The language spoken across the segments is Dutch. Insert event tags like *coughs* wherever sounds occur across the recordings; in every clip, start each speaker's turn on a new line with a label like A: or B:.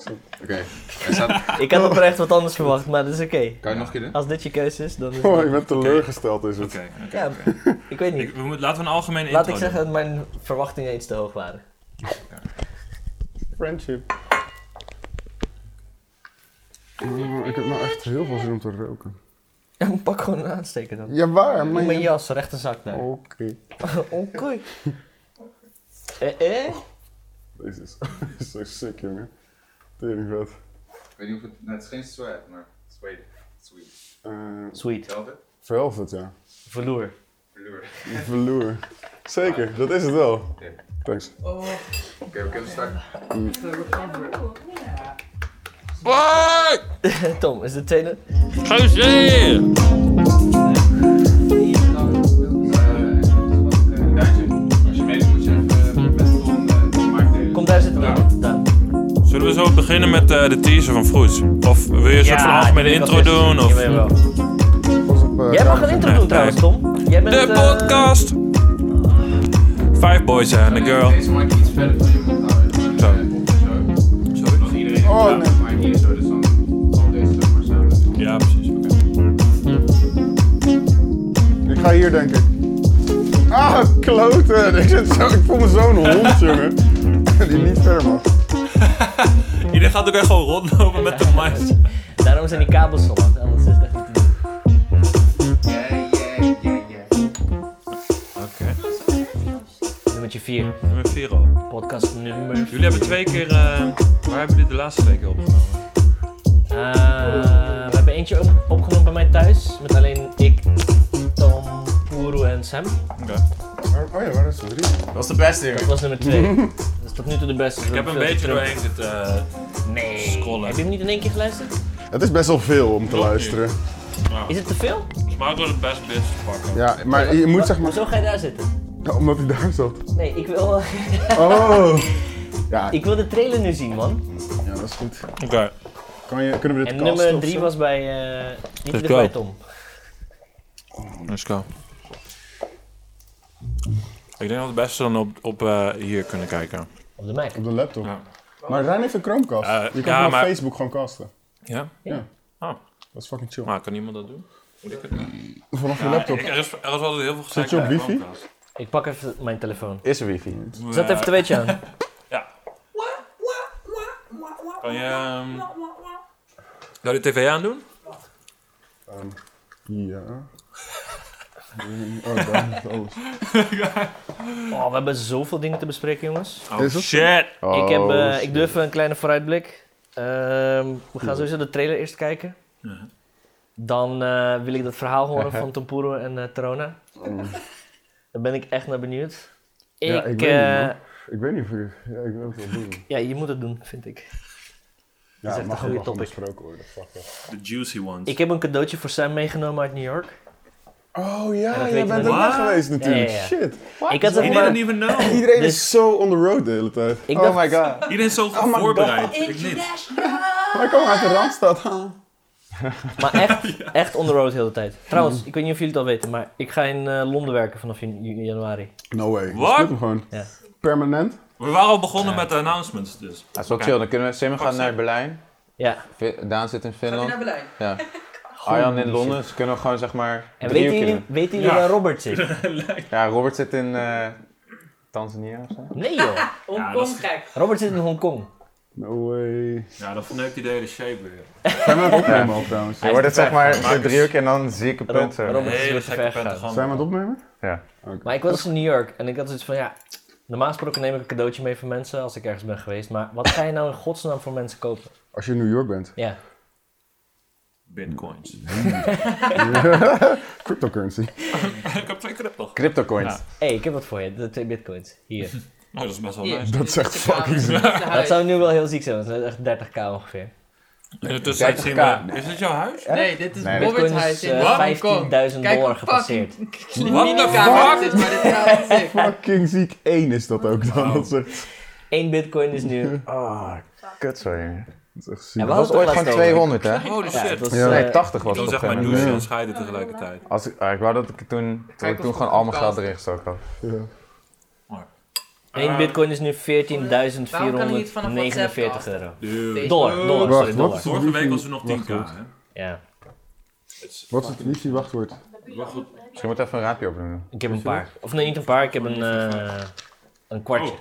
A: Oké. Hij staat-
B: Ik had oprecht wat anders verwacht, maar dat is oké.
A: Kan je nog een keer doen?
B: Als dit je keuze is, dan is
C: Oh,
B: het-
C: ik ben teleurgesteld is het.
D: Oké, oké,
B: Ja.
D: oké.
B: Ik weet *laughs* niet.
D: Ik- we moeten- Laten we een algemene
B: Laat
D: intro
B: ik zeggen dat mijn verwachtingen iets te hoog waren.
C: Friendship. Oh, ik heb nou echt heel veel zin om te roken.
B: Ja, maar pak gewoon een aansteker dan.
C: Ja, waar?
B: In mijn
C: je-
B: jas, rechterzak daar. Oh,
C: Oké.
B: *laughs* Oké. *laughs* Eh, eh?
C: Deze is- deze is *laughs* zo sick, jongen. Tering vet.
A: Ik weet niet of het... nou, het is geen sweat, maar... Sweet. Sweet.
C: Eh,
B: Sweet.
A: Hetzelfde?
C: Velvet, ja.
B: Verloer.
A: Verloren.
C: Verloer. Zeker, dat is het wel.
A: Oké,
C: Thanks.
A: Oké, we kunnen starten.
B: *laughs* Tom, is de tweede?
A: Als je weet moet je even best wel
B: Kom, daar zitten we. Daar.
D: Zullen we zo beginnen met eh, de teaser van Fruits? Of wil je een soort van algemene
B: die wil ik wel
D: intro doen?
B: eerst.
D: Of...
B: Jawel, jawel.
C: Pas op, eh,
B: Jij mag
C: ramen.
B: een intro doen trouwens, Tom. Jij bent,
D: De
B: eh,
D: podcast! Five boys and a girl.
A: Deze maak je iets verder van je mond houden.
D: Zo.
A: Zo. Want iedereen
C: Oh,
A: oh,
C: nee.
A: maar hier zo, dus dan zal deze toch maar zo.
D: Ja, precies. oké.
C: Ik ga hier, denk ik. Ah, kloten! *laughs* Ik, zit zo, ik voel me zo'n hond, jongen. *laughs* Die niet verder mag.
D: Iedereen gaat ook echt gewoon rondlopen met de mic.
B: Daarom zijn die kabels zo lang. Anders is het echt...
A: Ja, ja, ja, ja.
D: Oké,
B: Nummertje 4.
D: nummer 4 al.
B: Podcast nummer
D: Jullie hebben twee keer... eh, waar hebben jullie de laatste twee keer opgenomen?
B: Eh, we hebben eentje op- opgenomen bij mij thuis. Met alleen ik, Tom, Puru en Sam.
D: Oké.
C: Maar- Oh ja, waar is het? Drie.
A: Dat was de beste,
B: Dat was nummer
C: *laughs*
B: 2. Dat is tot nu toe de beste.
D: Ik heb een beetje doorheen zitten... eh,
B: Nee.
D: scrollen. Oh.
B: Heb je hem niet in één keer geluisterd?
C: Het is best wel veel om te
D: Nog
C: luisteren.
B: Is het te veel?
D: Maar ik was het best best pakken.
C: Ja, maar je moet zeg maar...
B: Hoezo ga je daar zitten?
C: Ja, Omdat hij daar zat.
B: Nee, ik wil, *laughs*
C: Oh! Ja,
B: ik wil de trailer nu zien, man.
C: ja dat is goed.
D: Oké.
C: Kan je, kunnen we dit
B: En
C: casten
B: nummer
C: of
B: 3
C: zo?
B: was bij... eh niet
D: Let's
B: dicht bij Tom.
D: go. Let's go. Ik denk dat we het beste dan op, op eh, hier kunnen kijken.
B: Op de Mac.
C: Op de laptop.
D: Ja.
C: Maar Rijn heeft een Chromecast.
D: Eh,
C: je kan
D: ja,
C: vanaf
D: maar-
C: Facebook gewoon casten.
D: Ja?
C: Ja.
D: Ah,
C: Dat is fucking chill.
D: maar kan niemand dat doen? Moet ik het doen?
C: Vanaf je
D: Ja,
C: laptop.
D: ik- er, is, er is altijd heel veel gezegd.
C: Zit je op wifi?
B: Ik pak even mijn telefoon.
A: Is er wifi?
B: Zet
D: eh,
B: even Twitch aan.
D: Ja. Kan je... ehm, nou die tv aandoen?
C: Ehm, *laughs* ja. Oh, daar is alles.
B: Oh, we hebben zoveel dingen te bespreken, jongens.
D: Oh
C: Is het?
D: shit!
B: ik, heb, eh,
C: Oh, shit.
B: ik doe even een kleine vooruitblik. Ehm, we gaan sowieso de trailer eerst kijken.
D: Ja.
B: Dan eh, wil ik dat verhaal horen van Tompuro en eh Trona. Daar ben ik echt naar benieuwd. Ik,
C: Ja, ik weet
B: eh,
C: niet, Ik weet niet of ik... Ja, ik wil het wel doen.
B: ja, je moet het doen, vind ik.
C: Ja,
B: echt
C: het
B: een
C: mag
B: goede
C: ook wel gewoon
B: topic.
C: besproken worden. Fuck it.
D: The juicy ones.
B: Ik heb een cadeautje voor Sam meegenomen uit New York.
C: Oh ja,
B: dat
C: jij
B: weet
C: bent
B: je
C: er
D: wel.
C: weg geweest natuurlijk.
B: Ja, ja, ja.
C: Shit.
B: Ik had zeg
D: I didn't
B: maar...
D: even know.
C: Iedereen
B: Dus-
C: is zo on the road de hele tijd.
B: Ik
C: oh
B: dacht-
C: my
B: *laughs*
C: god.
D: Iedereen is zo goed
C: Oh my God.
D: voorbereid. Ik niet.
C: Hij kwam uit de Randstad. Ah.
B: Maar echt, echt on the road de hele tijd. Trouwens, ik weet niet of jullie het al weten, maar ik ga in eh, Londen werken vanaf jan- jan- januari.
C: No way.
D: What?
C: Dat hem gewoon.
B: Ja.
C: Permanent.
D: We waren al begonnen met de announcements dus.
A: Dat is wel
D: Oké.
A: chill, dan kunnen we... Simon gaat
D: Pas
A: naar
D: op.
A: Berlijn.
B: Ja.
A: Vi- Daan zit in
E: Gaat hij
A: Finland.
E: naar Berlijn?
A: Ja. Arjan in Londen, dus kunnen we gewoon zeg maar
B: En
A: drie
B: weten
A: uur
B: jullie,
A: kunnen.
B: weten jullie
D: Ja.
B: waar Robert zit?
A: Ja, Robert zit in eh, Tanzania of zo.
B: Nee joh.
D: Ja,
E: Hongkong
D: dat is-
E: gek.
B: Robert zit in Hongkong.
C: No way.
D: Ja, dan verneukt die de hele shape weer.
B: Oh,
C: Zijn we aan het opnemen al trouwens?
A: Je wordt het zeg maar zit
D: Marcus.
A: drie uur en dan zie ik een
B: Rob-
A: punt. zo.
B: Robert- is weer
D: Hele
B: te ver
D: gekke
B: gegaan.
D: pentagram.
C: Zijn we aan het opnemen?
A: Ja.
B: Maar ik was dus in New York en ik had zoiets van, ja, normaal gesproken neem ik een cadeautje mee voor mensen als ik ergens ben geweest. Maar wat ga je nou in godsnaam voor mensen kopen?
C: Als je in New York bent.
B: Ja,
D: Bitcoins. *laughs*
C: *laughs* Cryptocurrency.
D: ik heb twee crypto.
A: Cryptocoins.
D: Ja.
B: hé, ik heb wat voor je, de twee bitcoins, hier.
D: Oh, dat is best wel
E: Hier.
D: nice.
C: Dat is echt fucking
D: *laughs*
C: ziek.
B: Dat zou nu wel heel ziek zijn, want dat is echt 30k ongeveer.
D: In de tussentijd zien
A: 30k.
D: we... Is dit jouw huis?
E: Nee, dit is
A: Nee, dit-
E: Robert
B: Bitcoin
E: Huis
B: is
E: in
B: eh,
E: Hongkong.
B: 15.000
E: Kijk hoe
B: dollar
E: fucking
B: gepasseerd.
D: What
E: Niet
D: the
E: elkaar
D: fuck?
E: is, maar dit is wel sick.
C: Fucking ziek 1 is dat ook dan.
D: Wow.
C: Dat is echt,
B: Eén bitcoin is nu...
A: Ah, kut zo hier.
C: dat is echt
B: Ja,
C: ziek.
B: we
A: Dat was
B: hadden
A: ooit
B: het
A: gewoon
B: er laatst over.
A: 200 hè?
D: Holy
B: Ja, het
D: shit.
B: was,
C: Ja.
B: eh,
A: Nee, 80
D: Ik
A: was
D: wil
A: het
D: zeg
A: op
D: maar
A: een
D: douchen
C: moment.
D: en scheiden tegelijkertijd.
A: Als ik, ah, ik wou dat ik toen, dat ik
E: Kijk,
A: toen
E: ons
A: gewoon
E: goed
A: al mijn geld
E: podcast.
A: erin gestoken had.
C: Ja.
D: Maar
B: Eén bitcoin is nu 14.449
E: Waarom kan hij niet vanaf WhatsApp af?
B: euro.
D: Dude.
B: Dollar, dollar,
C: Wacht,
B: sorry,
C: wat?
B: dollar.
D: Vorige week was er nog 10k,
C: Wachtwoord.
D: hè?
B: Ja,
C: Wat is het wifi-wachtwoord?
A: Misschien
C: Misschien moet even een raampje opnemen.
B: ik heb een paar. Of nee, niet een paar, ik heb een, eh, een kwartje.
D: Oh.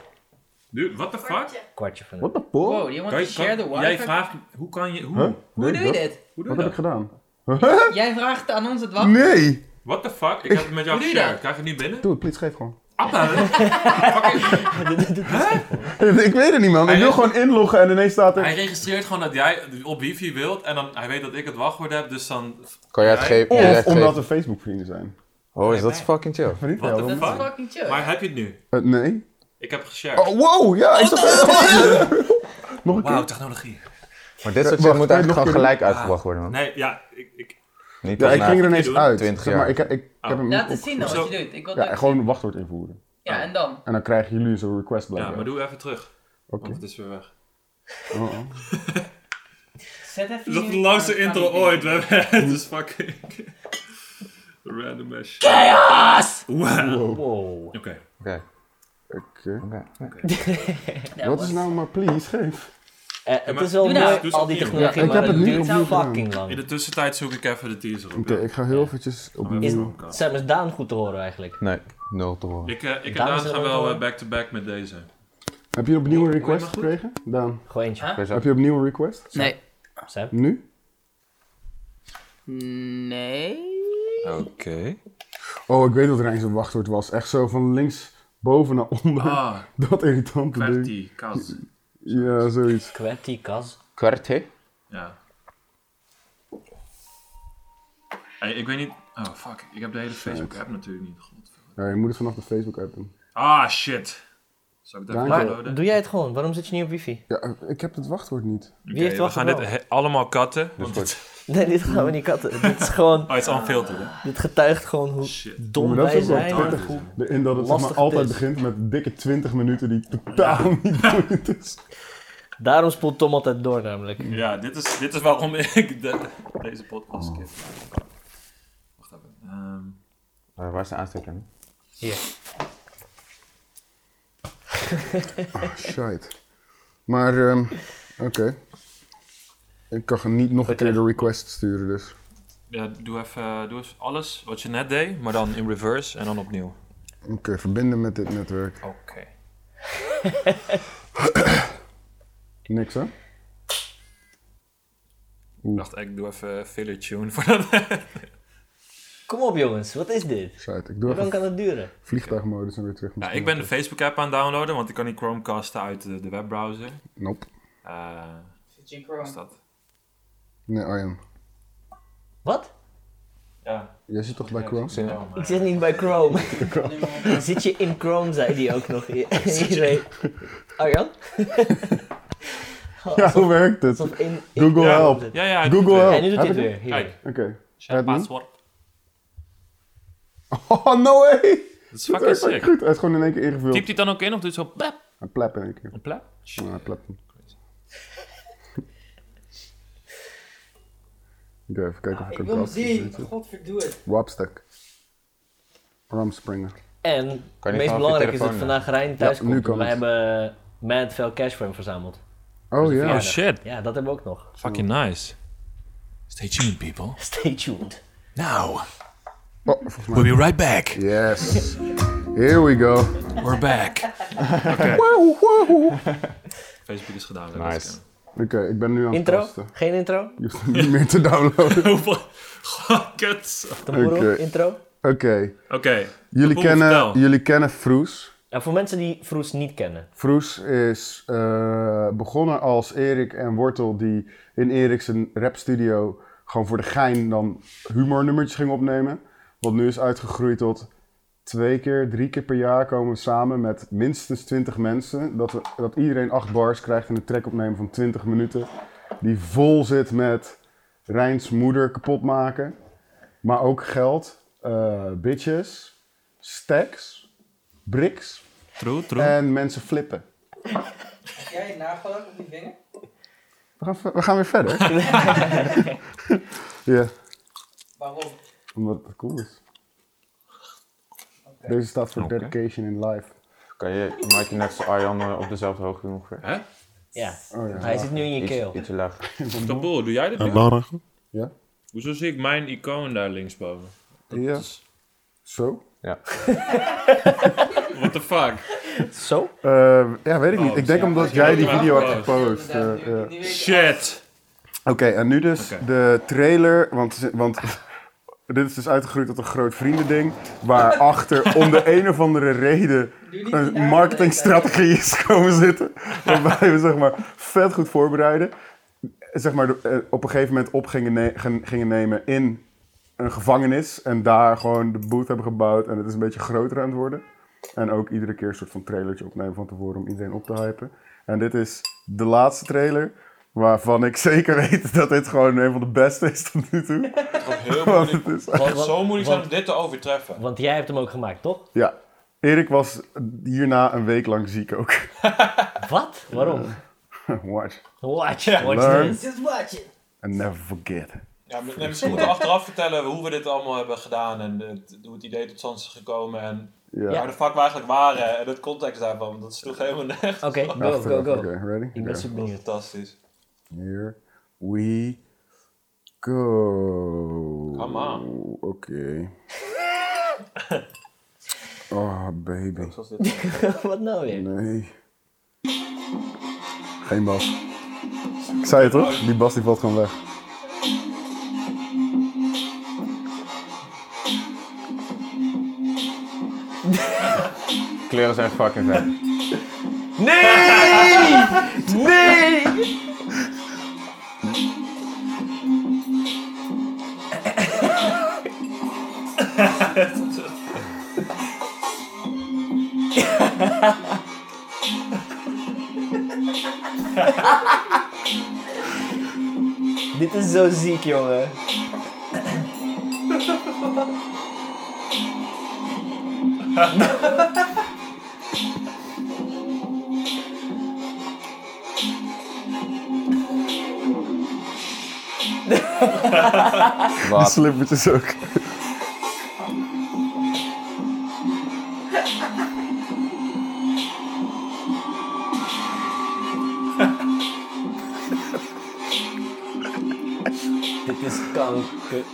D: Dude, what the fuck?
B: Kwartje van
C: What the fuck?
E: Wow, do you want
D: Kan
E: to
D: je-
E: share the
D: kan-
E: wifi?
D: jij vraagt, hoe kan je, hoe?
C: Huh?
E: Hoe
C: Nee,
E: doe je
C: wat?
E: dit?
D: Hoe doe
C: Wat
D: je
C: heb ik
D: dat?
C: gedaan?
E: Jij vraagt aan ons het wacht.
C: Nee!
D: What the fuck? Ik heb het met jou
E: Hoe doe je
D: geshared.
E: dat?
D: Krijg je het niet binnen?
C: Doe het, please, geef gewoon. *laughs*
D: Appa!
E: *laughs*
D: Fucking-
C: ik weet het niet, man. Ik wil
D: Hij-
C: gewoon inloggen en ineens staat
D: Hij
C: er...
D: registreert gewoon dat jij op wifi wilt en dan, hij weet dat ik het wachtwoord heb, dus dan...
A: Kan jij het geven? Kan jij
C: Of
A: het
C: omdat
A: geven?
C: we Facebook-vrienden zijn.
A: Oh, is dat fucking chill?
C: Vriend,
D: What
C: ja,
D: the
C: waarom
E: Dat
D: fuck?
E: is fucking chill.
D: Maar heb je het nu?
C: niet? Eh, nee.
D: Ik heb het geshared.
C: Oh, wow! Ja, ik zat... *laughs* Nog een keer?
D: Wauw, technologie.
A: Maar dit soort
C: Wacht,
A: shit moet
C: kan je
A: eigenlijk
C: nog
A: gewoon
C: kunnen- Ah.
A: gelijk uitgebracht worden, man.
D: Nee, ja, ik... ik
A: Niet
C: Ja,
A: als
C: ik
A: na-
C: ging er ineens
D: doen?
C: uit.
A: 20
C: Zeg maar,
A: jaar.
C: ik, ik, ik heb hem niet
E: Laat eens zien dan
D: Zo.
E: wat je doet. Ik wil
C: op- Ja,
E: dat-
C: gewoon een wachtwoord invoeren.
E: ja, en dan?
C: En dan krijgen jullie zo'n request blijkbaar.
D: Ja, maar doe even terug.
C: Oké.
D: Want het is weer weg.
C: Oh, oh.
E: Zet even
D: Dat is de
E: hier-
D: langste
E: Ah, dat
D: intro
E: kan niet.
D: ooit. We hebben- *laughs* Het
C: Hm.
D: is fucking... Random ass shit. Chaos! Wow. Oké.
B: Wow.
A: Oké,
C: Oké.
A: oké. oké.
E: Ja,
C: Wat is nou maar please, geef.
B: Eh, het
D: maar-
B: is wel
E: Doe nou.
B: mooi,
E: Doe
D: eens
B: al die
D: opnieuw.
B: technologie,
C: Ja, ik
B: maar
C: heb het nu
B: duurt
C: opnieuw gedaan.
B: fucking lang.
D: In de tussentijd zoek ik even de teaser op.
C: Oké, ik ga heel eventjes
B: Is,
C: opnieuw.
B: Sam, is Daan goed te horen eigenlijk?
A: Nee, nul te horen.
D: Ik, eh, ik en
B: Daan
D: Daan
B: is er
D: gaan
B: ook
D: wel
B: al.
D: eh, back-to-back met deze.
C: Heb je opnieuw een
D: Hoor je me
C: request
D: goed?
C: gekregen? Daan,
B: Gewoon eentje.
E: Huh?
C: heb je opnieuw een request?
E: Nee.
B: Sam?
C: Nu?
E: Nee.
A: Oké.
C: Oh, ik weet wat Rijn zijn wachtwoord was. Echt zo van links boven naar onder.
D: Ah,
C: *laughs* Dat irritante ding.
D: QWERTY, kaz.
C: Ja, zoiets.
B: Kwerty, Kaz.
A: Kwartje?
D: Ja. Hey, ik weet niet... Oh, fuck. Ik heb de hele Facebook-app natuurlijk niet. Godver-
C: Ja, je moet het vanaf de Facebook-app doen.
D: Ah, shit. Zal ik het even
C: Dank
B: Maar
D: downloaden?
B: doe jij het gewoon? Waarom zit je niet op wifi? *laughs*
C: Ja, ik heb het wachtwoord niet.
B: Wie heeft
D: we
B: wel
D: gaan dit
B: gebeld?
D: he- allemaal katten. Want het,
B: Nee, dit gaan we niet katten. dit is gewoon,
D: oh, het is unfiltered. hè?
B: dit getuigt gewoon hoe
D: Shit.
B: dom
C: Maar dat
B: wij
C: is ook wel
B: zijn.
C: prettig.
B: Hoe-
C: In dat het zeg maar,
B: Lastig
C: altijd
B: test.
C: begint met dikke 20 minuten die totaal niet boeiend is.
B: Daarom spoelt Tom altijd door namelijk.
D: Ja, dit is, dit is waarom ik de- deze podcast
C: Oh.
D: skip. Wacht even. Ehm,
A: Eh, Waar is de aansteker?
B: Hier.
C: Ah, shit. Maar, ehm, oké. Ik kan gewoon niet nog een keer de request sturen, dus.
D: ja, doe, even, eh, doe eens alles wat je net deed, maar dan in reverse en dan opnieuw.
C: Oké, verbinden met dit netwerk.
D: Oké.
C: Niks, hè?
D: Ik dacht, ik doe even filler tune voor
C: *laughs*
D: dat.
B: Kom op jongens, wat is dit?
C: Shit, ik
B: Hoe
C: doe
B: lang
C: even
B: kan het duren?
C: vliegtuigmodus en weer terug.
D: Ja, ik ben de Facebook-app aan het downloaden, want ik kan die Chromecasten uit de, de webbrowser.
C: Nope.
D: Eh,
E: Zit je in
D: wat is
E: Chrome?
D: dat?
C: Nee, Arjan.
B: Wat?
D: Ja.
C: Jij zit toch bij Chrome?
B: Ik zit niet bij Chrome. Zit je in Chrome, zei die ook nog. Iedereen.
C: *laughs*
B: Arjan? *laughs*
C: Ja, hoe werkt het?
B: Alsof in, in
C: Google
B: Chrome
C: help.
B: zit.
D: Ja, ja. ik-
C: Google help.
B: En nu doet hij
C: Heb
B: het
C: ik-
B: weer. Hier.
D: Kijk.
C: Oké.
D: Share
C: Het nu?
D: paswoord.
C: Oh, no way!
D: Dat is
C: Dat
D: fucking
C: is echt
D: sick.
C: goed. Hij is gewoon in één keer
D: Typt
C: ingevuld.
D: hij dan ook in of doet hij zo plap?
C: Hij plap in één keer.
D: Een plap?
C: Ja, hij plap. Oké, even kijken
B: Ah,
C: of ik
E: Ik
C: een
E: wil hem
C: kast
E: zien. Godverdoe het.
C: Wapstek. Ramspringer.
B: En het
A: vanaf
B: meest
A: je
B: belangrijk is dat
A: telefoon,
B: vandaag Rijn thuis
C: Ja,
B: komt.
C: nu kan
B: Wij
C: het.
B: hebben mad veel cash voor hem verzameld.
C: Oh ja.
D: Oh
B: Ja.
D: shit.
B: Ja, dat hebben we ook nog. *laughs*
D: Fucking nice. Stay tuned, people.
B: Stay tuned.
D: Now,
C: Oh, volgens mij.
D: we'll be right back.
C: Yes. Here we go.
D: We're back. *laughs* Facebook is gedaan. dat
A: Nice.
D: is het.
C: Oké, ik ben nu aan het
B: Intro?
C: tasten.
B: Geen intro?
C: Je hoeft hem niet meer te downloaden.
D: *laughs* Hoeveel... God, Oh, kut.
B: Tamburo,
C: Oké.
B: intro?
C: Oké.
D: Oké.
C: Jullie,
D: Kom,
C: kennen,
D: vertel.
C: jullie kennen Froes.
B: Nou, voor mensen die Froes niet kennen.
C: Froes is eh, begonnen als Erik en Wortel, die in Erik's een rapstudio gewoon voor de gein dan humornummertjes ging opnemen. Wat nu is uitgegroeid tot twee keer, drie keer per jaar komen we samen met minstens 20 mensen. Dat, we, dat iedereen acht bars krijgt en een track opnemen van 20 minuten. Die vol zit met Rijns moeder kapot maken. Maar ook geld, eh, bitches, stacks, bricks
D: True, true.
C: en mensen flippen.
E: Jij nagelen op die vinger?
C: We gaan, ver- we gaan weer
D: *laughs*
C: verder. ja,
E: Waarom?
C: omdat het cool is. Deze staat voor dedication in life.
A: Kan je Mikey Next Arjan eh, op dezelfde hoogte doen ongeveer?
D: Hè?
B: Ja.
C: Oh ja.
B: Hij zit nu in je
A: Iets,
B: keel.
A: ietsje lager.
D: Taboel, doe jij dat niet?
C: Ja.
D: Hoezo zie ik mijn icoon daar linksboven?
C: Ja. Zo?
D: What the fuck?
B: Zo?
C: Eh, ja, weet ik
D: Oh,
C: niet. Ik denk
D: ja.
C: omdat
D: Ja,
C: jij die
D: ja.
C: video hebt
D: Ja.
C: gepost.
E: Inderdaad,
C: eh,
E: nu-
C: ja.
E: nu weet ik-
D: Shit!
C: Oké, en nu dus
D: Oké.
C: de trailer. Want, want *laughs* dit is dus uitgegroeid tot een groot vriendending. Waarachter om de een of andere reden
E: nu niet
C: een
E: daar-
C: marketingstrategie is komen zitten. Waarbij we zeg maar vet goed voorbereiden. Zeg maar eh, op een gegeven moment op gingen, ne- gen- gingen nemen in een gevangenis. En daar gewoon de boot hebben gebouwd. En het is een beetje groter aan het worden. En ook iedere keer een soort van trailertje opnemen van tevoren om iedereen op te hypen. En dit is de laatste trailer. Waarvan ik *laughs* zeker weet dat dit gewoon een van de beste is tot nu toe.
D: *laughs* Het wordt heel
C: Want het is
B: Want, want-
D: moeilijk
B: zijn om
D: dit te overtreffen.
B: want jij hebt hem ook gemaakt, toch?
C: Ja, Erik was hierna een week lang ziek ook. *laughs*
B: Wat? Waarom?
C: Watch
B: Watch,
D: Ja.
B: watch
C: Learn.
B: this.
E: Just watch it.
C: and never forget.
D: Ja, maar, nee, misschien moeten we achteraf vertellen hoe we dit allemaal hebben gedaan en het- hoe het idee tot stand is gekomen en
C: Ja.
D: waar de fuck we eigenlijk waren en het context daarvan. want Dat is toch helemaal nergens.
B: Oké, go,
C: Achteraf,
B: go, go.
C: Oké, ready?
B: Ik ben super
D: Dat
C: *laughs*
D: is
B: benieuwd.
D: fantastisch.
C: Here we go.
D: Come on.
C: Oké. Oh, baby.
D: Zoals dit.
B: Wat nou weer?
C: Nee. Geen bas. Ik zei het toch? Die bas die valt gewoon weg.
A: Kleren zijn fucking vet.
B: Nee! Dit is zo ziek, jongen.
C: Die
A: Wat?
C: slippertjes ook. *laughs*
B: Dit is kanker.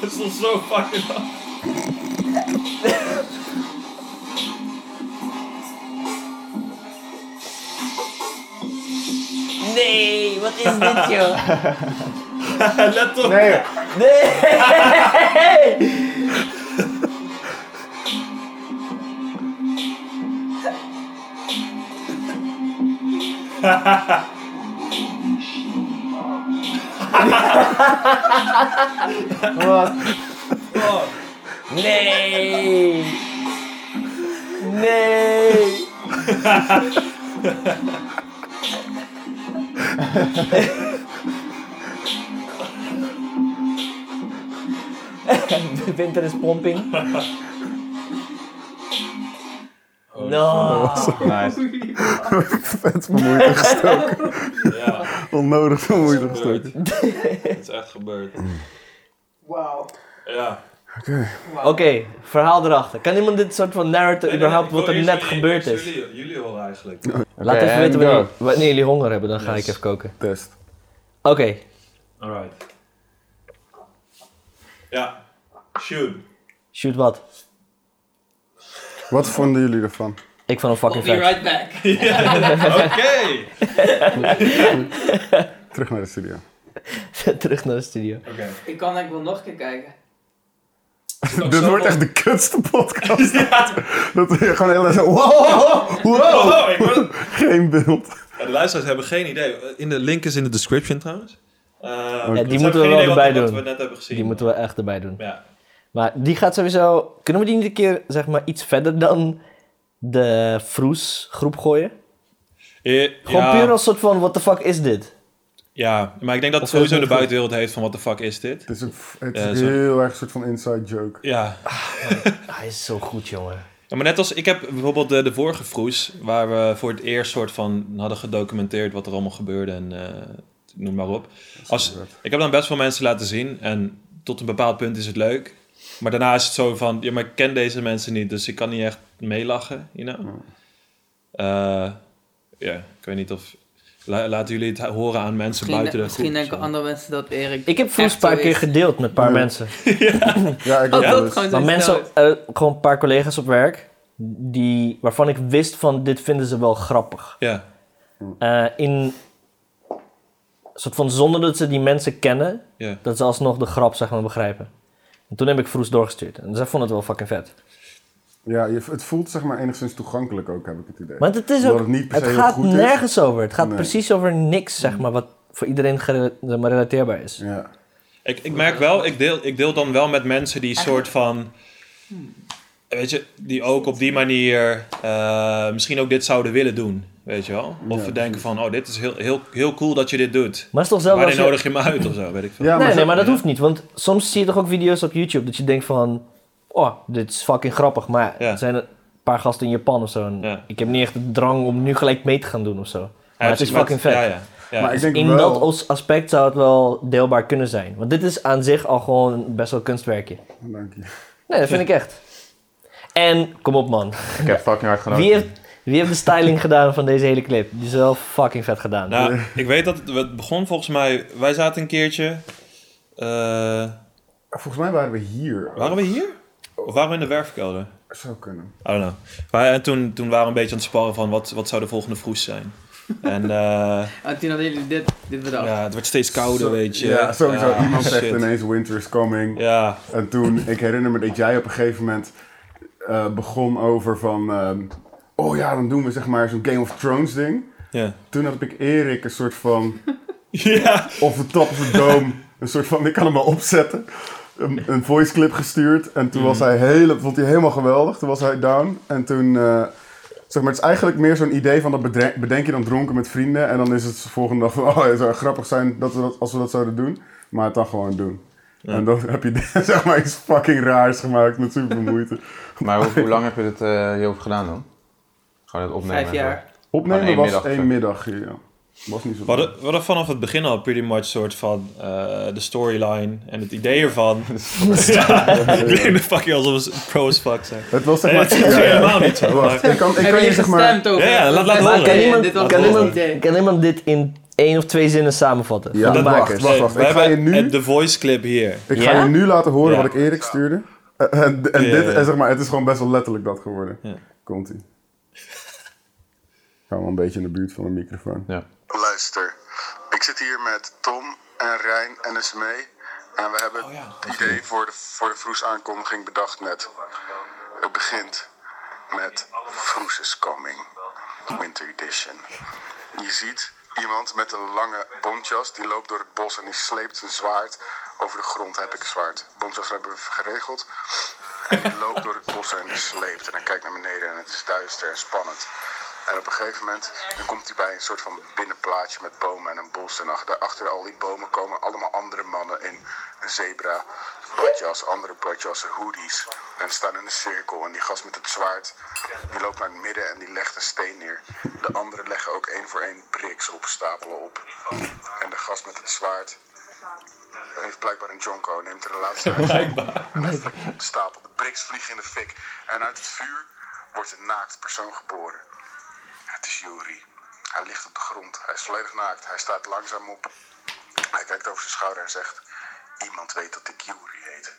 D: Dat is ons zo fucking af.
B: Nee, wat is dit, joh?
D: Let op!
C: Nee,
B: Nee!
C: wat?
B: Nee! Nee! *laughs* Winter is pomping.
E: Oh,
B: No!
A: Nice.
C: Vet vermoeid en gestoken.
D: Ja,
C: Onnodig vermoeid en
D: het is
C: gestoken.
D: gebeurd. *laughs* Het is echt gebeurd.
E: Wauw.
D: Ja.
B: Oké, verhaal erachter. Kan iemand dit soort van narrative überhaupt wat er net gebeurd is?
D: Jullie, jullie horen eigenlijk.
B: Laat
A: Oké,
B: even
A: en
B: weten
A: go.
B: wanneer, wanneer jullie honger hebben, dan ga
D: Yes.
B: ik even koken.
C: Test.
B: Oké,
D: Alright. Ja.
B: *laughs*
D: Shoot.
B: shoot wat.
C: Wat vonden jullie ervan?
B: Ik vond hem
E: We'll
B: fucking
E: be
B: vet.
E: right back.
D: Oké!
C: Terug naar de studio.
B: *laughs* Terug naar de studio.
D: Oké.
B: *laughs*
E: Ik kan denk ik wel nog een keer kijken.
D: *laughs*
C: Dit wordt echt de kutste podcast. Dat we gewoon heel erg zo... Wow, wow,
D: Oh, ik word-
C: Geen beeld.
D: Ja, de luisteraars hebben geen idee. In de link is in de description trouwens. Eh, dus
B: die
D: ze
B: moeten we
D: hebben
B: wel
D: geen idee wat-
B: erbij
D: Wat
B: doen.
D: we net hebben gezien.
B: Die moeten we echt erbij doen.
D: Ja.
B: Maar die gaat sowieso... Kunnen we die niet een keer, zeg maar, iets verder dan de Froes groep gooien? Gewoon
D: ja,
B: puur als soort van, what the fuck is dit?
D: ja, maar ik denk dat
B: Of
D: het sowieso
B: is
D: de
B: het-
D: buitenwereld heeft van wat de fuck is dit?
C: Het is, een, het is
D: Eh, zo.
C: heel erg een soort van inside joke.
D: Ja.
B: Hij is zo goed, jongen.
D: Ja, maar net als ik heb bijvoorbeeld de, de vorige vroes, waar we voor het eerst soort van hadden gedocumenteerd wat er allemaal gebeurde en eh, noem maar op. Als, ik heb dan best veel mensen laten zien en tot een bepaald punt is het leuk. Maar daarna is het zo van, ja, maar ik ken deze mensen niet, dus ik kan niet echt meelachen, you know? Eh, ja, ik weet niet of... la- laten jullie het horen aan mensen
E: Misschien,
D: buiten de groep.
E: misschien denken
D: zo.
E: andere mensen dat Erik.
B: Ik heb vroeger
E: echt
B: een paar
E: zo
B: keer
E: is.
B: gedeeld met een paar
C: Ja.
B: mensen.
C: Ja, ik dus-
E: Oh,
C: ook
E: dat
C: wel
E: het
C: eens.
E: gewoon zo
B: Maar
E: snel
B: mensen,
E: is.
B: eh, gewoon een paar collega's op werk, die, waarvan ik wist van dit vinden ze wel grappig.
D: Ja,
B: Eh, in soort van zonder dat ze die mensen kennen,
D: ja.
B: dat ze alsnog de grap zeg maar begrijpen. En toen heb ik Vroes doorgestuurd en zij vonden het wel fucking vet.
C: Ja, je, het voelt zeg maar enigszins toegankelijk ook, heb ik het idee.
B: Want het is
C: Omdat
B: ook,
C: het niet per
B: het
C: se heel
B: gaat
C: goed is.
B: nergens over. Het gaat
C: Nee.
B: precies over niks zeg maar, wat voor iedereen gere- zeg maar, relateerbaar is.
C: Ja.
D: Ik, ik merk wel, ik deel, ik deel dan wel met mensen die soort van. Weet je, die ook op die manier eh, misschien ook dit zouden willen doen. Weet je wel?
C: Ja,
D: Of we denken van, oh, dit is heel, heel, heel cool dat je dit doet.
B: Maar het is toch zelf
D: Waarin
B: als je-
D: nodig je me uit of zo, weet ik veel.
C: Ja, maar
B: nee,
C: zo-
B: nee, maar dat
D: ja.
B: hoeft niet. Want soms zie je toch ook video's op YouTube dat je denkt van... Oh, dit is fucking grappig. Maar
D: Ja.
B: er zijn een paar gasten in Japan of zo. En
D: Ja.
B: Ik heb niet echt de drang om nu gelijk mee te gaan doen of zo.
D: Ja,
B: Maar het is
D: precies,
B: fucking vet.
D: Ja, ja. ja.
C: Maar ik denk
B: in
C: wel...
B: dat os- aspect zou het wel deelbaar kunnen zijn. Want dit is aan zich al gewoon best wel een kunstwerkje.
C: Dank je.
B: Nee, dat vind ik echt. En, kom op man.
A: Ik heb fucking hard genoten.
B: Wie heeft, wie heeft de styling *laughs* gedaan van deze hele clip? Die is wel fucking vet gedaan.
D: Nou, ik weet dat het, het begon volgens mij. Wij zaten een keertje. eh,
C: Volgens mij waren we hier. ook.
D: waren we hier? Of waren we in de werfkelder?
C: Zou kunnen.
D: I don't know. Maar en toen, toen waren we een beetje aan het sparren van wat, wat zou de volgende vroes zijn. En eh,
E: En toen hadden jullie dit, dit bedacht.
D: ja, het wordt steeds kouder,
C: Zo-
D: weet je.
C: Ja, sowieso.
D: Ah,
C: Iemand zegt
D: shit.
C: ineens winter is coming.
D: Ja,
C: En toen, ik herinner me dat jij op een gegeven moment eh, begon over van... ehm, oh ja, dan doen we zeg maar zo'n Game of Thrones ding. *laughs*
D: ja.
C: Toen heb ik Erik een soort van...
D: Ja,
C: Of de top of de dome. Een soort van, ik kan hem maar opzetten. Een, een voice clip gestuurd. En toen
E: Mm.
C: was hij hele, vond hij helemaal geweldig. Toen was hij down. En toen, eh, zeg maar, het is eigenlijk meer zo'n idee van dat bedre- bedenk je dan dronken met vrienden. En dan is het de volgende dag van, oh, het zou grappig zijn dat we dat, als we dat zouden doen. Maar het dan gewoon doen. En dan heb je *laughs* zeg maar iets fucking raars gemaakt met super
E: *laughs*
C: moeite.
A: Maar hoe, hoe lang heb je dit eh, hierover gedaan dan? Gewoon het opnemen.
E: Vijf jaar.
C: Opnemen
A: Gewoon één
C: was
A: middag,
C: één
A: zeg.
C: middag. Ja. Was niet zo
D: we hadden, we hadden vanaf het begin al pretty much soort van eh, de storyline en het idee
C: *laughs*
D: ervan. *laughs* ja, ik denk dat fucking alsof we pros fuck zijn.
C: Het was zeg
D: Nee,
C: maar...
E: *laughs*
D: dat is
C: ja, ja.
D: helemaal niet zo.
C: Wacht,
D: Maar,
C: ik kan, ik
E: Hebben
C: kan je
E: jullie
C: zeg maar...
E: gestemd over?
D: Ja, ja, laat- laat
E: Dit was-
D: horen.
B: kan, iemand,
E: Dit was
B: kan,
E: het
D: horen.
B: iemand,
E: idee.
B: kan iemand dit in één of twee zinnen samenvatten?
C: Ja,
B: Van de
C: dat
B: makers.
C: wacht, wacht, wacht.
D: we
C: Ik ga je
D: hebben
C: nu...
D: het- de voice clip hier.
C: Ik
B: Ja?
C: ga je nu laten horen
D: Ja.
C: wat ik Erik stuurde. Eh, En, en
D: Ja,
C: dit,
D: ja, ja.
C: en zeg maar, het is gewoon best wel letterlijk dat geworden.
D: Ja.
C: Komt ie. Gaan we een beetje in de buurt van de microfoon.
A: Ja.
F: Luister, ik zit hier met Tom en Rijn en Esmee. En we
D: Oh
F: hebben het idee voor de, voor de Vroes aankondiging bedacht net. Het begint met Vroes is coming, winter edition. Je ziet iemand met een lange bontjas, die loopt door het bos en die sleept een zwaard. Over de grond heb ik een zwaard. Bontjas hebben we geregeld. En die loopt door het bos en die sleept. En hij kijkt naar beneden en het is duister en spannend. En op een gegeven moment dan komt hij bij een soort van binnenplaatsje met bomen en een bos. En achter, achter al die bomen komen allemaal andere mannen in een zebra, badjas, andere badjassen, hoodies. En ze staan in een cirkel. En die gast met het zwaard, die loopt naar het midden en die legt een steen neer. De anderen leggen ook één voor één priks op, stapelen op. En de gast met het zwaard heeft blijkbaar een jonko, neemt er de laatste uit. De stapel. De briks vliegen in de fik. En uit het vuur wordt een naakt persoon geboren. Het is Juri. Hij ligt op de grond. Hij is volledig naakt. Hij staat langzaam op. Hij kijkt over zijn schouder en zegt... Iemand weet dat ik Juri heet.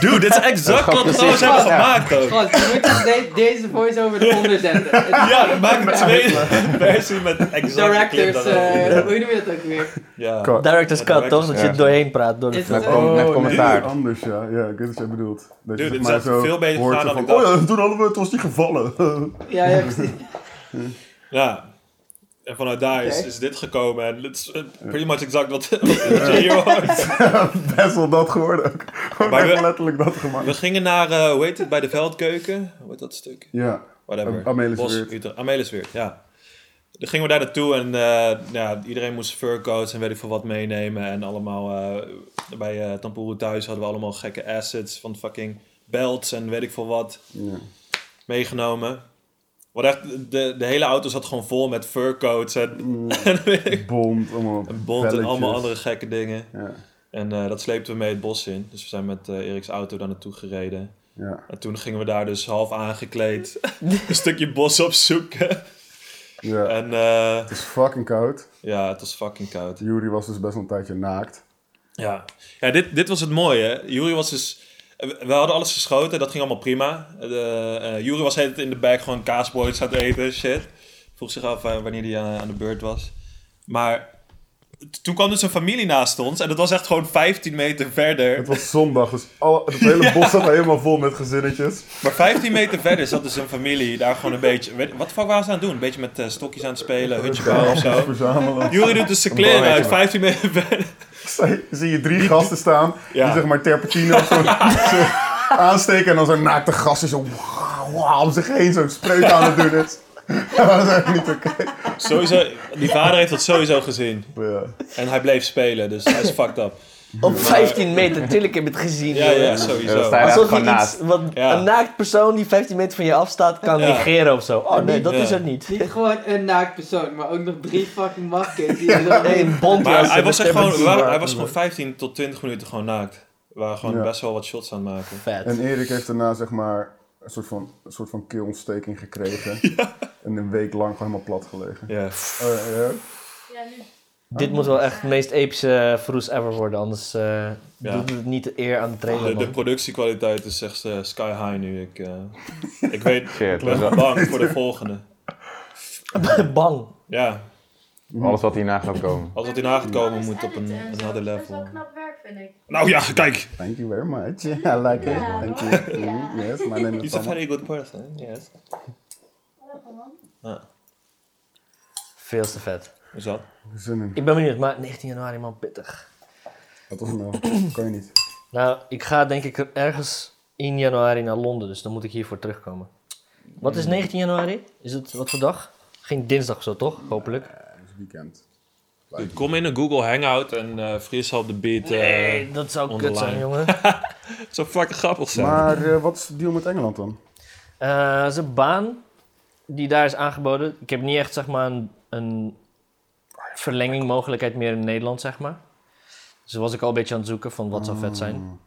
D: Dude, dit is exact wat we trouwens hebben gemaakt ook.
E: Gast, je moet dus de- deze voice-over eronder zetten.
D: *laughs* Ja, we maken een *laughs* tweede versie met exact de clip
E: Directors,
D: daarover.
E: eh, hoe noem je dat ook weer?
D: Ja.
C: Cut.
B: Director's
D: Ja,
B: cut,
D: director's-
B: toch? Dat je
A: ja.
B: het doorheen praat. Door de
E: Is
B: film.
E: het-
A: Met, com- met
C: Oh, nee,
A: commentaar.
C: anders, ja. Ja, ik weet wat jij bedoelt. Dat je
D: Dude,
C: zeg
D: dit
C: maar
D: is echt
C: zo
D: veel beter
C: hoort
D: gedaan
C: zo
D: dan
C: van,
D: ik dacht.
C: Oh ja, toen hadden we het, was niet gevallen. *laughs*
E: Ja, ja, precies.
D: ja. En vanuit daar is,
E: Oké.
D: is dit gekomen. En het is eh, pretty much exact wat, wat
C: *laughs*
D: je hier hoort.
C: Best wel dat geworden ook. Gewoon
D: Maar
C: echt
D: we-
C: letterlijk dat
D: We
C: gemaakt.
D: gingen naar, eh, hoe heet het, bij de Veldkeuken? Hoe heet dat stuk?
C: Ja.
D: Whatever.
C: Am- Amelisweert.
D: Bos, Utrecht. Amelisweert, ja. Dan gingen we daar naartoe en eh, ja, iedereen moest furcoats en weet ik veel wat meenemen. En allemaal, eh, bij eh Tampuru thuis hadden we allemaal gekke assets van fucking belts en weet ik veel wat
C: Ja.
D: meegenomen. Wat echt, de, de hele auto zat gewoon vol met furcoats en, en
C: *laughs* Bond, allemaal
D: bont en allemaal
C: belletjes.
D: andere gekke dingen.
C: Ja.
D: En eh, dat sleepten we mee het bos in. Dus we zijn met eh, Erik's auto daar naartoe gereden.
C: Ja.
D: En toen gingen we daar dus half *laughs* aangekleed een stukje bos opzoeken.
C: ja.
D: En eh,
C: Het is fucking koud.
D: ja, het was fucking koud.
C: Jury was dus best wel een tijdje naakt.
D: Ja, ja dit, dit was het mooie. Jury was dus... We hadden alles geschoten, dat ging allemaal prima. De, eh, Jury was heet in de back gewoon kaasbroodjes aan het eten, shit. Vroeg zich af eh, wanneer hij aan, aan de beurt was. Maar t- toen kwam dus een familie naast ons en dat was echt gewoon 15 meter verder.
C: Het was zondag, dus alle, het hele bos zat helemaal vol met gezinnetjes.
D: Maar 15 meter verder zat dus een familie daar gewoon een beetje... weet- wat de fuck waren ze aan het doen? Een beetje met eh, stokjes aan het spelen, hutje bouwen of
C: Appels
D: zo.
C: verzamelen.
D: Jury doet dus zijn kleren uit 15 meter verder.
C: Zie- Zie je drie gasten staan,
D: Ja.
C: die zeg maar terpentine of zo, zo aansteken en dan zo'n naakte gasten zo wow, om zich heen zo'n spreuk aan het doen is. dat is echt niet oké.
D: Sowieso, die vader heeft dat sowieso gezien.
C: Ja.
D: En hij bleef spelen, dus hij is fucked up.
B: Op 15 meter, natuurlijk heb je het gezien.
D: Ja, ja,
A: Ja, dat
D: sowieso.
A: sta je-
B: Alsof je
A: Gewoon
B: iets, want
D: Ja.
B: een naakt persoon die 15 meter van je afstaat kan
D: Ja.
B: negeren of zo. Oh nee, dat
D: Ja.
B: is het niet.
E: Niet gewoon een naakt persoon, maar ook nog drie fucking mafkids die er
B: Nee,
E: doorheen-
B: een bond
D: Maar hij was, echt gewoon, we waren- hij was gewoon 15 tot 20 minuten gewoon naakt. We waren gewoon
C: Ja.
D: best wel wat shots aan het maken.
B: vet.
C: En Erik heeft daarna zeg maar een soort van, een soort van keelontsteking gekregen. En een week lang gewoon helemaal plat gelegen.
D: Ja.
C: Eh, ja.
G: Ja, nu.
B: Dit moet wel echt het meest epische Vroes ever worden, anders eh, doet het niet de eer aan de
D: De,
B: trailer.
D: de
B: man.
D: productiekwaliteit is echt eh, sky high nu. Ik, eh, ik weet,
A: Shit,
D: ik ben
A: dat-
D: bang voor de volgende.
B: *laughs* Bang.
D: Ja,
A: Alles wat hierna gaat komen.
D: als het hierna gaat komen moet op een, een harder
G: Dat is wel
D: level.
G: knap werk, vind ik.
D: Nou ja, kijk.
C: Thank you very much. *laughs* I like it.
G: Ja,
C: Thank
G: hoor.
C: you.
G: Ja.
C: Mm, Yes, my name is
D: He's a
C: Tom.
D: very good person. Yes.
G: Lekker, man.
B: Veel te vet.
D: Is dat?
C: Zinnen.
B: Ik ben benieuwd, maar 19 januari man, pittig.
C: Dat was nou. Kan je niet.
B: Nou, ik ga denk ik ergens in januari naar Londen, dus dan moet ik hiervoor terugkomen. Wat is 19 januari? Is het wat voor dag? Geen dinsdag of zo, toch? Hopelijk.
C: Het is weekend.
D: Kom in een Google Hangout en eh vries op de beat. eh,
B: Nee, dat zou kut
D: online.
B: zijn, jongen.
D: Het zou fucking grappig zijn.
C: Maar eh, wat is de deal met Engeland dan?
B: Eh, dat is een baan die daar is aangeboden. Ik heb niet echt zeg maar, een, een verlenging mogelijkheid meer in Nederland, zeg maar. Dus daar was ik al een beetje aan het zoeken van wat zou vet zijn.
C: Mm.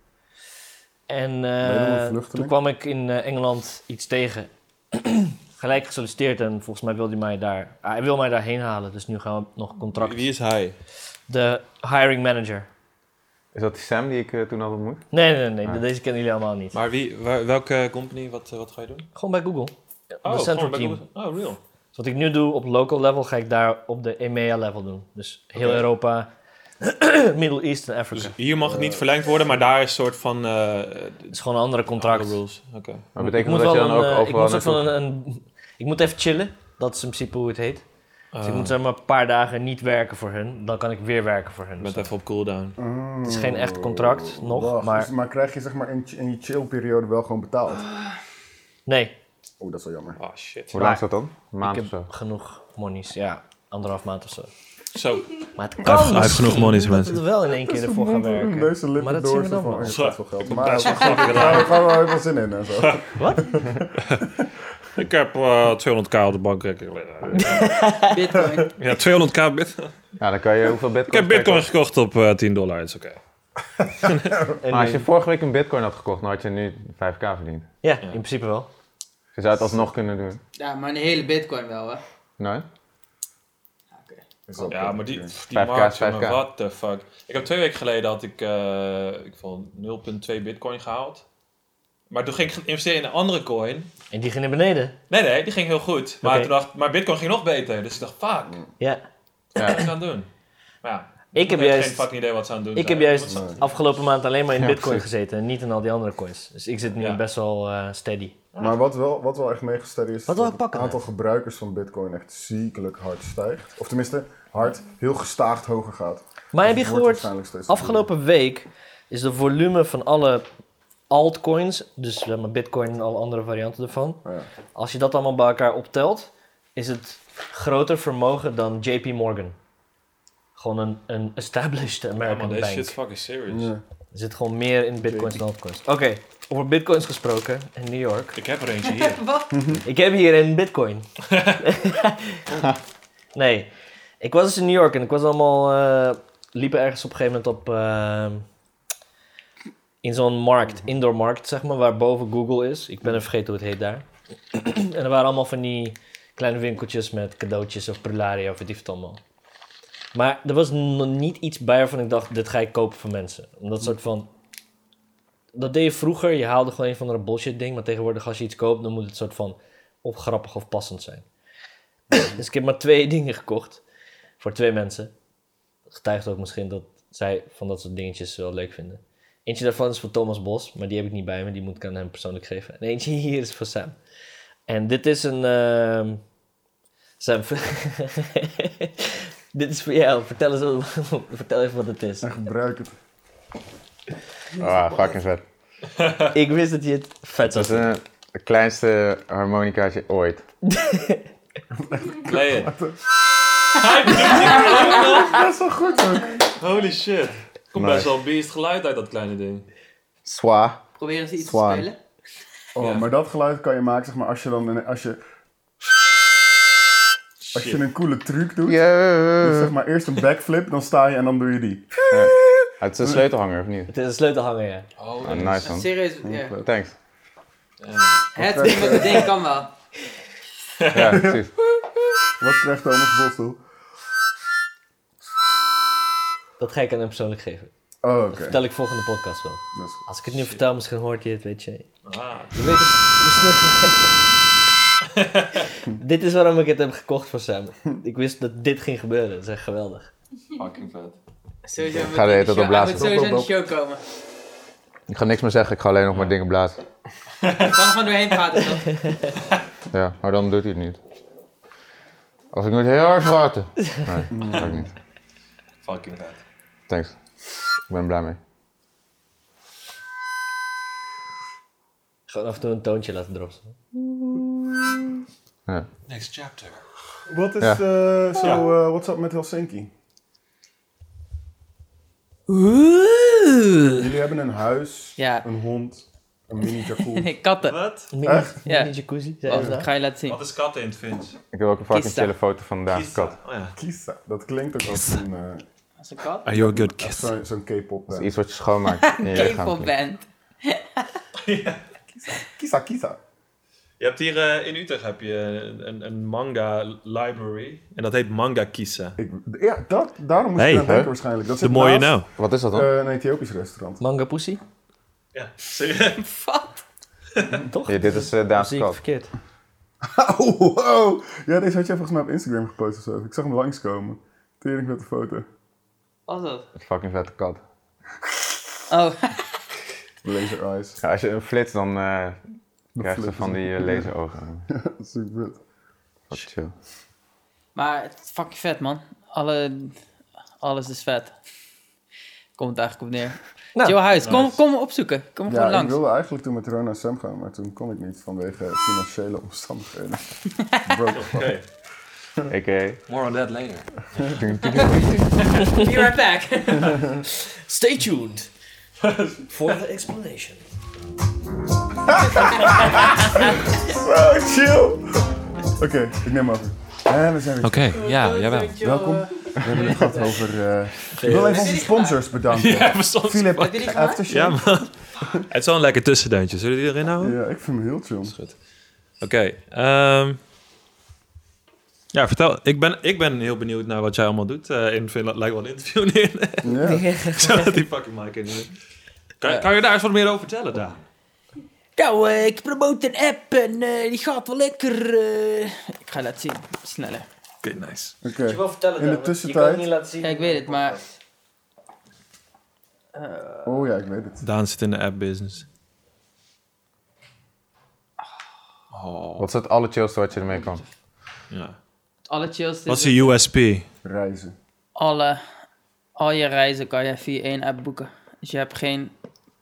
B: En
C: je nog een
B: eh,
C: vluchteling?
B: toen kwam ik in eh, Engeland iets tegen. *clears throat* Gelijk gesolliciteerd en volgens mij wilde hij mij daar... ah, Hij wil mij daarheen halen, dus nu gaan we nog contract...
D: Wie is hij?
B: De hiring manager.
A: Is dat die Sam die ik eh, toen had ontmoet?
B: Nee, nee, nee, nee,
A: Ah.
B: deze kennen jullie allemaal niet.
D: Maar wie, waar- welke company, wat, eh, wat ga je doen?
B: Gewoon bij Google. Oh,
D: gewoon
B: central
D: bij
B: team.
D: Google. Oh, real.
B: Dus wat ik nu doe op local level, ga ik daar op de E EMEA level doen. Dus heel
D: Oké.
B: Europa, *clears throat* Middle East en Afrika.
D: Dus hier mag het niet verlengd worden, maar daar is een soort van eh,
B: het is gewoon een andere contract.
D: andere rules. Oké.
A: Maar
B: Ik
A: betekent
B: moet
A: dat dat je
B: wel
A: dan ook
B: een, eh, ik
A: overal
B: moet soort van
A: naartoe...
B: een, een- Ik moet even chillen. Dat is in principe hoe het heet. Dus ik
D: Ah,
B: moet zeg maar een paar dagen niet werken voor hun. Dan kan ik weer werken voor hun.
D: je bent
B: Dus
D: even op cooldown.
C: Oh,
B: Het is geen echt contract nog,
C: wacht,
B: maar-
C: dus- maar krijg je zeg maar in, in je chillperiode wel gewoon betaald?
B: Nee,
C: Oeh, dat is wel jammer.
D: Ah, shit.
A: Hoe lang is dat dan? Een
B: ik
A: maand of
B: heb
A: zo?
B: genoeg monies. Ja, anderhalf maand of zo.
D: Zo,
B: Maar het
D: heeft-
B: kan
D: hij heeft
B: misschien
D: genoeg monies,
B: dat
D: mensen.
B: het wel in één keer ervoor gaan werken.
C: Deze lippen
B: Maar dat zien
C: door,
B: we
C: zo
B: dan
C: van, oh,
B: wel.
C: je gaat wel geld.
D: ik heb
C: Maar
D: best wel
C: we
D: grappig gedaan.
C: gaan wel helemaal zin in en zo.
B: Wat?
D: Ik heb eh, 200k op de bankrekening. liggen.
E: Bitcoin.
D: Ja, 200k bit.
A: Ja, dan kan je hoeveel
D: Ik
A: bitcoin...
D: heb bitcoin gekocht op eh, 10 dollar, is oké.
A: Maar als je vorige week een bitcoin had gekocht, dan had je nu 5k verdiend.
B: Ja, in principe wel.
A: Je zou het alsnog kunnen doen.
E: Ja, maar een hele bitcoin wel, hè.
A: Nee?
D: Ja, maar die, pff, die
A: 5K,
D: markt, jongen,
A: 5K.
D: what the fuck. Ik heb twee weken geleden had ik, eh, ik vond 0,2 bitcoin gehaald. Maar toen ging ik investeren in een andere coin.
B: En die ging naar beneden.
D: Nee, nee, die ging heel goed. Maar
B: Oké.
D: toen dacht maar bitcoin ging nog beter. Dus ik dacht, fuck, wat
B: Ja.
A: Ja.
D: is ze aan het doen? Maar ja,
B: Ik heb
D: heb
B: juist...
D: geen fucking idee wat ze aan het doen
B: Ik heb
D: zijn.
B: juist afgelopen maand alleen maar in
A: Ja,
B: Bitcoin
A: precies.
B: gezeten en niet in al die andere coins. Dus ik zit nu
D: Ja.
B: best wel eh, steady.
C: Maar wat wel, wat wel echt meegesteld is,
B: Wat wil
C: dat
B: ik
C: het
B: pakken?
C: aantal gebruikers van bitcoin echt ziekelijk hard stijgt. Of tenminste, hard, heel gestaagd hoger gaat.
B: Maar heb je
C: Dus het wordt
B: gehoord,
C: waarschijnlijk steeds
B: afgelopen week is de volume van alle altcoins, dus zeg maar Bitcoin en alle andere varianten ervan,
C: duurder. Ja.
B: als je dat allemaal bij elkaar optelt, is het groter vermogen dan JP Morgan. Gewoon een, een established
D: Ja,
B: American
D: man, deze
B: bank.
D: shit is fucking serious.
C: Ja.
B: Er zit gewoon meer in Bitcoins dan altcoins. Oké, over Bitcoins gesproken in New York.
D: Ik heb er eentje hier.
E: Wat?
B: Ik heb hier een bitcoin. *laughs* nee. Ik was dus in New York en ik was allemaal eh, liepen ergens op een gegeven moment op... ehm, in zo'n markt, indoor markt, zeg maar, waar boven Google is. Ik ben er vergeten hoe het heet daar. *clears throat* en er waren allemaal van die kleine winkeltjes met cadeautjes of prularia of weet ik het allemaal. Maar er was nog niet iets bij waarvan ik dacht, dit ga ik kopen voor mensen. Omdat soort van... Dat deed je vroeger, je haalde gewoon een van de bullshit ding. Maar tegenwoordig als je iets koopt, dan moet het soort van of grappig of passend zijn. dus ik heb maar twee *laughs* dingen gekocht. Voor twee mensen. Dat getuigt ook misschien dat zij van dat soort dingetjes wel leuk vinden. Eentje daarvan is voor Thomas Bos, maar die heb ik niet bij me. Die moet ik aan hem persoonlijk geven. En eentje hier is voor Sam. En dit is een... ehm, Sam, *laughs* dit is voor jou. Vertel, eens wat- *laughs* vertel even wat het is.
C: En gebruik het.
A: Ah, fucking vet.
B: Ik wist dat je het vet zou
A: Dat is eh, het kleinste harmonicaatje ooit.
D: Play it.
C: Best wel goed hoor.
D: Holy shit. Komt
A: Nice.
D: best wel beest geluid uit dat kleine ding.
A: Swa.
E: Probeer eens iets
A: Swan.
E: te spelen.
C: Oh,
D: Ja.
C: Maar dat geluid kan je maken, zeg maar, als je dan... Als je, als je
D: Shit.
C: een coole truc doet. Dus zeg
A: Yeah.
C: maar eerst een backflip, dan sta je en dan doe je die.
A: Het is een sleutelhanger, of niet?
B: Het is een sleutelhanger, ja.
E: Oh,
A: Ah, nice man.
E: serieus. Ja.
A: Thanks.
E: Het ding met het ding kan wel.
A: Ja, precies.
C: Wat krijgt Thomas Bostel?
B: Dat ga ik aan hem persoonlijk geven.
C: Oh, oké.
B: Dat vertel ik volgende podcast wel.
C: Dat is goed.
B: Als ik het nu vertel, misschien hoort hij het, weet je.
D: Ah,
B: Je weet het, hoe snel- dit is waarom ik het *laughs* heb gekocht voor Sam. Ik wist dat dit ging gebeuren. Dat is echt geweldig.
H: Fucking vet.
E: Sowieso
A: Ga de hele tijd op blazen.
E: Het sowieso in de show
D: *laughs*
E: komen.
A: Ik ga niks meer zeggen, ik ga alleen nog maar dingen blazen.
E: Ik kan er gewoon doorheen praten. toch?
A: Ja, maar dan doet hij het niet. Als ik moet heel hard praten. Nee, dat ga ik niet.
D: fucking vet.
A: Thanks. Ik ben blij mee.
B: Gewoon af en toe een toontje laten droppen.
A: Ja.
D: Next chapter.
C: Wat is
A: Ja.
C: eh, zo, eh, what's up met Helsinki? Jullie hebben een huis,
E: Ja.
C: een hond, een mini jacuzzi.
E: Nee, katten.
D: Wat?
B: Mini,
E: Ja.
B: mini jacuzzi. zei
E: Wacht,
B: ze nou.
E: ik ga je laten zien.
D: Wat is katten in het Fins?
A: Ik heb ook een fucking
E: Kista.
A: chille foto van Daanse
D: Kista.
A: kat.
D: Oh ja.
C: Kisa, dat klinkt ook als een, eh,
E: Dat is een kat.
A: Ah,
D: Are you a good
C: echt zo- zo'n K-pop
A: Dat
C: band.
A: is iets wat je
E: *laughs*
A: schoonmaakt in je lichaam.
E: K-pop band.
C: Kisa, Kisa.
D: Je hebt hier eh, in Utrecht heb je een, een, een manga library. En dat heet Manga Kisa.
C: Ik, ja, dat, daarom moest
D: Hey,
C: ik aan denken
A: hè?
C: waarschijnlijk. Dat
D: De
C: zit
D: mooie
C: naast,
D: nou.
A: Wat is dat dan?
C: eh, een Ethiopisch restaurant.
B: Manga Pussy?
D: Ja, serieus.
E: Wat?
B: Toch?
A: Ja, dit is eh
B: Dat
A: Daanse
B: zie ik
A: kat.
B: verkeerd.
C: Oh, *laughs* wow. Ja, deze had jij volgens mij op Instagram gepost of zo. Ik zag hem langskomen. Tering met de foto.
E: Wat is dat?
A: Een fucking vette kat.
E: Oh, *laughs*
C: Laser eyes.
A: Ja, als je een flits, dan eh, krijgt ze
C: flits
A: van
C: is-
A: die eh, laserogen.
C: Super vet.
A: Fuck chill.
E: maar het is fucking vet, man. Alle, alles is vet. Komt het eigenlijk op neer.
B: Nou,
E: Joe Huis, kom, kom opzoeken. Kom
C: Ja,
E: gewoon
C: ik
E: langs.
C: wilde eigenlijk toen met Rona en Sam gaan, maar toen kon ik niet vanwege financiële omstandigheden. *laughs* Broke.
D: Oké.
A: A.k.a.
D: More on that later.
E: Be right back.
B: Stay tuned. For the explanation.
C: Ah, chill! Oké, ik neem over. Eh, we zijn weer
D: Oké, ja, jawel.
C: Welkom.
E: Eh,
C: We hebben het gehad over... eh, Ik wil even onze sponsors bedanken.
D: *laughs* Ja, verstand.
C: Philip eh,
E: Heb je die gemaakt?
C: Aftershave.
D: Ja, man. Het is wel een lekker tussendeuntje. Zullen jullie erin houden?
C: Ja, ik vind hem heel chill.
D: Oké. ehm, ja, vertel. Ik ben, ik ben heel benieuwd naar wat jij allemaal doet. eh in, veel- lijkt wel een interview in. *laughs*
C: Ja.
D: Zodat die fucking mic in is. Kan, kan je daar eens wat meer over vertellen, daar?
E: Nou, eh, ik promote een app en eh, die gaat wel lekker. eh. Ik ga je laten zien. Sneller.
D: Oké, nice.
C: Oké.
B: Je wil vertellen
C: In de
B: dan, want Je kan
C: tussentijd-
B: het niet laten zien.
E: Ja, ik weet het, maar...
C: Oh ja, ik weet het.
D: Daan zit in de app business.
A: Wat is het allerchillste wat je ermee kan?
D: Ja.
E: Alle chills.
D: Wat is je USP?
E: Oh,
C: Reizen.
E: alle, al je reizen kan je via één app boeken. Dus je hebt geen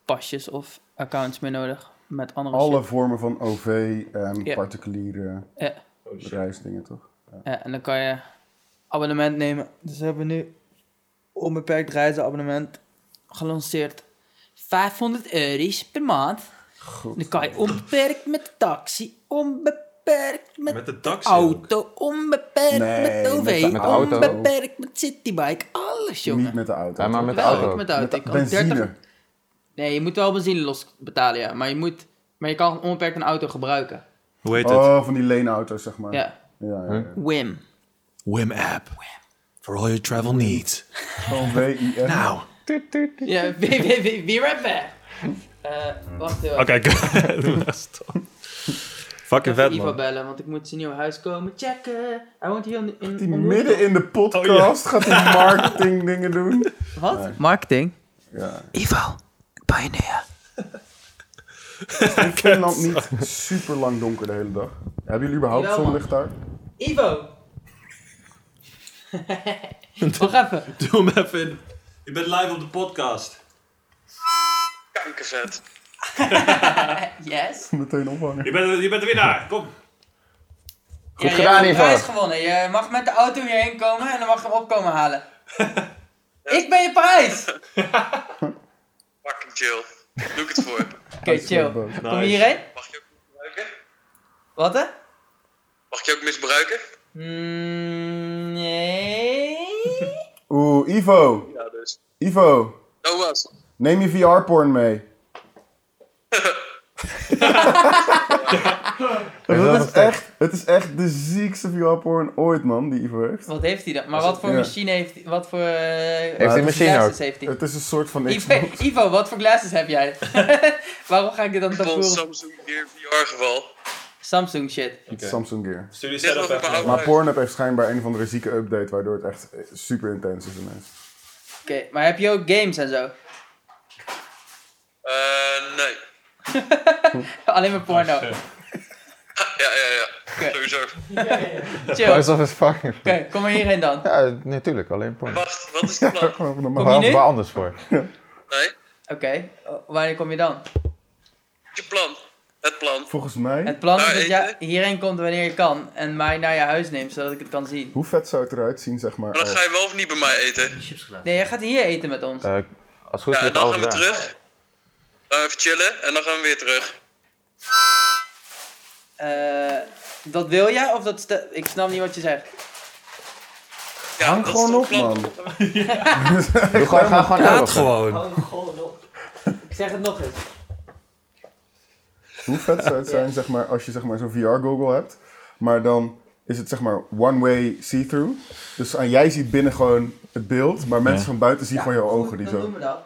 E: pasjes of accounts meer nodig met andere
C: Alle
E: shit.
C: vormen van OV en
E: Ja.
C: particuliere
E: Ja.
C: reisdingen, toch?
E: Ja, en dan kan je abonnement nemen. Dus we hebben nu onbeperkt reizen abonnement gelanceerd. 500 euro's per maand. Dan kan je onbeperkt met de taxi, onbeperkt met,
D: Met de taxi
E: auto, onbeperkt
C: Nee,
E: met de
C: met de-
E: OV,
A: met de auto.
E: onbeperkt met citybike, alle 30, jongen.
C: Niet met de auto.
A: Ja, maar met de
E: Wel,
A: auto.
E: ook met de auto.
C: Met de
E: Ik kan
C: benzine.
E: 30 Nee, je moet wel benzine los betalen, ja. Maar je, moet, maar je kan onbeperkt een auto gebruiken.
D: Hoe heet het?
C: Oh, van die leenauto's, zeg maar.
E: Ja.
C: ja, ja, ja.
E: Wim.
D: Wim app. For all your travel needs.
C: Gewoon WIF.
D: Nou.
E: Ja, *laughs* wie, wie, wie, wie rap hè? Eh, wacht heel even.
D: Oké, *laughs* stop. Fucking vet,
E: Even Ivo
D: man.
E: bellen, want ik moet zijn nieuw huis komen checken. Hij woont hier in... in
C: Die
E: om-
C: midden in de podcast gaat hij marketing dingen doen.
E: Wat? Marketing?
C: Ja.
E: Ivo, Pioneer.
C: In Finland niet super lang donker de hele dag. Hebben jullie überhaupt
E: Jawel, man.
C: zonlicht daar? *laughs*
E: Ivo! Wacht even.
D: Doe hem even in. Je bent live op de podcast.
F: Kankervet.
E: Yes?
C: Meteen ophangen.
D: Je bent, je bent de winnaar, kom.
E: Goed
A: gedaan,
E: Je hebt
A: Ivo.
E: een prijs gewonnen. Je mag met de auto hierheen komen en dan mag je hem opkomen *laughs* halen. Ik ben je prijs! Oké,
F: Fucking chill. Doe ik het voor je.
E: chill.
C: boos.
E: Kom je hierheen?
F: Mag je ook misbruiken?
E: Wat hè?
F: Mag je ook misbruiken?
E: Mm, nee.
C: Oeh, Ivo.
F: Ja, dus.
C: Ivo,
F: Nou was.
C: neem je VR-porn *laughs* mee.
B: dat
C: dat is
B: nog steeds?
C: echt, het is echt de ziekste VR-porn ooit, man, die Ivo heeft.
E: Wat heeft hij dan? Maar wat voor
C: Ja.
E: machine heeft hij? Wat voor. eh,
A: Heeft hij een machine
E: glasses
A: ook?
E: heeft hij?
C: Het is een soort van Xbox.
E: Ivo, *laughs* Ivo, wat voor glasses heb jij? *laughs* Waarom ga ik dit dan toch
F: Van
E: voor
F: Samsung Gear VR geval.
E: Samsung shit.
C: Samsung Gear.
D: Stuur die
F: Dit was
D: setup
F: op
D: even.
F: mijn oude
C: Maar
F: huis.
C: Pornhub heeft schijnbaar een van de zieke update, waardoor het echt eh, super intens is ineens.
E: Oké, maar heb je ook games en zo? *laughs*
F: Eh, nee.
E: Alleen maar
F: Oh,
E: porno. Oké,
F: Ja, ja, ja. Sowieso.
E: chill. Oké,
A: Price of is fucking.
E: kom maar hierheen dan. Oké,
A: Ja, natuurlijk, alleen porno.
F: Wacht, wat is de plan?
C: Gewoon normaal.
E: Kom je nu?
A: Waar anders voor.
F: Nee?
E: o- wanneer kom je dan?
F: Je plan. Het plan.
C: Volgens mij,
E: Het plan
F: Nou,
E: is
F: ik-
E: dat je hierheen komt wanneer je kan en mij naar je huis neemt zodat ik het kan zien.
C: hoe vet zou het eruit zien, zeg maar,
F: Maar dan
C: als
F: ga je wel of niet bij mij eten.
E: Nee, jij gaat hier eten met ons.
A: Eh, als het goed is,
F: Ja,
A: ja,
F: en dan
A: alles
F: gaan we
A: gedaan.
F: terug. Dan even chillen en dan gaan we weer terug.
E: Eh, dat wil jij of dat. ste- Ik snap niet wat je zegt.
F: Ja,
C: Hang
F: dat is
C: gewoon
F: het
C: op,
F: plan.
C: man.
A: Doe gewoon, ga gewoon
D: Praat
A: euro's.
D: gewoon.
E: Oh, Ik zeg het nog eens.
C: *laughs* Hoe vet zou het zijn, zeg maar, als je zeg maar, zo'n VR-goggle hebt, maar dan is het zeg maar one-way see-through. Dus en jij ziet binnen gewoon het beeld, maar mensen van buiten zien gewoon jouw ogen die
E: Dan doen
C: zo.
E: we dat.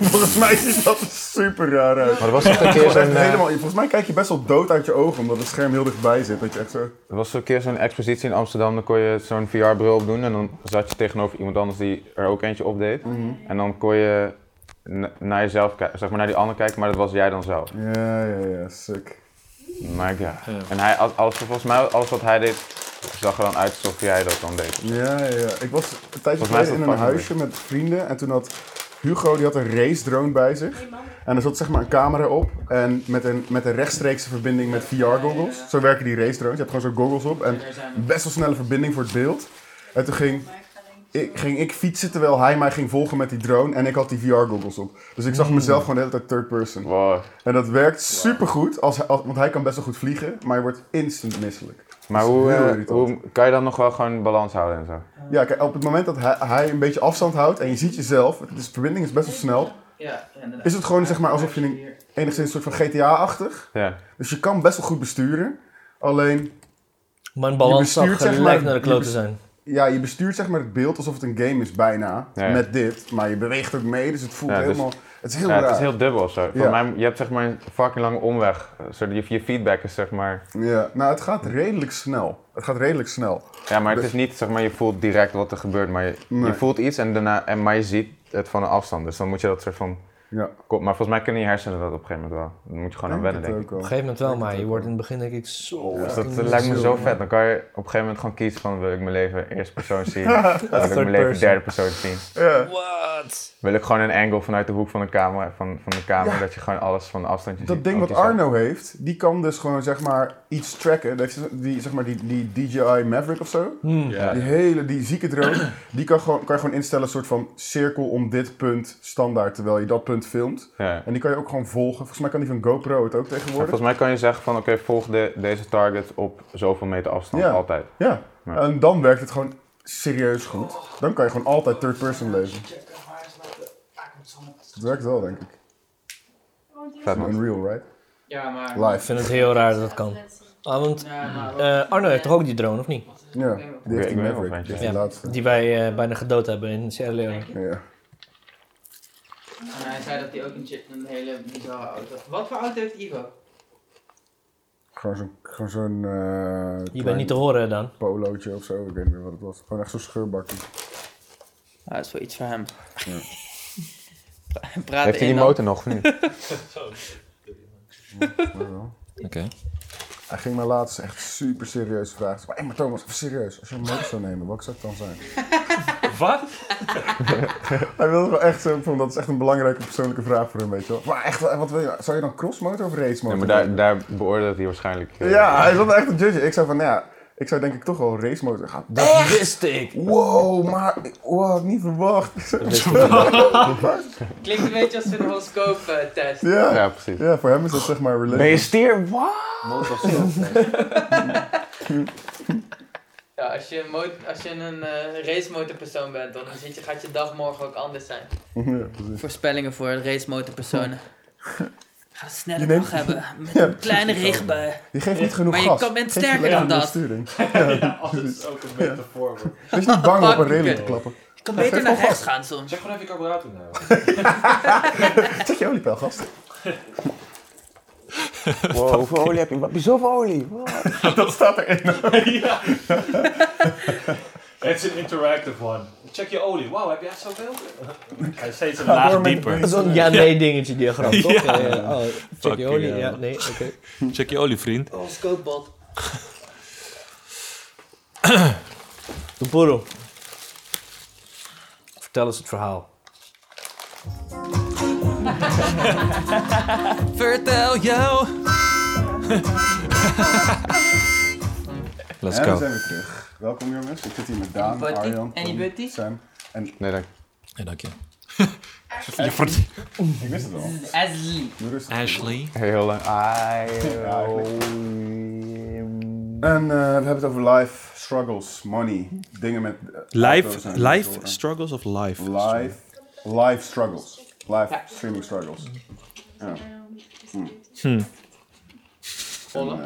C: Volgens mij ziet dat er super raar uit.
A: Maar er was toch
F: *laughs*
A: een keer
C: Gewoon
A: zo'n
C: echt
A: eh,
C: helemaal, volgens mij kijk je best wel dood uit je ogen, omdat het scherm heel dichtbij zit. Dat je echt zo...
A: er was zo'n keer zo'n expositie in Amsterdam, dan kon je zo'n VR-bril opdoen en dan zat je tegenover iemand anders die er ook eentje op deed.
F: Mhm.
A: En dan kon je n- naar jezelf kijken, zeg maar naar die ander kijken, maar dat was jij dan zelf.
C: Ja, ja, ja, suk.
A: My god. En hij, al- alles, volgens mij, alles wat hij deed, zag er dan uit alsof jij dat dan deed.
C: Ja, ja, ja. Ik was een tijdje
A: Volgens mij is
C: geleden
A: dat
C: in een
A: fucking
C: huisje met vrienden en toen had Hugo die had een race drone bij zich. En er zat zeg maar een camera op en met een, met een rechtstreekse verbinding met VR-goggles. Zo werken die race drones. Je hebt gewoon zo'n goggles op en best wel snelle verbinding voor het beeld. En toen ging ik, ging ik fietsen terwijl hij mij ging volgen met die drone en ik had die VR-goggles op. Dus ik zag mezelf gewoon de hele tijd third person.
A: Wow.
C: En dat werkt supergoed, als, hij- als, want hij kan best wel goed vliegen, maar hij wordt instant misselijk.
A: Maar
C: Dat is
A: hoe,
C: heel
A: eh,
C: irritant.
A: hoe kan je dan nog wel gewoon balans houden en zo?
C: Ja, kijk, op het moment dat hij, hij een beetje afstand houdt en je ziet jezelf, dus de verbinding is best wel snel,
E: Ja, inderdaad.
C: is het gewoon zeg maar alsof je een, enigszins een soort van GTA-achtig.
A: Ja.
C: Dus je kan best wel goed besturen. Alleen,
B: Mijn balans zou
C: bestuurt, zeg
B: gelijk
C: maar,
B: naar de
C: je
B: klote
C: bes-
B: zijn.
C: ja, je bestuurt zeg maar het beeld alsof het een game is bijna,
A: Ja, ja.
C: met dit. Maar je beweegt ook mee, dus het voelt
A: Ja, dus-
C: helemaal... Het is heel
A: Ja,
C: raar.
A: het is heel dubbel of zo. Voor
C: Ja.
A: mij, je hebt zeg maar een fucking lange omweg. eh, Zodat je, je feedback is zeg maar...
C: Ja, nou het gaat redelijk snel. Het gaat redelijk snel.
A: Ja, maar het is niet zeg maar je voelt direct wat er gebeurt. Maar je,
C: Dus Nee.
A: je voelt iets en daarna... En, maar je ziet het van een afstand. Dus dan moet je dat soort van...
C: Ja,
A: Maar volgens mij kunnen je hersenen dat op een gegeven moment wel. Oh, Dan moet je gewoon aan wennen,
C: het
A: denk ik.
C: ook wel.
B: Op een gegeven moment wel, maar je wordt in het begin denk ik zo...
A: Dus dat
B: fucking
A: eh, lijkt me
B: ziel.
A: zo vet. Dan kan je op een gegeven moment gewoon kiezen van... Wil ik mijn leven eerste
C: *laughs*
A: persoon zien? wil ik mijn leven
B: person.
A: derde persoon zien? Wil ik gewoon een angle vanuit de hoek van de camera... Van, van de camera dat je gewoon alles van een afstandje
C: Dat
A: ziet.
C: ding
A: Ook
C: wat
A: jezelf.
C: Arno heeft, die kan dus gewoon zeg maar iets tracken. Dat heeft Die, zeg maar die, die DJI Maverick of zo.
D: Ja.
C: Die hele, die zieke drone, die kan, gewoon, kan je gewoon instellen een soort van cirkel om dit punt standaard, terwijl je dat punt filmt.
A: Ja.
C: En die kan je ook gewoon volgen. Volgens mij kan die van GoPro het ook
A: Ja,
C: tegenwoordig.
A: volgens mij kan je zeggen van oké, volg de, deze target op zoveel meter afstand
C: Ja.
A: altijd.
C: Ja,
A: Ja.
C: en dan werkt het gewoon serieus goed, dan kan je gewoon altijd third person lezen. Het werkt wel, denk ik.
A: Vet man.
C: Unreal, right?
E: Ja, maar...
B: Ik
C: Live.
B: vind het heel raar dat dat kan. Ah, want
E: Ja, maar wat-
B: eh, Arno heeft toch ook die drone, of niet?
C: Ja, die heeft
A: ik
C: die
A: ben wel
C: Maverick.
A: een
C: Die heeft
B: Ja,
C: die laatste.
B: die wij eh, bijna gedood hebben in Sierra Leone.
C: Ja.
E: En hij zei dat hij ook een, chip- een hele bizarre auto... Wat voor auto heeft Ivo?
C: Gewoon zo'n... Gewoon zo'n eh,
B: Je bent
C: klein
B: niet te horen dan.
C: polootje of zo, ik weet niet meer wat het was. Gewoon echt zo'n scheurbakje.
E: Ja, Ah, dat is wel iets voor hem.
C: Ja.
E: *laughs* Praat
A: Heeft hij die
E: in dan.
A: motor nog of niet?
C: Maar wel.
B: Oké.
C: Hij ging mij laatst echt super serieus vragen. Maar, hey, maar Thomas, even serieus. Als je een motor zou nemen, wat zou het dan zijn?
D: *laughs* Wat?
C: Hij wilde wel echt zo van, dat is echt een belangrijke persoonlijke vraag voor hem, weet je wel. Maar echt, eh, wat wil je, zou je dan crossmotor of racemotor
A: Ja, *laughs* maar daar,
C: nemen?
A: daar beoordeelt hij waarschijnlijk. eh,
C: Ja, hij zat echt een judge. Ik zei van, nou ja, ik zou denk ik toch wel racemotor gaan.
B: Dat wist ik.
C: Wow, maar, wow, had ik niet verwacht.
E: Klinkt een beetje als een eh, horoscoop-test.
C: ja.
A: Ja, precies.
C: ja, voor hem is dat zeg maar related.
A: Ben je stier? Wat?
E: Ja, als je een, mo- als je een eh, racemotorpersoon bent, dan zit je, gaat je dag morgen ook anders zijn.
C: *laughs* Ja, precies.
E: Voorspellingen voor
C: *laughs*
E: racemotorpersonen. Ga een snelle
C: Je neemt-
E: dag
C: *laughs*
E: hebben, met
C: Ja,
E: een
C: precies,
E: kleine
C: hetzelfde.
E: regenbui.
C: Je geeft niet genoeg
E: Maar je
C: gas.
E: kan- bent
C: Geef je
E: sterker
C: alleen
E: dan
C: maar
E: dat.
C: sturing.
H: Alles ook een metafoor. voor-
C: Wees
E: *laughs*
C: niet bang op een
E: Fucking
C: reling te
E: kut.
C: klappen.
E: Je kan
C: geef
E: beter naar
C: wel
E: rechts
C: gas.
E: gaan
C: *laughs*
E: soms.
D: Zeg gewoon even je carburator nou.
C: Zet je oliepeil, *laughs* gast.
A: Wow, hoeveel olie heb je? Wat heb je zoveel olie?
C: *laughs* Dat staat erin.
D: *laughs* ja. *laughs* It's an interactive one. Check je olie. Wauw, heb jij echt zoveel? *laughs* Hij is steeds een laag
C: Door met-
D: dieper.
B: Zo'n ja-nee-dingetje diagram, toch? Ja,
D: Ja.
B: ja. Oh, check
D: Fucking
B: je olie.
D: hell.
B: Ja, nee, oké.
D: Check je olie, vriend.
E: Horoscoopbot.
B: Toepuru. Vertel eens het verhaal.
D: Vertel jou. Let's
C: En we
D: go.
C: zijn weer terug. Welkom jongens. Ik zit hier met Daan,
E: Buddy.
C: Arjan,
E: En die
C: Tom,
E: Buddy?
C: Sam.
A: Nee, dank.
C: *laughs*
D: Ja, dank je.
C: Ik wist het al.
E: Asli.
C: Doe rustig.
D: Ashley.
A: Heel lang. I
C: Ja, En eh, we hebben het over life struggles, money, dingen met... eh, auto's
D: Life,
C: en
D: life
C: motoren.
D: struggles of life?
C: Life, life struggles. Life streaming struggles.
E: Volle.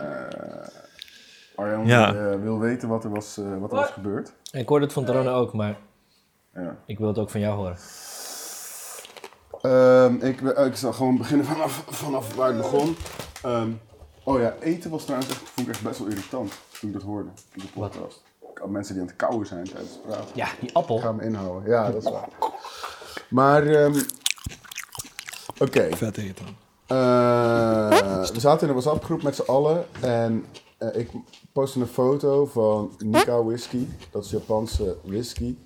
C: Arjan
D: Ja.
C: eh, wil weten wat er was, eh, wat er was gebeurd.
B: Ik hoorde het van Tarona ook, maar
C: Ja.
B: ik wil het ook van jou horen.
C: Ehm, ik, eh, ik zal gewoon beginnen vanaf, vanaf waar het begon. Ehm, oh ja, eten was trouwens echt, vond ik echt best wel irritant toen ik dat hoorde in de podcast. K- Mensen die aan het kauwen zijn tijdens het praten.
B: Ja, die
C: Ik
B: appel.
C: ga hem inhouden. Ja, dat is waar. Maar, ehm, oké.
D: Vet eten.
C: Eh, we zaten in een WhatsApp-groep met z'n allen en eh, ik postte een foto van Nika Whisky. Dat is Japanse whisky.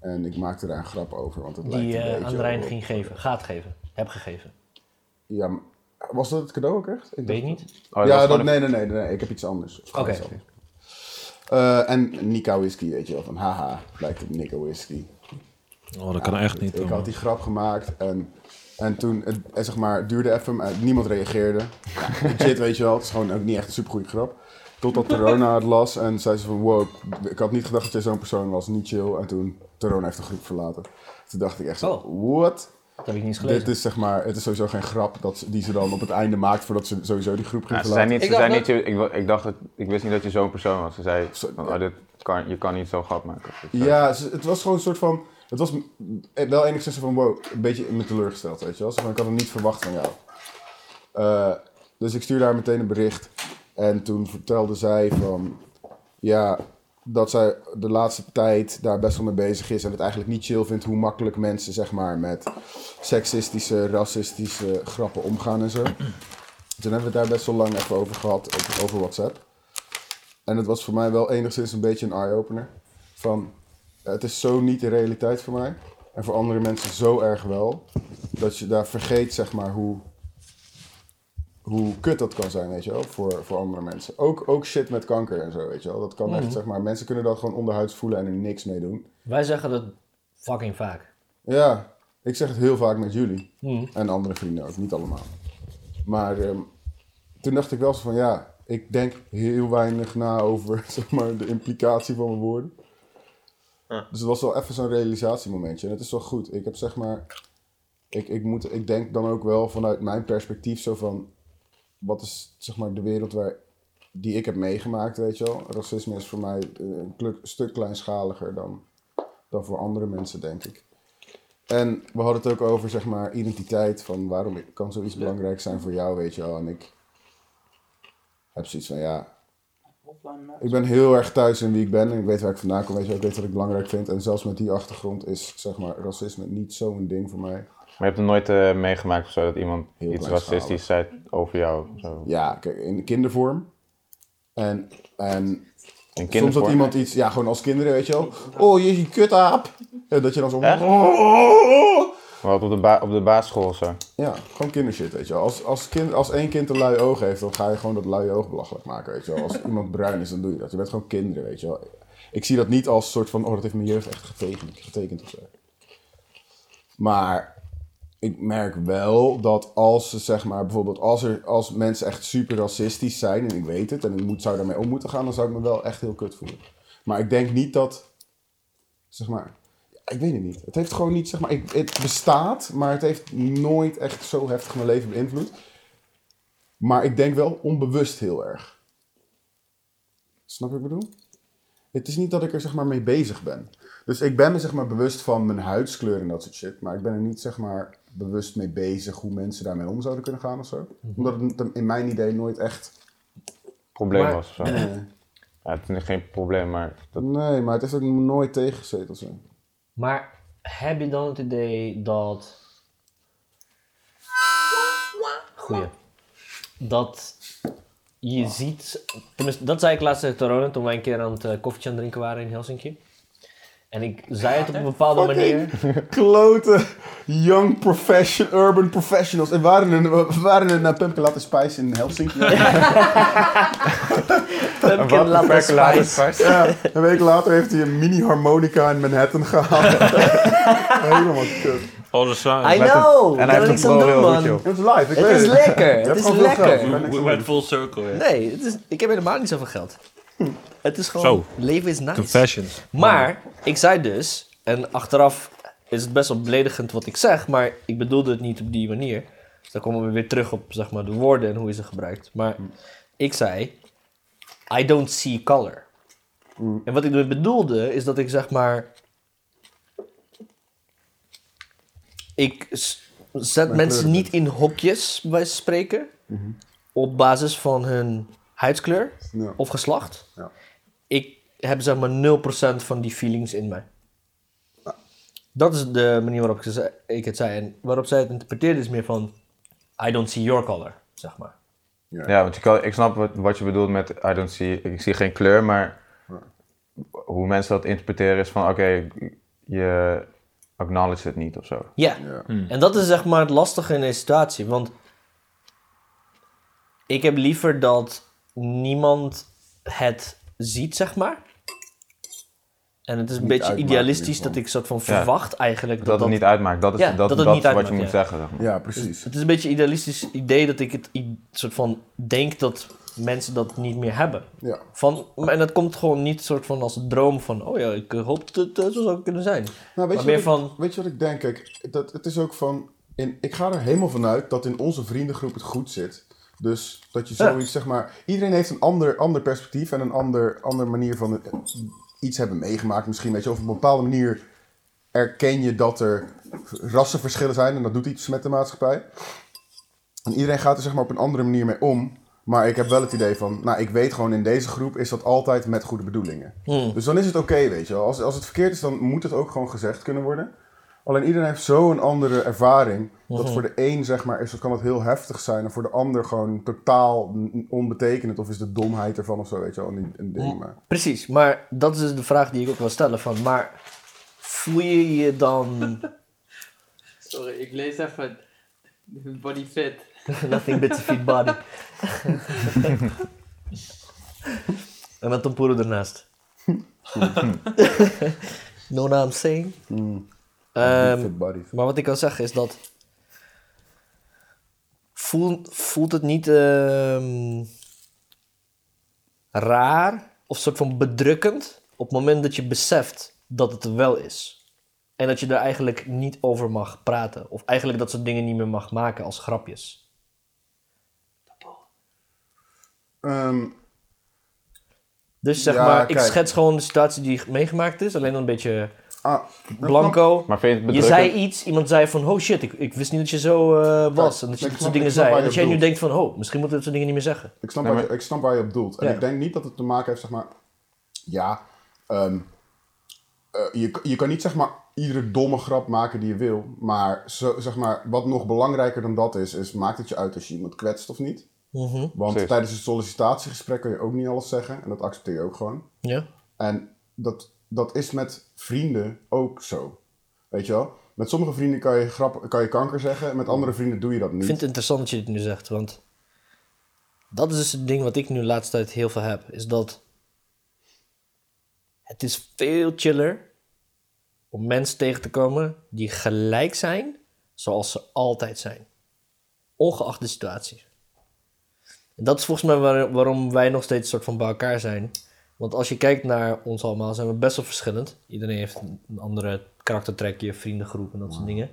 C: En ik maakte daar een grap over, want het
B: Die
C: lijkt een
B: eh
C: beetje
B: aan Rijn
C: op-
B: ging geven. Gaat geven. Heb gegeven.
C: Ja, maar was dat het cadeau ook echt? Ik
B: Weet
C: dacht-
B: niet.
A: Oh, was
C: ja, dat,
A: gewoon
C: nee, nee, nee, nee, ik heb iets anders. Of gewoon
B: Oké.
C: iets anders. Eh, en Nika Whisky, weet je wel, van haha, lijkt op Nika Whisky.
D: Oh, dat kan echt niet.
C: Ik had die grap gemaakt en, en toen, het, eh, zeg maar, duurde even, maar niemand reageerde.
D: *laughs*
C: Ja, legit, weet je wel, het is gewoon ook niet echt een supergoeie grap. Totdat Corona het las en zei ze van, wow, ik- ik had niet gedacht dat jij zo'n persoon was, niet chill. En toen, Corona heeft de groep verlaten. Toen dacht ik echt zo,
D: Oh.
C: what?
B: Dat heb ik niet eens
C: Dit
B: gelezen.
C: is zeg maar, het is sowieso geen grap dat ze- die ze dan op het einde maakt voordat ze sowieso die groep ging
A: Ja, ze
C: verlaten.
A: zei niet,
E: Ik
A: ze zei niet
E: dacht
A: je, ik, wa- ik dacht dat, ik wist niet dat je zo'n persoon was. Ze zei,
C: Zo-
A: van, oh, dit kan, je kan niet zo'n grap maken. Dus, eh, of iets.
C: Ja, ze- het was gewoon een soort van. Het was m- eh, wel enigszins van wow, een beetje in me teleurgesteld, weet je wel. Zo van, Ik had het niet verwacht van jou. Eh, dus ik stuurde haar meteen een bericht. En toen vertelde zij van. Ja, dat zij de laatste tijd daar best wel mee bezig is. En het eigenlijk niet chill vindt hoe makkelijk mensen, zeg maar, met seksistische, racistische grappen omgaan en zo. Toen hebben we het daar best wel lang even over gehad, op- over WhatsApp. En het was voor mij wel enigszins een beetje een eye-opener. Van, het is zo niet de realiteit voor mij. En voor andere mensen zo erg wel. Dat je daar vergeet, zeg maar, hoe, hoe kut dat kan zijn, weet je wel. Voor, voor andere mensen. Ook, ook shit met kanker en zo, weet je wel. Dat kan echt, zeg maar, mensen kunnen dat gewoon onderhuids voelen en er niks mee doen.
B: Wij zeggen dat fucking vaak.
C: Ja, ik zeg het heel vaak met jullie. En andere vrienden ook, niet allemaal. Maar ehm, toen dacht ik wel zo van ja, *laughs* ik denk heel weinig na over zeg maar, de implicatie van mijn woorden.
D: Ja.
C: Dus het was wel even zo'n realisatiemomentje. En het is wel goed. Ik heb zeg maar... Ik, ik, moet, ik denk dan ook wel vanuit mijn perspectief zo van... Wat is zeg maar de wereld waar, die ik heb meegemaakt, weet je wel? Racisme is voor mij eh, een kluk- stuk kleinschaliger dan, dan voor andere mensen, denk ik. En we hadden het ook over, zeg maar, identiteit. Van waarom kan zoiets belangrijk zijn voor jou, weet je wel? En ik heb zoiets van, ja, ik ben heel erg thuis in wie ik ben en ik weet waar ik vandaan kom. Weet je, wel, ik weet wat ik belangrijk vind. En zelfs met die achtergrond is zeg maar, racisme niet zo'n ding voor mij.
A: Maar je hebt het nooit eh, meegemaakt of zo dat iemand
C: Heel
A: iets
C: kleinschalig.
A: racistisch zei over jou. Zo.
C: Ja, kijk, in de kindervorm. En, en
A: In
C: soms dat
A: kindervorm.
C: iemand iets, ja, gewoon als kinderen, weet je wel. Oh, je, je kutaap. En dat je dan zo...
A: Echt? Maar wat op de, ba- op de basisschool of zo.
C: Ja, gewoon kindershit, weet je wel. Als, als, kind, als één kind een lui oog heeft, dan ga je gewoon dat luie oog belachelijk maken, weet je wel. Als iemand bruin is, dan doe je dat. Je bent gewoon kinderen, weet je wel. Ik zie dat niet als soort van, oh, dat heeft mijn jeugd echt getekend, getekend of zo. Maar ik merk wel dat als ze, zeg maar, bijvoorbeeld als, er, als mensen echt super racistisch zijn, en ik weet het, en ik moet, zou daarmee om moeten gaan, dan zou ik me wel echt heel kut voelen. Maar ik denk niet dat, zeg maar, ik weet het niet. Het heeft gewoon niet, zeg maar, ik, het bestaat, maar het heeft nooit echt zo heftig mijn leven beïnvloed. Maar ik denk wel onbewust heel erg. Snap je wat ik bedoel? Het is niet dat ik er zeg maar mee bezig ben. Dus ik ben me zeg maar bewust van mijn huidskleur en dat soort shit. Maar ik ben er niet zeg maar bewust mee bezig hoe mensen daarmee om zouden kunnen gaan of zo. Omdat het in mijn idee nooit echt...
A: Probleem
B: Maar-
A: was of zo. Ja, het is geen probleem, maar dat,
C: Nee, maar het heeft ook nooit tegengezeten of zo.
B: Maar heb je dan het idee dat. Goeie. Dat je ziet. Tenminste, dat zei ik laatst tegen Ronen toen wij een keer aan het eh, koffietje aan het drinken waren in Helsinki. En ik zei het op een bepaalde manier.
C: klote young profession, urban professionals. En waren er, we waren er naar Pumpkin Latte Spice in
B: *laughs*
C: Helsinki.
B: Pumpkin latte spice.
C: ja, een week later heeft hij een mini harmonica in Manhattan gehaald.
B: *laughs*
C: Helemaal kut.
D: All the signs.
B: I know!
A: En hij
B: Daar is
A: heeft
B: niks
A: een
B: aan
A: blow
B: doen,
A: heel
B: man.
A: goed, joh.
C: Het is live, ik
B: Het
C: weet
B: is lekker,
C: Je
B: het
C: hebt
B: is
C: gewoon veel
B: lekker.
C: geld, je bent
D: We
C: niks
D: we
C: aan
D: went
C: doen.
D: full circle, ja.
B: Nee, het is, ik heb helemaal niet zoveel geld. Het is gewoon.
D: Zo.
B: Leven is nice.
D: Confessions.
B: Maar ik zei dus, en achteraf is het best wel beledigend wat ik zeg, maar ik bedoelde het niet op die manier. Dus dan komen we weer terug op zeg maar, de woorden en hoe je ze gebruikt. Maar ik zei, I don't see color. En wat ik dus bedoelde is dat ik zeg maar. Ik s- zet mensen niet in hokjes, bij wijze van spreken, op basis van hun huidskleur
C: Ja.
B: of geslacht
C: Ja.
B: ik heb zeg maar 0% van die feelings in mij. Dat is de manier waarop ik, ze zei- ik het zei. En waarop zij het interpreteerde is meer van... I don't see your color, zeg maar.
A: Ja, want je kan, ik snap wat, wat je bedoelt met I don't see, ik zie geen kleur, maar hoe mensen dat interpreteren is van oké, je acknowledge het niet of zo.
B: Ja.
C: Ja.
A: Hmm.
B: En dat is zeg maar het lastige in deze situatie. Want ik heb liever dat niemand het ziet, zeg maar. En het is een
C: Niet
B: beetje
C: uitmaken in
B: idealistisch
C: ieder
B: dat
C: geval.
B: ik soort van verwacht eigenlijk...
A: Dat het niet uitmaakt, dat is,
B: Ja,
A: dat,
B: dat
A: dat,
B: het niet
A: is wat
B: uitmaakt,
A: je moet
B: ja.
A: zeggen. Zeg maar.
C: Ja, precies.
B: Het is een beetje een idealistisch idee dat ik het i- soort van denk dat mensen dat niet meer hebben.
C: Ja.
B: Van, en dat komt gewoon niet soort van als een droom van, oh ja, ik eh, hoop dat het eh, zo zou kunnen zijn.
C: Nou, weet,
B: Maar
C: je
B: meer
C: wat ik,
B: van-
C: weet je wat ik denk? Kijk, dat, het is ook van. In, ik ga er helemaal vanuit dat in onze vriendengroep het goed zit. Dus dat je
B: Ja.
C: zoiets, zeg maar. Iedereen heeft een ander, ander perspectief en een ander, andere manier van het- iets hebben meegemaakt. Misschien, weet je, of op een bepaalde manier erken je dat er rassenverschillen zijn en dat doet iets met de maatschappij. En iedereen gaat er zeg maar op een andere manier mee om. Maar ik heb wel het idee van, nou, ik weet gewoon in deze groep is dat altijd met goede bedoelingen. Dus dan is het oké, weet je wel. Als, als het verkeerd is, dan moet het ook gewoon gezegd kunnen worden. Alleen iedereen heeft zo'n andere ervaring. Dat voor de een, zeg maar, is, dat kan het heel heftig zijn. En voor de ander gewoon totaal n- onbetekenend. Of is de domheid ervan of zo, weet je wel. Een, een ding, maar...
B: Precies, maar dat is dus de vraag die ik ook wil stellen van, maar voel je je dan *laughs*
E: Sorry, ik lees even. Body fit.
B: nothing but a fit body? *laughs* en dan Tompuro ernaast. *laughs* no naam saying. Ehm,
C: Fit body.
B: Maar wat ik kan zeggen is dat. Voel, voelt het niet ehm, raar of soort van bedrukkend op het moment dat je beseft dat het er wel is. En dat je daar eigenlijk niet over mag praten. Of eigenlijk dat soort dingen niet meer mag maken als grapjes.
C: Ehm,
B: Dus zeg
C: Ja,
B: maar, ik
C: kijk.
B: schets gewoon de situatie die meegemaakt is. Alleen dan een beetje
C: ah,
B: blanco.
A: Maar vind je het
B: Je
A: bedrukkend?
B: zei iets, iemand zei van, oh shit, ik, ik wist niet dat je zo eh, was. en dat je
C: ik
B: dit
C: snap-
B: soort
C: ik
B: dingen
C: snap
B: zei.
C: waar
B: En
C: je
B: dat jij
C: op
B: nu denkt
C: doelt.
B: van, oh, misschien moeten we dit soort dingen niet meer zeggen.
C: Ik snap,
A: Nee,
C: waar
A: maar-
C: je, ik snap waar je op doelt. En
B: Ja.
C: ik denk niet dat het te maken heeft, zeg maar. Ja, ehm, eh, je, je kan niet zeg maar iedere domme grap maken die je wil. Maar, zo, zeg maar wat nog belangrijker dan dat is, is maakt het je uit als je iemand kwetst of niet.
B: Mhm.
C: Want
A: Precies.
C: tijdens het sollicitatiegesprek kun je ook niet alles zeggen. En dat accepteer je ook gewoon.
B: Ja?
C: En dat, dat is met vrienden ook zo. Weet je wel? Met sommige vrienden kan je, grap, kan je kanker zeggen. En met andere vrienden doe je dat
B: Ik
C: niet.
B: vind het interessant dat je dit nu zegt, want dat is dus het ding wat ik nu de laatste tijd heel veel heb. Is dat het is veel chiller om mensen tegen te komen die gelijk zijn zoals ze altijd zijn. Ongeacht de situatie. En dat is volgens mij waar- waarom wij nog steeds een soort van bij elkaar zijn. Want als je kijkt naar ons allemaal, zijn we best wel verschillend. Iedereen heeft een andere karaktertrekje, vriendengroep en dat soort dingen.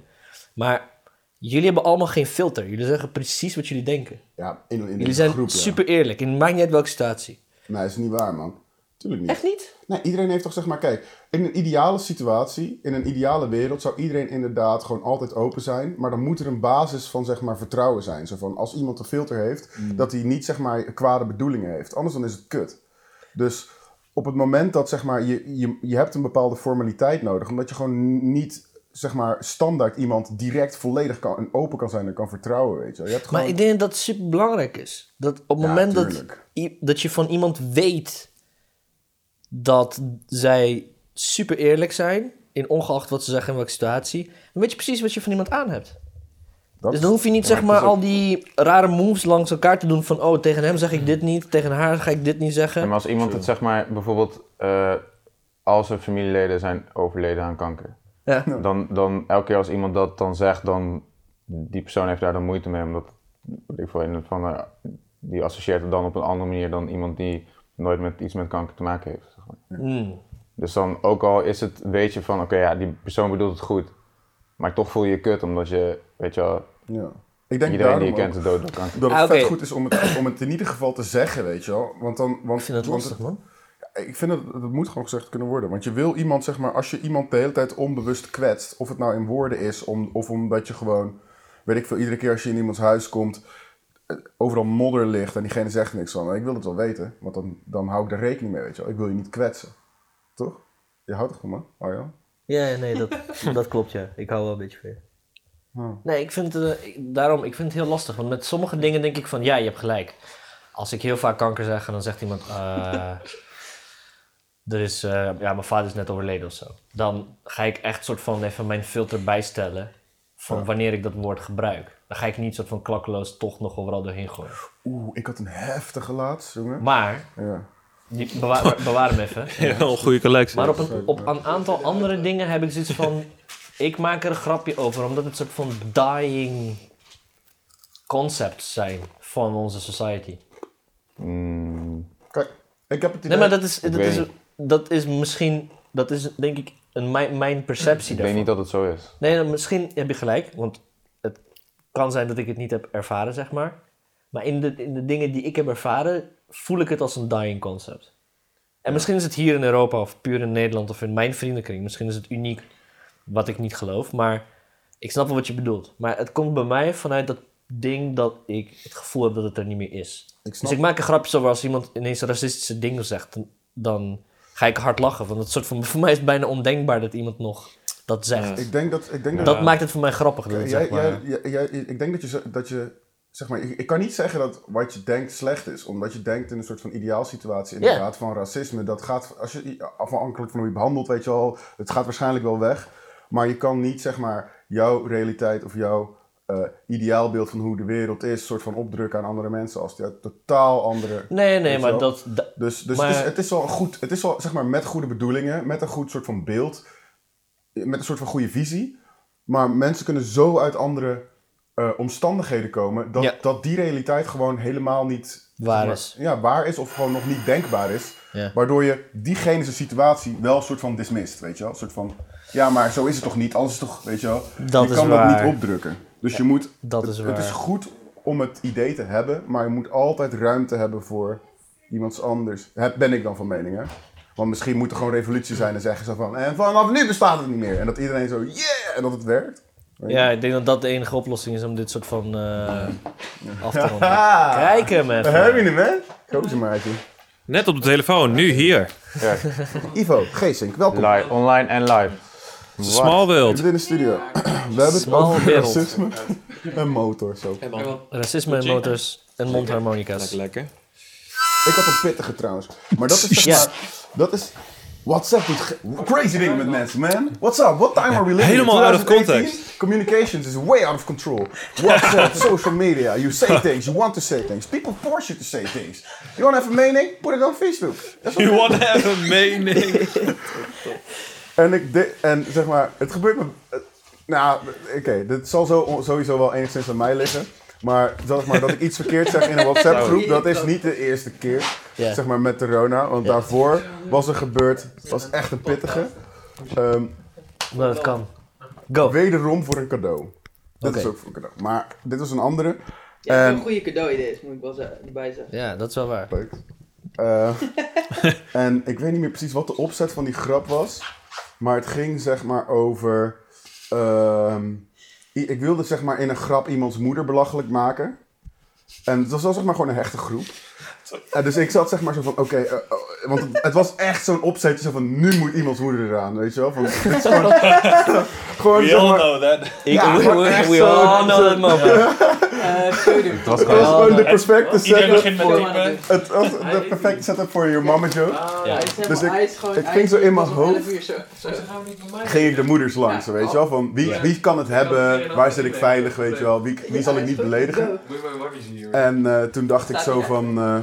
B: Maar jullie hebben allemaal geen filter. Jullie zeggen precies wat jullie denken.
C: Ja, in, in
B: Jullie
C: deze
B: zijn
C: groep, ja.
B: super eerlijk. En het maakt niet uit welke situatie.
C: Nee, dat is niet waar, man. Tuurlijk niet.
B: Echt niet?
C: Nee, iedereen heeft toch zeg maar, kijk, in een ideale situatie, in een ideale wereld, zou iedereen inderdaad gewoon altijd open zijn. Maar dan moet er een basis van zeg maar vertrouwen zijn. Zo van, als iemand een filter heeft, dat hij niet zeg maar kwade bedoelingen heeft. Anders dan is het kut. Dus op het moment dat zeg maar, je, je, je hebt een bepaalde formaliteit nodig, omdat je gewoon niet zeg maar standaard iemand direct volledig kan, en open kan zijn en kan vertrouwen, weet je. wel. Je hebt gewoon...
B: Maar ik denk dat het super belangrijk is. Dat op het
C: Ja,
B: moment dat,
C: tuurlijk.
B: i- dat je van iemand weet dat zij super eerlijk zijn, in ongeacht wat ze zeggen en welke situatie, dan weet je precies wat je van iemand aan hebt.
C: dat
B: Dus dan hoef je niet zeg maar al die rare moves langs elkaar te doen van oh, tegen hem zeg ik dit niet, tegen haar ga ik dit niet
A: Ja,
C: Eh,
B: zeggen.
A: maar als iemand het zeg maar bijvoorbeeld eh al zijn familieleden zijn overleden aan kanker.
B: Ja.
A: Dan, dan elke keer als iemand dat dan zegt, dan die persoon heeft daar dan moeite mee. Omdat weet ik voor een van eh, die associeert het dan op een andere manier dan iemand die nooit met iets met kanker te maken heeft. zeg maar.
C: Hmm.
B: Mm.
A: Dus dan ook al is het weet je van oké, ja, die persoon bedoelt het goed. Maar toch voel je je kut omdat je, weet je wel,
C: Ja. Ik denk
A: iedereen die je
C: daarom ook-
A: kent is dood door kanker.
C: Dat het
B: Ah, oké.
C: vet goed is om het, om het in ieder geval te zeggen, weet je wel. Want dan, want,
B: Ik vind dat
C: want
B: lastig
C: het-
B: man.
C: ik vind dat dat moet gewoon gezegd kunnen worden. Want je wil iemand, zeg maar, als je iemand de hele tijd onbewust kwetst, of het nou in woorden is, om, of omdat je gewoon, weet ik veel, iedere keer als je in iemands huis komt, eh, overal modder ligt en diegene zegt niks van. "Nou, Ik wil het wel weten, want dan, dan hou ik er rekening mee, weet je wel. Ik wil je niet kwetsen. Toch? Je houdt het van me, Arjan?
B: Ja, ja, nee, dat, dat klopt ja. Ik hou wel een beetje van je.
C: Hmm.
B: Nee, ik vind, het, eh, ik- daarom, ik vind het heel lastig. Want met sommige dingen denk ik van, ja, je hebt gelijk. Als ik heel vaak kanker zeg en dan zegt iemand, eh, er is, eh, ja, mijn vader is net overleden of zo. Dan ga ik echt soort van even mijn filter bijstellen van wanneer ik dat woord gebruik. Dan ga ik niet soort van klakkeloos toch nog overal doorheen gooien.
C: Oeh, ik had een heftige laatst, jongen.
B: Maar,
C: Ja.
B: die, bewaar, bewaar hem even.
D: Ja, een goede collectie.
B: Maar op een, op een aantal andere dingen heb ik zoiets van. Ik maak er een grapje over, omdat het soort van dying concepts zijn van onze society.
A: Mm,
C: Kijk, ik heb het idee...
B: Nee, maar dat is, dat
A: weet
B: is,
A: niet.
B: dat is misschien. Dat is denk ik een, mijn, mijn perceptie
A: ik
B: daarvan.
A: denk niet dat het zo is.
B: Nee, dan misschien heb je gelijk, want het kan zijn dat ik het niet heb ervaren, zeg maar. Maar in de, in de dingen die ik heb ervaren, voel ik het als een dying concept. En misschien is het hier in Europa of puur in Nederland of in mijn vriendenkring. Misschien is het uniek wat ik niet geloof, maar ik snap wel wat je bedoelt. Maar het komt bij mij vanuit dat ding dat ik het gevoel heb dat het er niet meer is.
C: Ik snap
B: Dus ik maak een grapje over als iemand ineens racistische dingen zegt, dan- dan ga ik hard lachen. Want het soort van, voor mij is het bijna ondenkbaar dat iemand nog dat zegt.
C: Ik denk dat... Ik denk dat
B: Dat maakt het voor mij grappig. dat het,
C: Jij-
B: zeg maar-
C: jij- jij- jij- ik denk dat je, ze- dat je zeg maar, ik, ik kan niet zeggen dat wat je denkt slecht is, omdat je denkt in een soort van ideaalsituatie inderdaad van racisme. Dat gaat, als je, afhankelijk van hoe je behandelt, weet je al, het gaat waarschijnlijk wel weg. Maar je kan niet, zeg maar, jouw realiteit of jouw eh, ideaalbeeld van hoe de wereld is, soort van opdrukken aan andere mensen als die uit totaal andere
B: Nee,
C: Weet
B: nee,
C: je
B: maar
C: wel?
B: dat, da-
C: dus, dus
B: Maar-
C: het, is, het is wel een goed, het is wel zeg maar met goede bedoelingen, met een goed soort van beeld, met een soort van goede visie. Maar mensen kunnen zo uit andere eh, omstandigheden komen dat,
B: Ja.
C: dat die realiteit gewoon helemaal niet
B: Waar
C: maar-
B: is.
C: Ja, waar is of gewoon nog niet denkbaar is.
B: Ja.
C: Waardoor je diegene zijn situatie wel een soort van dismist, weet je wel? Een soort van, ja, maar zo is het toch niet? Anders is het toch, weet je wel?
B: Dat
C: je
B: is
C: kan
B: waar.
C: dat niet opdrukken. Dus je moet,
B: Dat
C: het,
B: is
C: het is
B: waar.
C: goed om het idee te hebben, maar je moet altijd ruimte hebben voor iemand anders. Heb, ben ik dan van mening, hè? Want misschien moet er gewoon revolutie zijn en zeggen zo van, en vanaf nu bestaat het niet meer. En dat iedereen zo, yeah, en dat het werkt.
B: Ja, ik denk dat dat de enige oplossing is om dit soort van eh, af te ronden.
C: Ah,
B: Kijk hem
C: daar heb je
B: even.
C: hem, hè? Koos hem, maatje.
D: Net op de telefoon, nu hier.
C: Ivo, Geesink, welkom.
A: Live, online en live.
C: We
D: Smallwild.
C: zitten in de studio. *clears throat* We hebben het
B: Small
C: over
B: wereld.
C: racisme en motor. Zo.
B: Racisme en motors en mondharmonica's.
D: lekker.
C: Ik had een pittige trouwens. Maar dat is zeg maar... Dat is... WhatsApp doet ge- crazy dingen met mensen, man. What's up? What time are we living in?
D: Helemaal out of
C: 2018?
D: context.
C: Communications is way out of control.
D: *laughs*
C: WhatsApp, social media. You say things, you want to say things. People force you to say things. You want to have a mening? Put it on Facebook. That's what
D: *laughs* You want to have a mening?
C: En, ik de- en zeg maar, het gebeurt me. eh, Nou, oké, dit zal zo, sowieso wel enigszins aan mij liggen. Maar zeg maar dat ik iets verkeerd zeg in een WhatsApp-groep, dat is niet de eerste keer.
B: Ja.
C: Zeg maar met de Rona, want daarvoor was er gebeurd, was echt een pittige. Ehm,
B: Maar dat kan. Go.
C: wederom voor een cadeau. Dit is
B: Oké.
C: ook voor een cadeau. Maar dit was een andere.
E: Ja,
C: En-
E: een goede cadeau idee is, moet ik wel ze- erbij zeggen.
B: Ja, dat is wel waar.
C: Leuk. Eh, *laughs* en ik weet niet meer precies wat de opzet van die grap was. Maar het ging zeg maar over. ehm, i- ik wilde zeg maar in een grap iemands moeder belachelijk maken. En het was wel zeg maar gewoon een hechte groep. En dus ik zat zeg maar zo van, oké, eh, oh, want het, het was echt zo'n opzetje zo van, nu moet iemands moeder eraan, weet je wel? Van, het is gewoon, *laughs* gewoon
D: We
C: zeg
D: all
C: maar,
D: know that.
B: Ik,
C: Ja,
B: we
C: maar
B: we-
C: echt
B: we
C: zo-
B: all know that moment.
A: Het was
C: het was
A: gewoon-
C: gewoon de perfecte setup,
D: begint
E: Voor- Ja,
C: het was de perfecte setup voor je mama joke.
E: hij is helemaal-
C: Dus ik-
E: hij is gewoon-
C: het
E: hij
C: ging
E: is
C: zo in mijn
E: pas om 11
C: hoofd.
E: uur zo- zo.
C: ging ik de moeders langs,
E: Ja.
C: weet je wel? Van wie, wie kan het hebben? Waar zit ik veilig, weet je wel? Wie, wie zal ik niet beledigen?
H: Moet je mijn wakker zien, hoor.
C: En eh, toen dacht ik zo van... eh,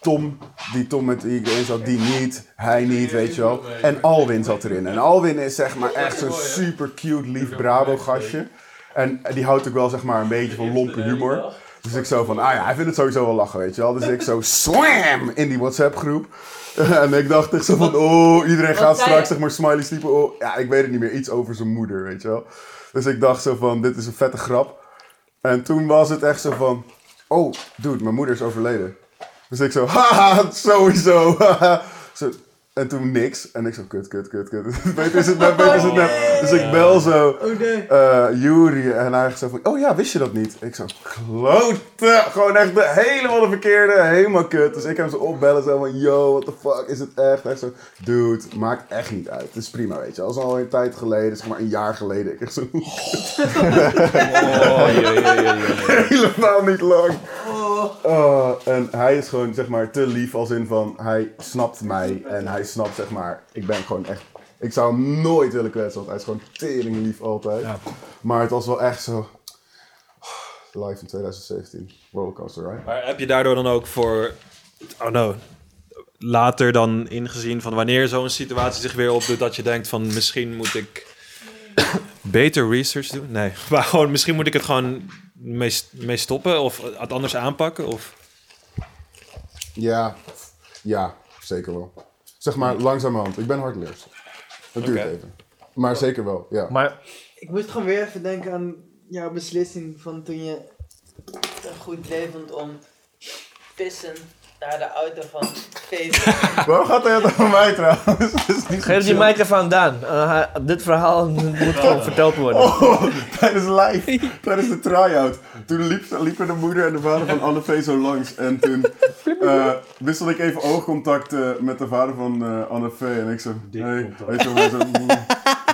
C: Tom, die Tom met iedereen zat, die niet, hij niet, weet je wel. En Alwin zat erin. En Alwin is zeg maar echt zo'n super cute, lief Brabo-gastje. En die houdt ook wel zeg maar een beetje van lompe humor. Dus ik zo van, ah ja, hij vindt het sowieso wel lachen, weet je wel. Dus ik zo slam in die WhatsApp-groep. *laughs* En ik dacht echt zo van, oh, iedereen gaat
E: zei
C: straks
E: je?
C: zeg maar smileys typen. Oh, ja, ik weet het niet meer, iets over zijn moeder, weet je wel. Dus ik dacht zo van, dit is een vette grap. En toen was het echt zo van, oh, dude, mijn moeder is overleden. Dus ik zo, *laughs* haha, sowieso. *laughs* haha. Zo, en toen niks. En ik zo, kut, kut, kut, kut. *laughs* Beter is het nep, beter is het nep. Dus ik bel zo eh Yuri en hij zo van, oh ja, wist je dat niet? Ik zo, klote. Gewoon echt de, helemaal de verkeerde, helemaal kut. Dus ik hem zo opbellen, zo van, yo, what the fuck, is het echt? Echt zo, dude, maakt echt niet uit. Het is prima, weet je. Als al een tijd geleden, zeg maar een jaar geleden. Ik echt zo, *laughs*
D: Oh, jee, jee, jee, jee.
C: helemaal niet lang. Oh, en hij is gewoon zeg maar te lief als in van hij snapt mij en hij snapt zeg maar ik ben gewoon echt ik zou hem nooit willen kwetsen want hij is gewoon tering lief altijd. Maar het was wel echt zo live in 2017 rollercoaster right?
D: Maar heb je daardoor dan ook voor... Oh no. Later dan ingezien van wanneer zo'n situatie zich weer opdoet... dat je denkt van misschien moet ik... *coughs* beter research doen? Nee. *laughs* Maar gewoon misschien moet ik het gewoon mee, mee stoppen... of het anders aanpakken? Of...
C: Ja. Ja, zeker wel. Zeg maar langzamerhand. Ik ben hardleers. Dat duurt
D: Oké.
C: even. Maar zeker wel. Ja.
B: Maar
E: Ik moest gewoon weer even denken aan jouw beslissing van toen je het een goed idee vond om pissen naar de auto van Feest.
C: Waarom gaat hij het over mij trouwens? Het is niet
B: geef die
C: chill.
B: microfoon aan. Eh, hij- dit verhaal *laughs* moet gewoon verteld worden.
C: Oh, *laughs* tijdens live, *laughs* tijdens de try-out. Toen liep, liepen de moeder en de vader van Anne V zo langs. En toen eh, wisselde ik even oogcontact eh, met de vader van eh Anne V. En ik zo, hey, weet je wel, zo, mm,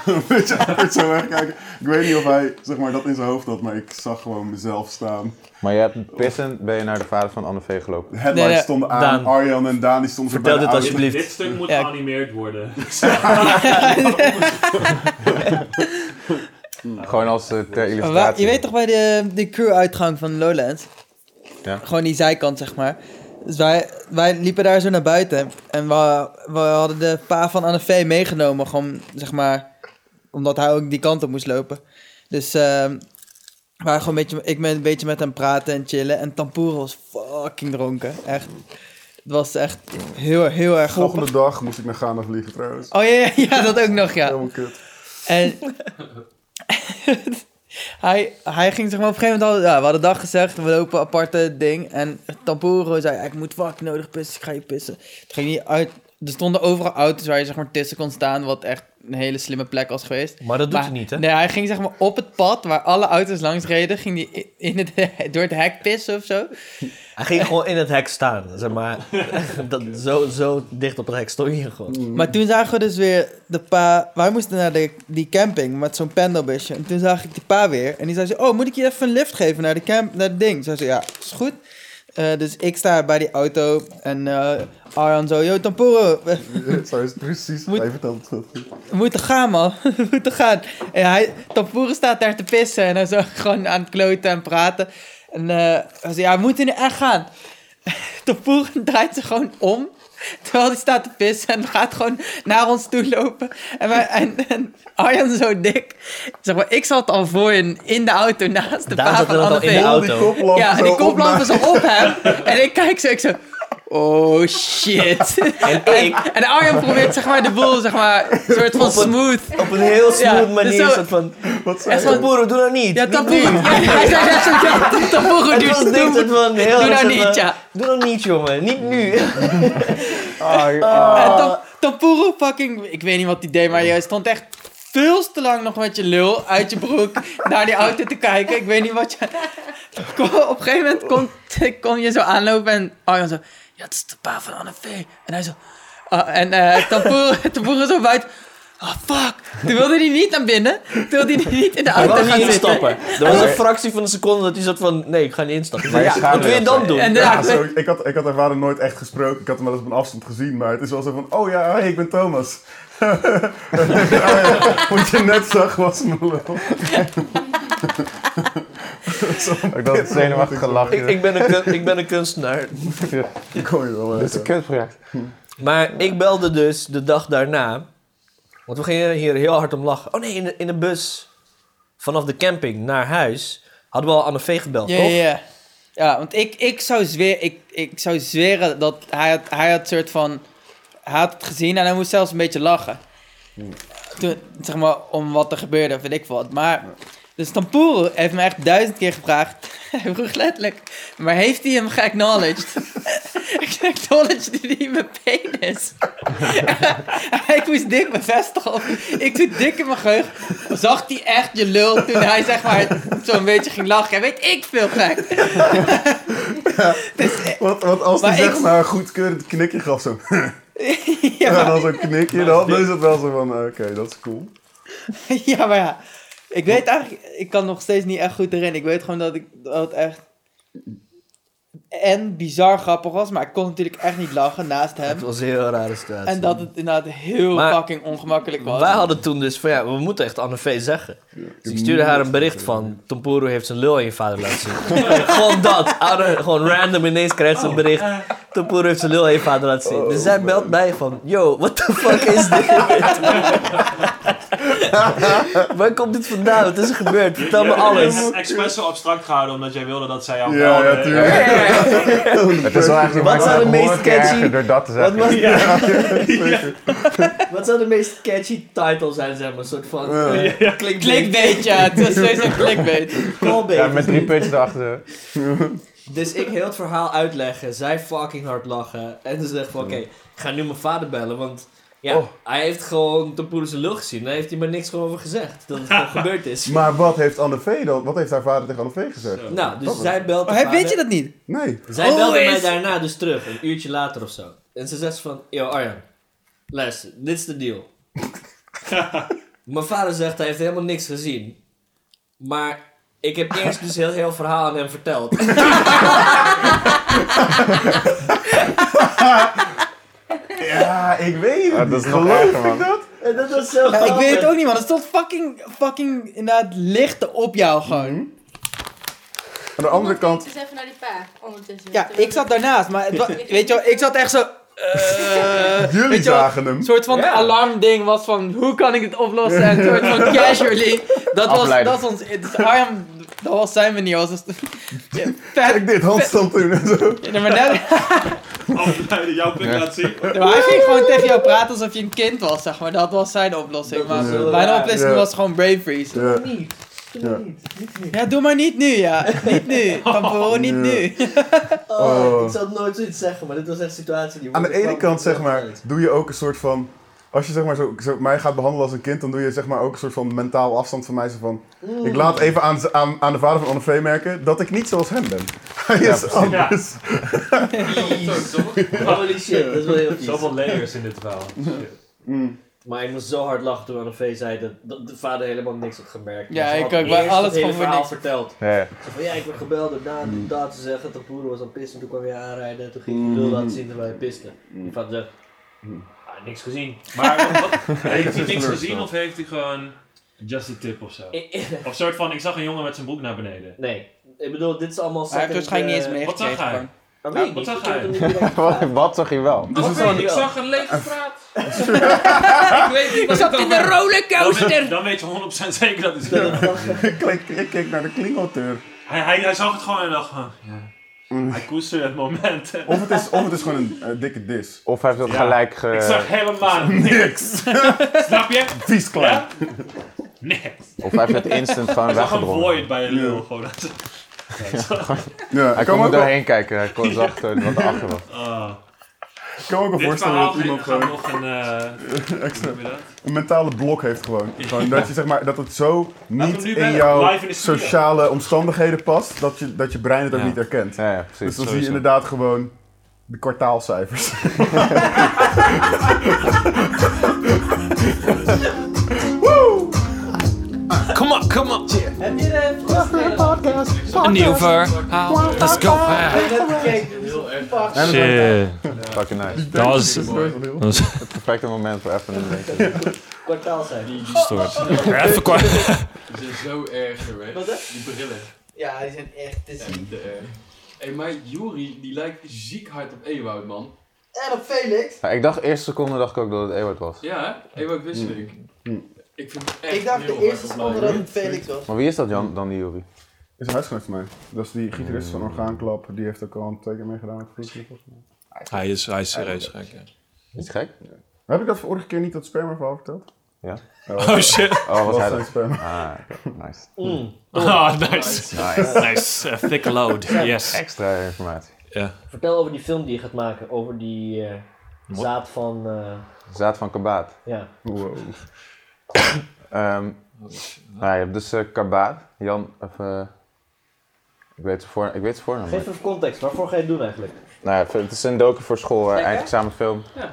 C: *laughs* een beetje awkward zo wegkijken. Ik weet niet of hij zeg maar, dat in zijn hoofd had, maar ik zag gewoon mezelf staan.
A: Maar je hebt pissen, ben je naar de vader van Anne V gelopen.
C: De headlights
E: Nee, nee.
C: stonden aan,
B: Daan.
C: Arjan en Daan die stonden zo
B: Vertel dit
C: bij de auto.
B: alsjeblieft.
I: Dit stuk moet
E: Ja.
I: geanimeerd worden.
A: Gewoon als eh, ter
E: Waar,
A: illustratie.
E: je weet toch bij de, de crew-uitgang van Lowlands?
A: Ja.
E: Gewoon die zijkant, zeg maar. Dus wij, wij liepen daar zo naar buiten. En we, we hadden de pa van Anne V meegenomen. Gewoon, zeg maar, omdat hij ook die kant op moest lopen. Dus ehm, Waar gewoon een beetje, ik ben een beetje met hem praten en chillen. En Tampoer was fucking dronken. Echt. Het was echt heel, heel erg grappig.
C: *laughs* Volgende dag moest ik naar Ghana vliegen trouwens.
E: Oh ja, ja, ja, dat ook nog, ja.
C: Helemaal kut. *laughs*
E: En *laughs* hij, hij ging zeg maar op een gegeven moment al... Ja, we hadden dag gezegd, we lopen aparte ding. En Tampuro zei, ik moet fucking nodig pissen, ik ga je pissen. Het ging niet uit... Er stonden overal auto's waar je zeg maar tussen kon staan, wat echt een hele slimme plek was geweest.
B: Maar dat doet
E: Maar-
B: hij niet, hè?
E: Nee, hij ging zeg maar op het pad waar alle auto's langs reden, ging hij in- in het, door het hek pissen of zo.
B: Hij ging gewoon in het hek staan, zeg maar. *laughs* dat, zo, zo dicht op het hek stond je gewoon.
E: Maar toen zagen we dus weer de pa... Wij moesten naar de, die camping met zo'n pendelbusje. En toen zag ik die pa weer. En die zei zo... Oh, moet ik je even een lift geven naar de camp, naar het ding? Zei ze, ja, is goed. Eh, dus ik sta bij die auto. En eh, Arjan zo... Yo, eh, Tampuro, we,
C: Zo is het precies.
E: Moet-
C: Hij vertelt het.
E: we moeten gaan, man. *laughs* we moeten gaan. En hij... Tampuro staat daar te pissen. En hij zo *laughs* gewoon aan het kloten en praten. En eh, hij zei... Ja, we moeten nu echt gaan. *laughs* Tampuro draait zich gewoon om... Terwijl hij staat te pissen en gaat gewoon naar ons toe lopen. En, wij, en, en Arjan zo dik. Zeg maar, ik zat al voor je in de auto naast de
B: Daar
E: pa
B: zat
E: van
B: hij dan
E: Anne
B: in de
E: V.
B: auto.
C: koplamp
E: Ja, die koplamp
C: is
E: was op hem. En ik kijk zo, ik zo... Oh shit. En, en Arjan probeert zeg maar de boel, zeg maar, een soort van smooth.
B: Op een heel smooth
E: Ja,
B: manier.
E: dus zo-
B: soort van,
C: Wat zei
B: echt
C: je?
B: van, boeren, doe nou niet.
E: Ja,
B: Doe
E: taboe.
B: niet.
E: Ja, hij zei net zo, ja, taboe,
B: Het was
E: dude.
B: dit, soort van, heel
E: Doe nou
B: soort
E: niet,
B: van,
E: ja.
B: Doe nou niet, jongen. Niet *laughs* nu.
C: Ah, ah.
E: En Tam- Tampuro fucking... Ik weet niet wat die deed, maar je stond echt veel te lang nog met je lul uit je broek *laughs* naar die auto te kijken. Ik weet niet wat je... *laughs* Kom- Op een gegeven moment kon, *laughs* kon je zo aanlopen en Arjan zo... Ja, het is de pa van Anne V. En hij zo... ah, en eh Tampuro, *laughs* Tampuro zo buiten... Ah, fuck. Toen wilde hij niet naar binnen. Toen wilde hij niet in de
B: Hij
E: auto
B: wou
E: gaan
B: niet
E: zitten.
B: instappen. Er
E: *laughs*
B: was een fractie van een seconde dat hij soort van... Nee, ik ga niet instappen.
A: Maar je
B: Ja,
A: schaamt
B: wat wil je
A: je
B: dan
A: wel.
B: doen?
E: En
C: Ja,
E: daar-
C: zo, ik, had, ik had haar vader nooit echt gesproken. Ik had hem wel eens op een afstand gezien. Maar het is wel zo van... Oh ja, hey, ik ben Thomas. *laughs* Ah, ja, Wat je net zag was mijn lul.
A: Ik dacht het zenuwachtige lachje.
B: Ik, ik, ben een, kun- ik ben een kunstenaar.
C: Ik kon je wel
A: Dit is
C: uit.
A: een
C: ja.
A: kutproject.
B: Maar ik belde dus de dag daarna. Want we gingen hier heel hard om lachen. Oh nee, in de, in de bus vanaf de camping naar huis hadden we al Anne V gebeld,
E: Ja,
B: toch?
E: ja, ja. Ja, want ik, ik, zou, zweer, ik, ik zou zweren dat hij had, hij had soort van... Hij had het gezien en hij moest zelfs een beetje lachen. Toen, zeg maar, om wat er gebeurde, weet ik wat. Maar, dus Tampuro heeft me echt duizend keer gevraagd. *laughs* Hij vroeg letterlijk, maar heeft hij hem geacknowledged? *laughs* ik acknowledged hij mijn penis. *laughs* ik moest dik bevestigen. Of, ik doe dik in mijn geheugen. Zag hij echt je lul toen hij zeg maar zo'n beetje ging lachen? Ja, Weet ik veel gek.
C: eh, Wat, wat als
E: Maar
C: hij
E: ik-
C: zegt maar een goedkeurend knikje gaf zo...
E: *laughs* Ja,
C: Ja,
E: maar,
C: dan zo'n knikje. Dan, dan is het wel zo van... eh, Oké, dat is cool.
E: ja, maar ja. Ik weet eigenlijk, ik kan nog steeds niet echt goed erin. Ik weet gewoon dat ik dat het echt. En bizar grappig was, maar ik kon natuurlijk echt niet lachen naast hem.
B: Het was een heel rare situatie.
E: En dat het inderdaad heel
B: Maar-
E: fucking ongemakkelijk was.
B: Wij hadden toen dus van ja, we moeten echt Anne V zeggen. Dus ik stuurde haar een bericht van... Tomporo heeft zijn lul aan je vader laten zien. *laughs* gewoon dat. Oude, gewoon random ineens krijgt ze een bericht. Tomporo heeft zijn lul aan je vader laten zien. dus zij belt mij van... Yo, what the fuck is dit? *laughs* Waar komt dit vandaan? Wat is er gebeurd? Vertel me alles.
D: expres zo abstract gehouden, omdat jij wilde dat zij jou
C: Ja, ja, tuurlijk.
A: Het is wel eigenlijk...
B: Wat zou de meest
A: Hoor ik je
B: catchy-
A: erger door dat te
B: Wat,
A: zeggen.
B: was,
C: Zeker.
B: wat zou de meest catchy title zijn, zeg maar? Een soort van... *laughs*
C: Ja.
B: eh,
E: Clickbait, ja. Het was steeds een clickbait. *laughs*
B: callback.
A: Ja, met drie puntjes erachter.
B: Dus ik heel het verhaal uitleggen, zij fucking hard lachen. En ze zegt van, oké, ik ga nu mijn vader bellen, want ja,
A: Oh.
B: hij heeft gewoon Tampoer zijn lul gezien. Daar heeft hij maar niks gewoon over gezegd, dat het gewoon gebeurd is.
C: Maar wat heeft Anne V dan? Wat heeft haar vader tegen Anne V gezegd?
B: Nou, dus
C: Dat is-
B: zij belt de
E: Maar
B: vader.
E: weet je dat niet?
C: Nee.
B: Zij belde mij
E: Always.
B: daarna dus terug, een uurtje later of zo. En ze zegt van, yo Arjan, luister, dit is de deal. mijn vader zegt, hij heeft helemaal niks gezien. Maar ik heb eerst dus heel heel verhaal aan hem verteld.
C: Ja, ik weet het
A: Ah, dat
C: niet.
A: is nog
C: Geloof
A: erger,
C: ik
A: man.
C: dat?
B: en dat was zo
E: Ja, ik weet het
B: grappig.
E: ook niet, man. Het stond fucking, fucking inderdaad lichten op jou gewoon.
C: Aan de andere kant...
G: Dus even naar die pa ondertussen.
E: Ja, ik zat daarnaast, maar
I: *laughs*
E: het wa- weet je wel, ik zat echt zo... eh,
C: Jullie
E: weet je wel,
C: zagen hem.
E: Een soort van
B: Ja.
E: alarmding was
C: *laughs*
E: van, hoe kan ik dit oplossen? En een soort van casually. Dat was,
A: Afleiden.
E: dat was ons... Dus Arjan Dat was zijn we niet, was
C: *laughs*
E: het. Ja,
A: Kijk dit, handstand doen en zo.
E: Ja, maar, net,
D: Oh, ja, *laughs* jouw pik
A: Ja.
D: laat zien.
E: maar hij ging gewoon tegen jou praten alsof je een kind was, zeg maar. Dat was zijn oplossing. Maar mijn oplossing
C: Ja.
E: was gewoon brain freeze.
C: Ja. Ja.
E: Ja, doe maar niet nu, ja. Niet
C: *laughs*
E: nu. Pampero, niet
C: Ja.
E: nu.
I: Oh,
C: Oh.
I: Ik zou het nooit zoiets zeggen, maar dit was echt een situatie die...
C: Aan de ene
I: kwam-
C: kant, zeg maar, doe je ook een soort van... Als je zeg maar, zo, zo mij gaat behandelen als een kind, dan doe je zeg maar, ook een soort van mentaal afstand van mij. Zo van, ik laat even aan, z- aan, aan de vader van Anne V merken dat ik niet zoals hem ben. *laughs* Hij is anders.
I: Holy shit, *laughs* dat is wel heel vies.
J: Zoveel layers in dit verhaal. Shit.
C: Mm.
I: Maar ik moest zo hard lachen toen Annevee zei dat, dat de vader helemaal niks had gemerkt.
E: Ja,
I: Ze
E: ik
I: had
E: ook, maar
I: eerst
E: alles
I: het hele
E: gewoon voor
I: verhaal
E: niks.
I: verteld.
A: Ja, ja.
I: Zo van, ja, ik werd gebeld door Daan,
C: Mm.
I: toen Daan te zeggen dat de broer was aan het pissen. Toen kwam hij aanrijden en toen ging hij de lul
C: Mm.
I: laten zien terwijl hij piste. Die vader zegt,
J: Ah, niks gezien. Maar *laughs* wat- wat- heeft hij niks gezien of heeft hij gewoon just a tip of zo?
I: "Eh, eh,
J: Of soort van, ik zag een jongen met zijn broek naar beneden.
I: *laughs* nee. Ik bedoel, dit is allemaal
E: Hij heeft
I: second,
E: waarschijnlijk niet
I: eh,
E: eens
J: wat zag
E: meegekregen.
J: hij?
E: gewoon.
I: dat weet ik niet,
J: Wat zag
I: ik heb
J: hij?
I: hem niet
C: *laughs*
I: direct
A: Wat,
I: gevraagd.
A: wat zag je wel?
J: Dat
I: is
J: weet
I: wel-
J: Oh, ik, ik zag een lege straat. ik weet niet
E: Ik
J: wat
E: zat in de
J: dan, weet-
E: rollercoaster!
J: dan weet je 100% zeker dat hij
I: Dat
J: het
I: het wel-
C: Ik keek, ik keek naar de klingelteur.
J: hij, hij, hij zag het gewoon en dacht van... Ja. Hij koesterde het moment.
C: Of het is, of het is gewoon een eh, dikke dis.
A: Of heeft dat
J: Ja.
A: gelijk ge...
J: ik *laughs* zag helemaal niks. Snap je?
C: Vies klein.
J: Ja? Niks.
A: Of heeft het instant gewoon
J: Hij zag een
A: weggedrongen.
J: void bij je lul. Gewoon.
C: Ja,
A: Hij
C: ik
A: kon
C: kan me
A: er
C: ook wel-
A: doorheen kijken, hij kon zag eh, wat erachter was.
J: Ah.
C: ik kan me ook wel
J: Dit
C: voorstellen
J: verhaal
C: dat iemand
J: gaat gaat
C: gewoon
J: nog een... eh, hoe noem je dat?
C: een mentale blok heeft gewoon. gewoon dat, je, zeg maar, dat het zo
J: hem
C: niet
J: nu
C: in
J: bellen,
C: jouw
J: live in de studio.
C: sociale omstandigheden past, dat je, dat je brein het ook
A: Ja.
C: niet herkent.
A: Ja, ja
C: Dus
A: precies.
C: dan zie je
A: sowieso.
C: inderdaad gewoon de kwartaalcijfers.
A: *laughs*
D: Come on, come on.
I: Heb je de podcast?
E: Een nieuw verhaal. Let's go.
I: Ik heb het gekeken, dus fuck.
J: Shit.
A: Fucking nice.
J: Dat was...
A: Het perfecte moment voor even een beetje...
I: Kwartaal zijn.
J: Even kort.
K: Die zijn zo erg, joh, hè?
I: Wat hè?
K: Die brillen.
I: Ja, die zijn echt te zien.
K: Echt te erg. Hé, maar Juri, die lijkt ziek hard op Ewoud, man.
I: En op Felix.
A: Ja, ik dacht, eerste seconde dacht ik ook dat het Ewart was.
K: Ja, hè? Ewoud Wisseling. Ik vind het echt
I: Ik dacht de
K: heel
I: eerste
K: hard
I: seconde
K: op
I: dat
K: lijken.
I: het Felix was.
A: Maar wie is dat Jan, dan die Jury?
C: is een huisgenoot van mij. Dat is die gitarist
A: Eh.
C: van Orgaanklap. Die heeft ook al een twee keer meegedaan met Vloedklap, volgens mij.
D: Hij is, hij is serieus gek. ja.
A: Is het gek?
C: Heb ik dat vorige keer niet dat sperma verhaal verteld?
A: Ja.
D: Oh shit.
A: Oh, was
C: Dat
A: hij
C: was
A: dat?
C: zijn sperma.
A: *laughs* Ah, oké. nice.
I: Mm.
D: Ah, nice.
A: Nice.
D: Nice. A thick load. Yes.
A: Extra informatie.
D: Ja.
B: Vertel over die film die je gaat maken, over die eh, zaad van... eh,
A: Zaad van kabaat.
B: ja.
C: Wow.
A: Ehm nou, je hebt dus eh Kabaat, Jan, of... eh, ik weet zijn voor, ik weet zijn
I: Nou,
A: voornaam
B: Geef
A: niet.
B: even context, waarvoor ga je het doen eigenlijk?
A: Nou ja, het is een docu voor school, eh, eindexamenfilm.
K: Fucking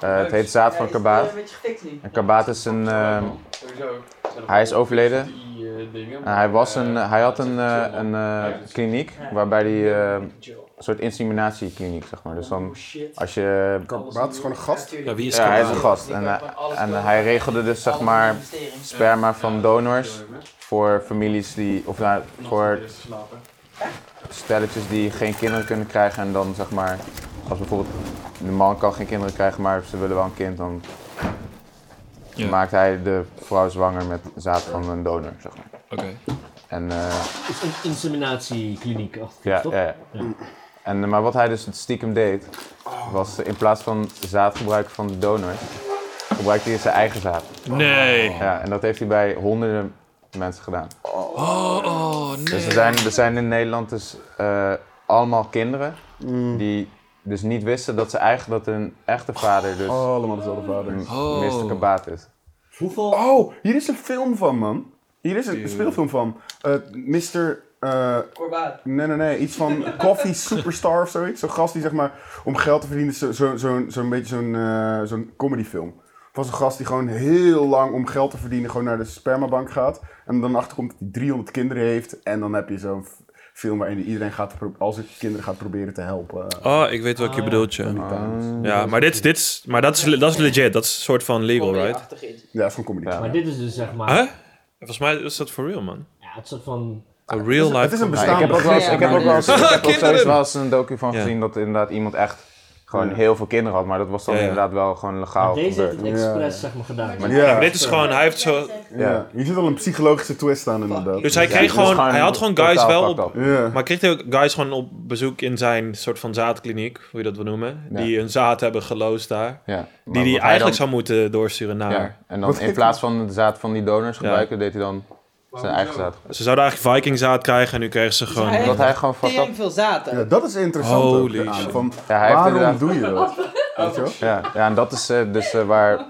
A: Eh, het
K: leuk.
A: heet Zaad van Kabaat.
I: Een beetje getikt nu.
A: En Kabaat is een... ehm,
K: Sowieso. eh,
A: hij is overleden.
K: dingen,
A: en hij, was een, hij had een, eh,
K: een
A: een eh, kliniek, waarbij die... eh, een soort inseminatiekliniek, zeg maar. Dus
E: Oh,
A: dan,
I: shit.
A: als je...
C: Maar het is gewoon een gast.
D: Ja, wie is
A: Ja, hij is
D: Kabaat?
A: een gast. En, eh, en hij regelde dus, zeg maar, sperma van donors voor families die... Of nou, voor
K: slapen.
A: stelletjes die geen kinderen kunnen krijgen en dan zeg maar, als bijvoorbeeld de man kan geen kinderen krijgen, maar ze willen wel een kind, dan
D: Ja.
A: maakt hij de vrouw zwanger met zaad van een donor, zeg maar.
D: Oké.
A: En, eh,
B: Is een inseminatiekliniek achter
A: ja,
B: toch?
A: ja, ja. En, eh, maar wat hij dus stiekem deed, was eh, in plaats van zaad gebruiken van de donors, gebruikte hij zijn eigen zaad.
D: Nee.
A: Ja, en dat heeft hij bij honderden mensen gedaan.
D: Oh, oh,
A: Dus
D: nee.
A: er zijn, er zijn in Nederland dus eh, allemaal kinderen die dus niet wisten dat, ze eigen, dat hun echte vader dus
C: Allemaal dezelfde vader.
A: een
D: Oh.
A: Mr. Kabaat is.
B: Hoeveel...
C: Oh, hier is een film van, man. Hier is een speelfilm van. Eh Mr. eh,
I: Korbaat.
C: nee, nee, nee. Iets van Coffee Superstar of zoiets. Zo'n gast die, zeg maar, om geld te verdienen, zo'n zo, zo'n- zo'n beetje zo'n eh, zo'n comedyfilm. Het was een gast die gewoon heel lang om geld te verdienen gewoon naar de spermabank gaat. En dan achterkomt dat hij 300 kinderen heeft. En dan heb je zo'n f- film waarin iedereen gaat, pro- als ik kinderen gaat proberen te helpen.
D: Oh, ik weet welke je bedoelt, ja.
A: Ah.
D: Ja, maar, dit, dit, is- maar dat, is, le- dat is legit. Dat is een soort van legal, right?
C: Ja, het is gewoon comedy.
A: Ja.
B: Maar dit is dus zeg maar...
D: Huh? Volgens mij is dat for real, man.
B: Ja, het soort van...
D: A real
C: Het
D: life.
C: is
A: Nou, ik
C: een bestaand *laughs*
A: heb ook wel eens, ik heb ook wel eens, ik heb ook steeds wel eens een docu van
D: Ja.
A: gezien dat inderdaad iemand echt gewoon heel veel kinderen had, maar dat was dan
D: Ja, ja.
A: inderdaad wel gewoon legaal
B: Deze heeft
A: gebeurd.
B: het expres, zeg maar, gedaan.
A: Maar-
D: Ja, maar dit is gewoon, hij heeft zo...
C: Ja, hier zit al een psychologische twist aan inderdaad.
D: Dus hij kreeg
A: dit is
D: gewoon,
A: gewoon
D: hij had gewoon guys
A: totaal
D: wel
A: fucked
D: op,
A: up.
C: Ja.
D: maar kreeg hij ook guys gewoon op bezoek in zijn soort van zaadkliniek, hoe je dat wil noemen,
A: Ja.
D: die een zaad hebben geloosd daar,
A: Ja, maar wat
D: die hij
A: hij
D: eigenlijk
A: dan-
D: zou moeten doorsturen naar.
A: Ja. En dan in plaats van het zaad van die donors
D: Ja.
A: gebruiken, deed hij dan zijn eigen zaad.
D: Ze zouden eigenlijk vikingzaad krijgen en nu kregen ze gewoon...
A: hij- Dat hij gewoon fucked
E: Tering veel zaten.
C: Ja, dat is interessant ook
D: Holy
C: eraan,
D: shit.
C: Van,
A: Ja, hij heeft
C: waarom
A: inderdaad-
C: doe je dat? Weet je wel?
A: Ja, ja, en dat is eh, dus eh, waar,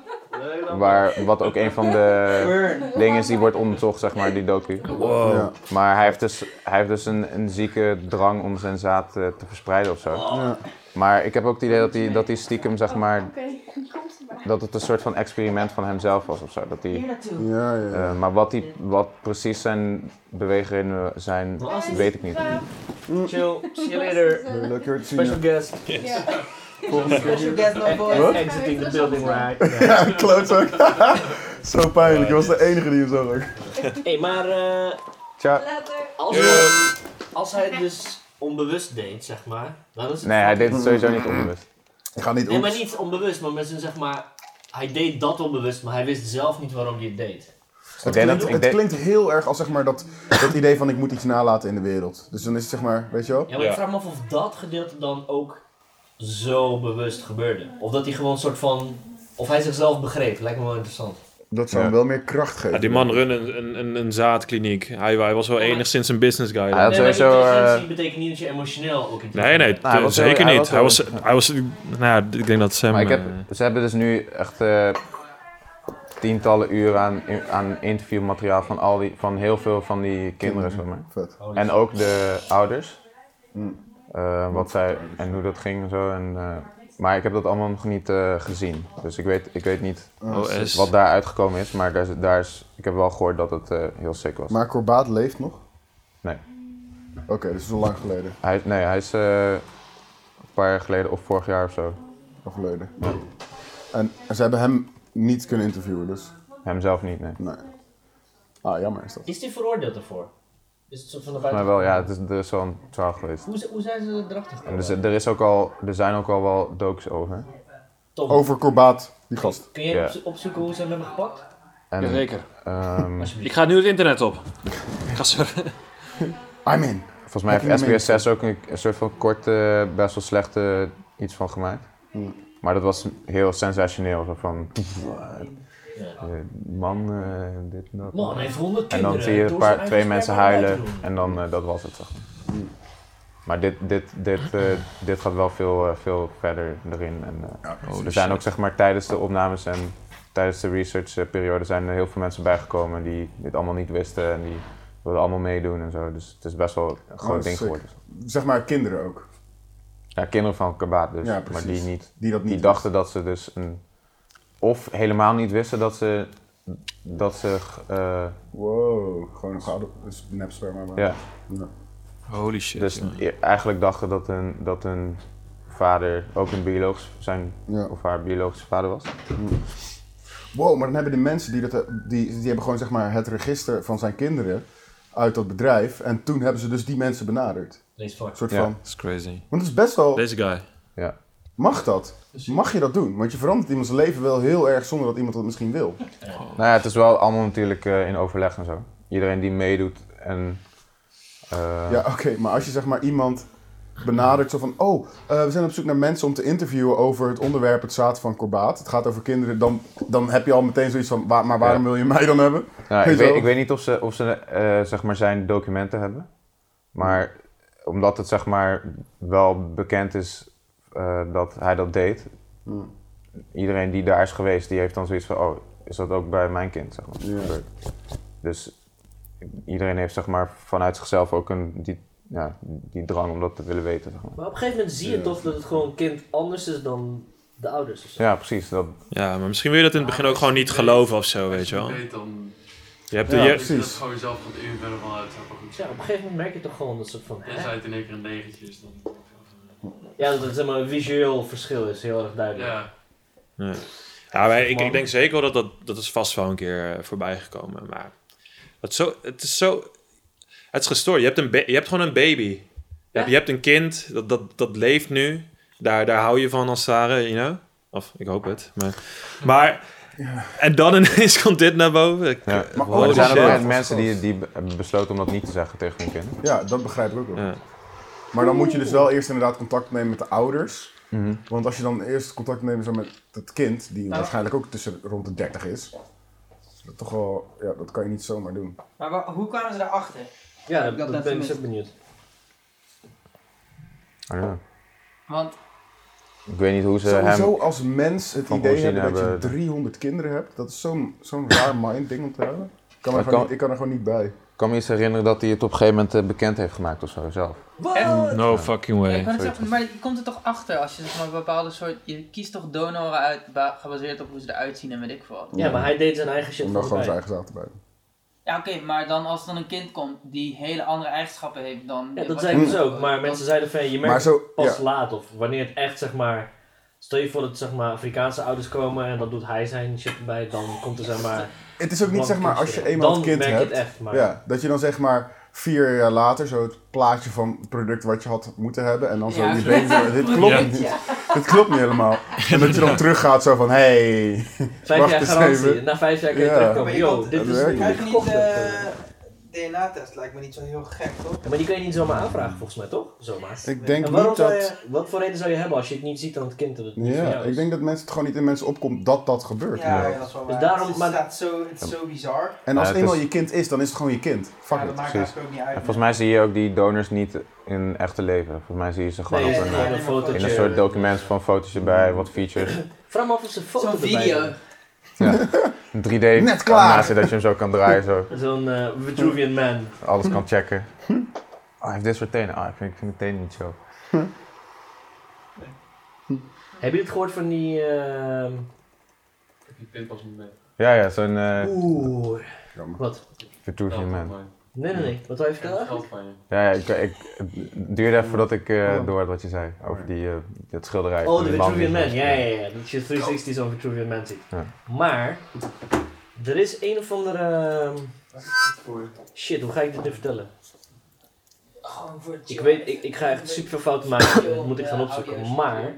A: waar, wat ook een van de
I: Burn.
A: dingen is die wordt onderzocht, zeg maar, die docu.
D: Wow.
C: Ja.
A: Maar hij heeft dus, hij heeft dus een, een zieke drang om zijn zaad eh, te verspreiden of zo.
C: Ja.
A: Maar ik heb ook het idee dat hij, dat hij stiekem, zeg maar,
G: Oké, *laughs* kom ze maar.
A: dat het een soort van experiment van hemzelf was of zo. Dat hij,
G: Hier naartoe.
C: Ja, ja.
A: eh, maar wat, die, wat precies zijn beweegredenen zijn, weet ik niet.
G: Ja,
I: Nou, Chill, see you later.
C: Wil je Lekker het
I: Special
C: zien.
I: guest.
G: Ja.
I: Volgende
E: Special guest number one.
I: keer. Exiting the building right.
C: *laughs* Ja, klootzak. *laughs* zo pijnlijk. Je was de enige die hem zo raakte.
I: Hé, maar eh,
A: Tja.
G: Later.
I: als, hij, als hij het dus onbewust deed, zeg maar, dan is het...
A: Nee, hij deed het sowieso niet onbewust.
C: Ik ga niet
I: Nee,
C: om.
I: maar niet onbewust, maar met zijn zeg maar... Hij deed dat onbewust, maar hij wist zelf niet waarom hij het deed.
A: Ik
C: Het
A: denk dat,
C: klinkt,
A: ik
C: het
A: denk,
C: klinkt heel erg als zeg maar dat, dat idee van ik moet iets nalaten in de wereld. Dus dan is het zeg maar, weet je wel?
I: Ja, maar ik vraag me af of dat gedeelte dan ook zo bewust gebeurde. Of dat hij gewoon een soort van... Of hij zichzelf begreep, lijkt me wel interessant.
C: Dat zou hem wel meer kracht geven.
D: Ja, die man runnen een, een, een, een zaadkliniek. Hij, hij was wel enigszins een business guy.
A: Hij had
I: nee, maar
A: sowieso, eh,
I: intelligentie betekent niet dat je emotioneel ook intelligent
D: Nee, nee,
I: bent.
D: t-
A: Nou, hij was wel-
D: zeker
A: hij
D: niet.
A: was
D: Hij
A: wel-
D: was, hij was, nou ja, ik denk dat Sam...
A: maar ik heb,
D: eh,
A: ze hebben dus nu echt eh, tientallen uren aan, aan interviewmateriaal van, al die, van heel veel van die kinderen, zeg maar.
C: Vet.
I: Holy
A: En ook de ouders.
C: Mm.
A: Eh, wat zij en hoe dat ging en zo. En, eh, maar ik heb dat allemaal nog niet eh, gezien. Dus ik weet, ik weet niet
D: OS.
A: Oh, wat daar uitgekomen is. Maar daar, is- daar is, ik heb wel gehoord dat het eh, heel sick was.
C: Maar Corbaat leeft nog?
A: Nee.
C: Oké, dus dat is al lang geleden.
A: Hij, nee, hij is eh, een paar jaar geleden of vorig jaar of zo.
C: Afgeleden. En ze hebben hem niet kunnen interviewen, dus
A: Hemzelf niet, nee.
C: nee. Ah, jammer is dat.
I: Is hij veroordeeld ervoor? Is het soort van de
A: Maar
I: buiten...
A: wel, ja, het is, er is wel een trial geweest.
I: Hoe, z- hoe zijn ze erachter
A: En
I: gekomen?
A: er, z- er, is ook al, er zijn ook al wel docs over.
I: Tom,
C: Over Corbaat, die gast.
I: kun jij
A: ja.
I: opzo- opzoeken hoe ze hem hebben gepakt?
A: En,
J: Jazeker.
A: ehm,
J: Ik ga nu het internet
A: *laughs*
J: op. Ik ga surfen.
C: I'm in.
A: volgens mij
C: Heb
A: heeft
C: je hem
A: SBS 6 ook een, een soort van korte, best wel slechte iets van gemaakt.
C: Hmm.
A: Maar dat was heel sensationeel. Zo van,
I: Ja.
A: eh, man, eh, dit en dat.
I: Man, hij heeft honderd
A: En dan
I: kinderen.
A: zie je een
I: door
A: paar,
I: zijn
A: twee
I: eigen
A: mensen
I: sperma erbij
A: huilen
I: te doen.
A: en dan eh, dat was het. Zeg maar. Maar dit, dit, dit, eh, dit gaat wel veel, eh, veel verder erin. En, eh, er zijn ook zeg maar, tijdens de opnames en tijdens de researchperiode zijn er heel veel mensen bijgekomen die dit allemaal niet wisten en die wilden allemaal meedoen en zo. Dus het is best wel een groot
C: Oh,
A: ding
C: sick.
A: geworden.
C: Zeg maar kinderen ook,
A: Ja, kinderen van Kabaat dus,
C: Ja,
A: maar
C: precies.
A: die niet.
C: die dat niet
A: Die dachten dat ze dus een, of helemaal niet wisten dat ze, dat ze eh,
C: Wow, gewoon een gouden dus nep sperma. maar-
A: ja,
D: Holy shit.
A: Dus
D: jongen.
A: i- eigenlijk dachten dat hun, dat hun vader ook een biologisch, zijn
C: Ja.
A: of haar biologische vader was.
C: Wow, maar dan hebben de mensen die dat, eh, die, die hebben gewoon zeg maar het register van zijn kinderen uit dat bedrijf. En toen hebben ze dus die mensen benaderd.
I: Lees
C: Een
I: voor.
C: soort
A: Ja.
C: van.
D: That's crazy.
C: Want het is best wel.
D: Deze guy.
C: Mag dat? Mag je dat doen? Want je verandert iemands leven wel heel erg zonder dat iemand dat misschien wil.
A: Nou ja, het is wel allemaal natuurlijk eh, in overleg en zo. Iedereen die meedoet en... eh,
C: Ja, oké, maar als je zeg maar iemand benadert zo van, oh, eh, we zijn op zoek naar mensen om te interviewen over het onderwerp het zaad van Corbaat. Het gaat over kinderen, dan, dan heb je al meteen zoiets van, "Wa- maar waarom
A: Ja.
C: wil je mij dan hebben?
A: nou, ik,
C: Zo.
A: weet, ik weet niet of ze, of ze eh, zeg maar zijn documenten hebben. Maar omdat het zeg maar wel bekend is eh, dat hij dat deed.
C: Hmm.
A: Iedereen die daar is geweest, die heeft dan zoiets van... Oh, is dat ook bij mijn kind, zeg maar.
C: Ja.
A: Dus iedereen heeft zeg maar vanuit zichzelf ook een, die, ja, die drang om dat te willen weten. Zeg maar.
I: Maar op een gegeven moment zie je
C: Ja.
I: toch dat het gewoon kind anders is dan de ouders. of zo.
A: Ja, precies. Dat,
D: Ja, maar misschien wil je dat in het begin ook gewoon niet geloven of zo, weet je wel.
K: weet dan.
D: Je hebt,
C: Ja,
D: je,
K: Precies. Dat
C: precies.
K: is gewoon jezelf van invullen vanuit. zeg maar goed.
I: Dus ja, op een gegeven moment merk je toch gewoon dat soort van... hè?
K: Tenzij het in één keer een negentje is dan.
I: Ja, dat het zeg maar, een visueel verschil is, heel erg duidelijk.
K: Ja.
D: Ja, maar ik, ik denk zeker wel dat dat, dat is vast wel een keer eh, voorbij gekomen. Maar het, is zo, het is zo... Het is gestoord. Je hebt, een ba- je hebt gewoon een baby. Je, hebt, je hebt een kind, dat, dat, dat leeft nu. Daar, daar hou je van als Sarah, you know? Of, ik hoop het. Maar, maar en dan *laughs* ineens komt dit naar boven. Ik-
A: Ja. Maar
D: holy
A: er zijn ook
D: shit.
A: echt mensen die, die be- hebben besloten om dat niet te zeggen tegen hun kinderen.
C: Ja, dat begrijp ik ook wel. Maar dan moet je dus wel eerst inderdaad contact nemen met de ouders.
A: Mhm.
C: Want als je dan eerst contact neemt zo met het kind, die waarschijnlijk ook tussen rond de 30 is. is Dat toch wel, ja, dat kan je niet zomaar doen.
E: Maar wa- hoe kwamen ze daarachter?
B: Ja,
E: Ik had
B: dat, dat
E: net
B: ben ik
E: gemist.
B: zo benieuwd.
A: Ja.
E: Want
A: Ik weet niet hoe ze
C: Sowieso
A: hem...
C: als mens het
A: van
C: idee
A: voorzien
C: hebben dat je
A: hebben.
C: 300 kinderen hebt, dat is zo'n zo'n raar mind ding om te hebben. Ik kan er,
A: Maar
C: gewoon
A: kan-
C: niet, ik kan er gewoon niet bij.
A: Ik kan me iets herinneren dat hij het op een gegeven moment eh, bekend heeft gemaakt of zo zelf.
E: Echt?
D: No fucking way.
E: ik kan het zeggen, maar je komt er toch achter als je zeg maar, bepaalde soort. Je kiest toch donoren uit ba- gebaseerd op hoe ze eruit zien en weet ik veel wat.
B: Ja, maar hij deed zijn eigen shit
C: Om dan
B: volgens
C: gewoon
B: mij.
C: zijn eigen zaad te buiten.
E: Ja, oké, maar dan als dan een kind komt die hele andere eigenschappen heeft dan.
B: Ja, dat
E: wat-
B: zeiden
A: Hmm.
B: ze ook, maar mensen zeiden van je merkt
C: Maar zo-
B: het pas
C: ja.
B: laat of wanneer het echt zeg maar. Stel je voor dat zeg maar Afrikaanse ouders komen en dan doet hij zijn shit erbij, dan komt er zeg maar.
C: Het is ook niet
B: Man-
C: zeg maar als je
B: kinderen.
C: eenmaal
B: Dan
C: een kind
B: merk je
C: hebt,
B: het echt, maar-
C: ja, dat je dan zeg maar vier jaar later zo het plaatje van het product wat je had moeten hebben en dan zo
E: Ja.
C: in je been zo, dit klopt
D: Ja.
C: niet, dit klopt niet helemaal. En dat je dan teruggaat zo van, hey,
B: Vijf
C: wacht
B: jaar
C: eens
B: garantie,
C: even.
B: na vijf jaar kun je
C: Ja.
B: terugkomen.
L: Maar je
B: Yo,
L: kan-
B: dit
C: dat
B: is
C: werkt
B: niet
L: Krijg je niet eh,
B: gekocht. eh.
L: de DNA-test? Lijkt me niet zo heel gek, toch?
E: eh,
B: Ja, Maar die kun je niet zomaar aanvragen volgens mij toch? Zomaar.
C: Ik denk
B: en waarom
C: niet
B: zou
C: dat-
B: je- wat voor reden zou je hebben als je het niet ziet aan het kind dat het niet van
C: Ja,
B: jou
C: ik
B: is?
C: denk dat mensen het gewoon niet in mensen opkomt dat dat gebeurt.
L: Ja, ja, dat is wel waar.
B: Dus daarom-
L: het, is,
B: maar-
L: staat zo, het is zo bizar.
C: En als
A: Ja, het
C: eenmaal
A: is-
C: je kind is, dan is het gewoon je kind. Fuck
L: Ja, dat
C: it.
L: maakt
A: precies.
L: eigenlijk ook niet
A: En
L: uit.
A: volgens mij zie je ook die donors niet in echte leven. Volgens mij zie je ze gewoon
B: Nee,
A: op
B: nee,
A: een,
B: nee,
A: eh,
B: een fotootje.
A: in een soort document van foto's erbij, wat features.
B: Vraag me af of ze een foto
E: Zo'n
B: erbij
E: video.
B: hebben.
A: Een 3D
C: Net klaar.
A: animatie dat je hem zo kan draaien, zo
B: Zo'n eh Vitruvian man.
A: alles kan checken. Ah, hij heeft dit soort tenen. Ah, ik vind, ik vind mijn tenen niet zo.
B: Heb je het gehoord van die. ehm,
K: Ik denk pas niet mee.
A: Ja, ja, zo'n eh
B: Oeh.
C: Jammer.
B: Wat?
A: Vitruvian
K: Geld van
A: man.
K: mij.
B: Nee, nee, nee. Wat wil je vertellen?
K: Geld van je.
A: Ja, ja ik, ik, het duurde even voordat ik eh, door had wat je zei over die, eh, dat schilderij.
B: Oh,
A: van
B: de
A: die man
B: Vitruvian
A: die
B: Man.
A: zo-
B: Ja, ja, ja. Dat je 360 zo'n Vitruvian Man ziet.
A: Ja.
B: Maar, er is een of andere... ehm, Shit, hoe ga ik dit nu vertellen?
E: Gewoon voor het
B: Ik weet, ik, ik ga echt super veel fouten maken. Dat moet ik gaan opzoeken. Maar,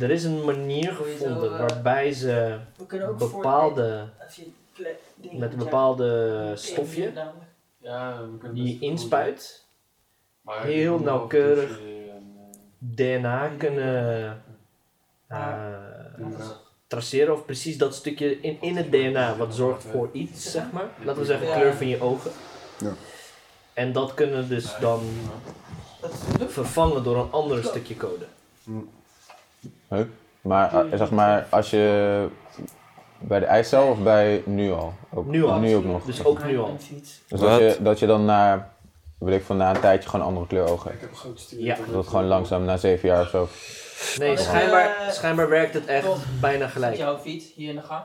B: er is een manier gevonden waarbij ze
E: eh, we kunnen ook
B: bepaalde... Met een bepaalde stofje
K: Ja, we kunnen
B: die je
K: best-
B: inspuit,
K: Maar
B: heel
K: je moet wel
B: nauwkeurig.
K: een toetsje en, eh,
B: DNA kunnen... eh, traceren of precies dat stukje in, in het DNA wat zorgt voor iets, zeg maar. Laten we zeggen,
L: Ja.
B: kleur van je ogen.
C: Ja.
B: En dat kunnen dus dan
L: Dat is leuk.
B: vervangen door een ander stukje code.
A: Maar eh, zeg maar, als je bij de eicel of bij nu al? Ook,
B: Nu al.
A: Nu ook nog.
B: Dus ook nu al.
A: Dus
D: Wat?
A: dat je, dat je dan na, weet ik van na een tijdje gewoon andere kleur ogen hebt.
K: Ik heb een groot stuur.
B: Ja.
A: Dat het gewoon langzaam na zeven jaar of zo.
B: Nee, schijnbaar, schijnbaar werkt het echt bijna gelijk.
E: Jouw fiets hier in de gang.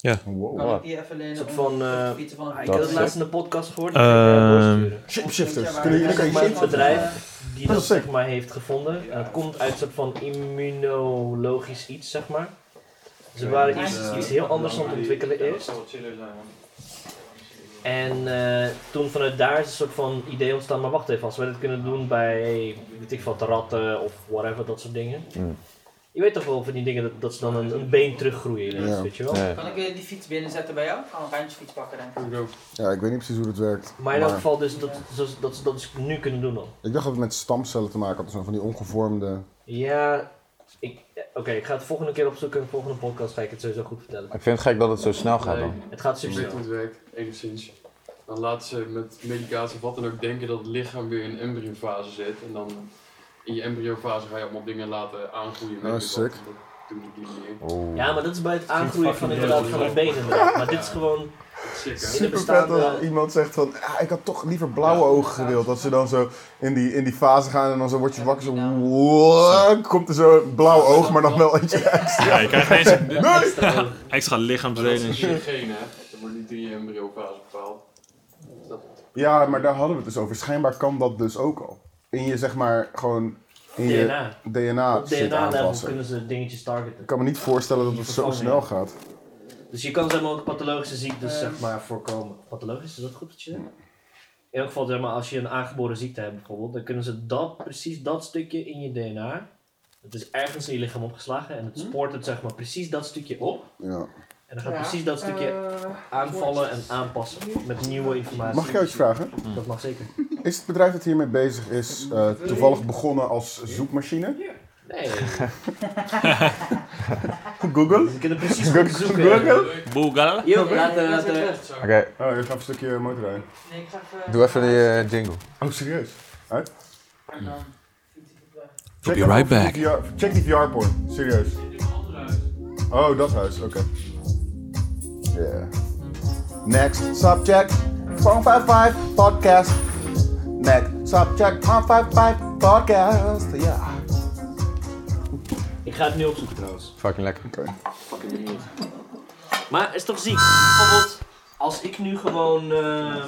L: Kan
A: Wow.
L: ik die even lenen?
B: Een soort
L: om
B: van, eh,
L: de fietsen van
B: Ah,
L: een
B: Ik had het
A: is-
B: laatst in de podcast gehoord.
D: Ehm.
B: Ik ging, eh, doorsturen.
C: Shapeshifters.
L: Ja,
C: Kunnen
B: Er
C: jullie
B: is
L: maar-
B: zeg
C: lekker
B: maar
C: shit?
B: een bedrijf die
C: Dat
B: dat
C: is sick.
B: zeg maar heeft gevonden. En het komt uit een soort van immunologisch iets, zeg maar. Ze waren iets, iets heel anders aan het ontwikkelen eerst.
K: eh, Dat zou wat chiller zijn, man.
B: En eh, toen vanuit daar is een soort van idee ontstaan, maar wacht even, als we dit kunnen doen bij, weet ik wat, ratten of whatever, dat soort dingen.
A: Mm.
B: Je weet toch wel van die dingen dat, dat ze dan een, een been teruggroeien, ineens,
C: Ja.
B: weet je wel.
A: Nee.
E: Kan ik eh, die fiets binnenzetten bij jou? Gaan we een rijntje fiets pakken dan?
K: Here we go.
C: Ja, ik weet niet precies hoe dat werkt.
B: Maar in elk geval dus dat, dat, dat ze dat dus nu kunnen doen dan.
C: Ik dacht dat het met stamcellen te maken had, zo van die ongevormde...
B: Ja, ik, eh, oké, ik ga het volgende keer opzoeken, volgende podcast ga ik het sowieso goed vertellen.
A: Ik vind het gek dat het zo snel gaat
K: Nee,
A: dan.
B: Het gaat
K: ik
B: super
K: weet
B: snel.
K: hoe het werkt, enigszins. Dan laten ze met medicatie of wat dan ook denken dat het lichaam weer in embryofase zit. En dan in je embryofase ga je allemaal dingen laten aangroeien.
C: Ah,
K: weet ik wat.
C: sick.
K: Dat doen die manier.
A: Oeh.
B: Ja, maar dat is bij het aangroeien van inderdaad van het been inderdaad. Maar dit is gewoon,
K: Sick, hè?
B: In de
C: Super vet als
B: bestaande-
C: iemand zegt van, ah, ik had toch liever blauwe ogen gewild. Dat ze dan zo in die, in die fase gaan en dan zo word je wakker, zo "Wow", komt er zo een blauw oog, maar dan wel eentje.
D: Ja, je krijgt ineens
C: Nee!
D: extra
K: Maar dat
D: lichaamsleden *laughs* en
K: is
D: shit.
K: je genen, hè? Dan wordt die drie embryofase bepaald.
C: Ja, maar daar hadden we het dus over. Schijnbaar kan dat dus ook al. In je, zeg maar, gewoon in je
B: DNA.
C: DNA
B: Op
C: shit
B: DNA-level
C: aanpassen.
B: kunnen ze dingetjes targeten.
C: Ik kan me niet voorstellen dat het zo snel gaat.
B: Dus je kan zeg maar ook pathologische ziektes
E: Eh.
B: zeg maar, voorkomen. Pathologisch, is dat goed wat je zegt? In elk geval, zeg maar, als je een aangeboren ziekte hebt bijvoorbeeld, dan kunnen ze dat, precies dat stukje in je DNA
I: Het is ergens in je lichaam opgeslagen en het spoort het zeg maar precies dat stukje op.
C: Ja.
I: En dan gaat
E: Hm? Ja,
I: precies dat stukje
E: eh,
I: aanvallen en aanpassen met nieuwe informatie.
C: Mag ik jou iets vragen?
I: Dat mag zeker.
C: Is het bedrijf dat hiermee bezig is eh, toevallig begonnen als zoekmachine?
I: Nee.
C: *laughs* Google?
I: Ze kunnen precies
C: Go-
I: goed zoeken.
C: Google?
I: Google? Yo, laten- laten-
A: Oké,
C: Oh, je gaat een stukje motorrijden.
L: Nee, ik ga even...
A: doe even die eh, jingle.
C: Oh, serieus? Uit?
L: En dan...
C: Check
A: be right
C: even die VR check die VR-porn, serieus. Oh, dat huis, oké. Yeah. Next subject, 155 podcast. Next subject, 155 podcast, yeah.
I: Ik ga het nu opzoeken trouwens.
A: Fucking lekker.
I: Fucking benieuwd. Maar het is toch ziek? Bijvoorbeeld, als ik nu gewoon eh,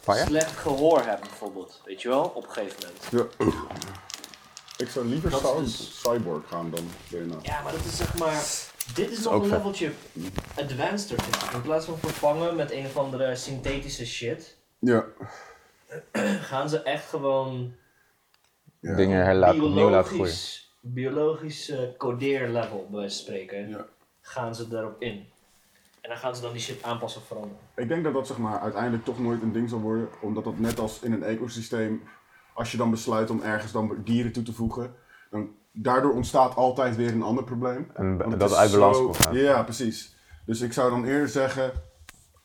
C: Fire?
I: slecht gehoor heb bijvoorbeeld, weet je wel, op een gegeven moment.
C: Ja. Ik zou liever
I: Dat is
C: sound cyborg gaan dan DNA.
I: Ja, maar dat is zeg maar. Dit is nog
C: ook
I: een
C: vet.
I: leveltje advanceder. vind ik. In plaats van vervangen met een of andere synthetische shit,
C: Ja.
I: gaan ze echt gewoon
A: Dingen herlaten, opnieuw laten groeien.
I: biologisch, biologisch eh, codeerlevel, bij wijze van spreken, gaan ze daarop in. En dan gaan ze dan die shit aanpassen of veranderen.
C: Ik denk dat dat zeg maar, uiteindelijk toch nooit een ding zal worden, omdat dat net als in een ecosysteem, als je dan besluit om ergens dan dieren toe te voegen, dan daardoor ontstaat altijd weer een ander probleem.
A: En
C: Want het
A: dat
C: is
A: uit balans
C: zo-
A: komt gaan.
C: Ja, precies. Dus ik zou dan eerder zeggen,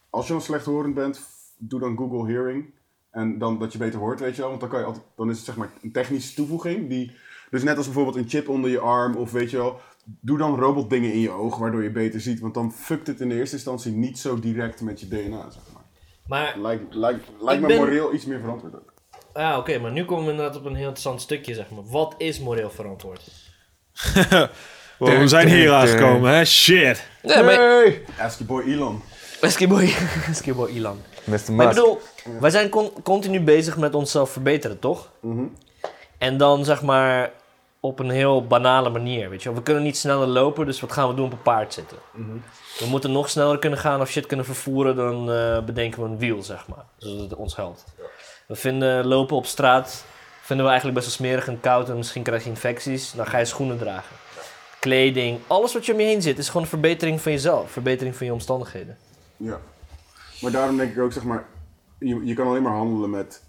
C: als je dan slechthorend bent, f- doe dan Google Hearing. En dan dat je beter hoort, weet je wel. Want dan, kan je altijd, dan is het zeg maar een technische toevoeging. Die, dus net als bijvoorbeeld een chip onder je arm of weet je wel. Doe dan robotdingen in je oog, waardoor je beter ziet. Want dan fuckt het in de eerste instantie niet zo direct met je DNA, zeg maar.
I: Maar
C: Lijkt, lijkt, lijkt me
I: ben-
C: moreel iets meer verantwoord ook.
B: Ja, oké, maar nu komen we inderdaad op een heel interessant stukje, zeg maar. Wat is moreel verantwoord?
D: Wow, we zijn hier aangekomen, hè? Shit.
B: Nee, maar-
C: Hey! Ask your boy Elon.
B: Eskimo, *laughs* Eskimo Ilan.
A: Mr.
B: Maar ik
A: Musk.
B: bedoel, wij zijn con- continu bezig met onszelf verbeteren, toch? En dan zeg maar op een heel banale manier, weet je wel. We kunnen niet sneller lopen, dus wat gaan we doen op een paard zitten? We moeten nog sneller kunnen gaan of shit kunnen vervoeren, dan eh, bedenken we een wiel, zeg maar. Zodat het ons helpt. We vinden lopen op straat, vinden we eigenlijk best wel smerig en koud en misschien krijg je infecties. Dan ga je schoenen dragen. Kleding, alles wat je om je heen zit, is gewoon een verbetering van jezelf. Verbetering van je omstandigheden.
C: Ja. Maar daarom denk ik ook, zeg maar, je, je kan alleen maar handelen met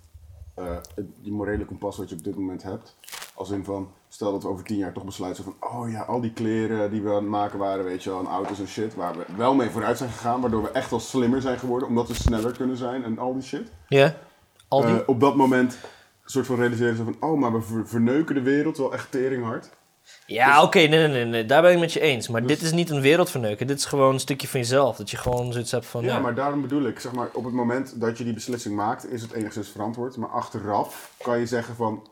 C: eh, het, je morele kompas wat je op dit moment hebt. Als in van, stel dat we over tien jaar toch besluiten van, oh ja, al die kleren die we aan het maken waren, weet je wel, en auto's en shit, waar we wel mee vooruit zijn gegaan, waardoor we echt wel slimmer zijn geworden, omdat we sneller kunnen zijn en al die shit.
B: Ja? Al die?
C: Eh, op dat moment een soort van realiseren ze van, oh, maar we ver- verneuken de wereld wel echt teringhard.
B: Ja,
C: Dus-
B: oké, nee, nee, nee, nee, daar ben ik met je eens. Maar dit is niet een wereldverneuken, dit is gewoon een stukje van jezelf. Dat je gewoon zoiets hebt van...
C: Ja,
B: ja.
C: maar daarom bedoel ik, zeg maar, op het moment dat je die beslissing maakt, is het enigszins verantwoord. Maar achteraf kan je zeggen van,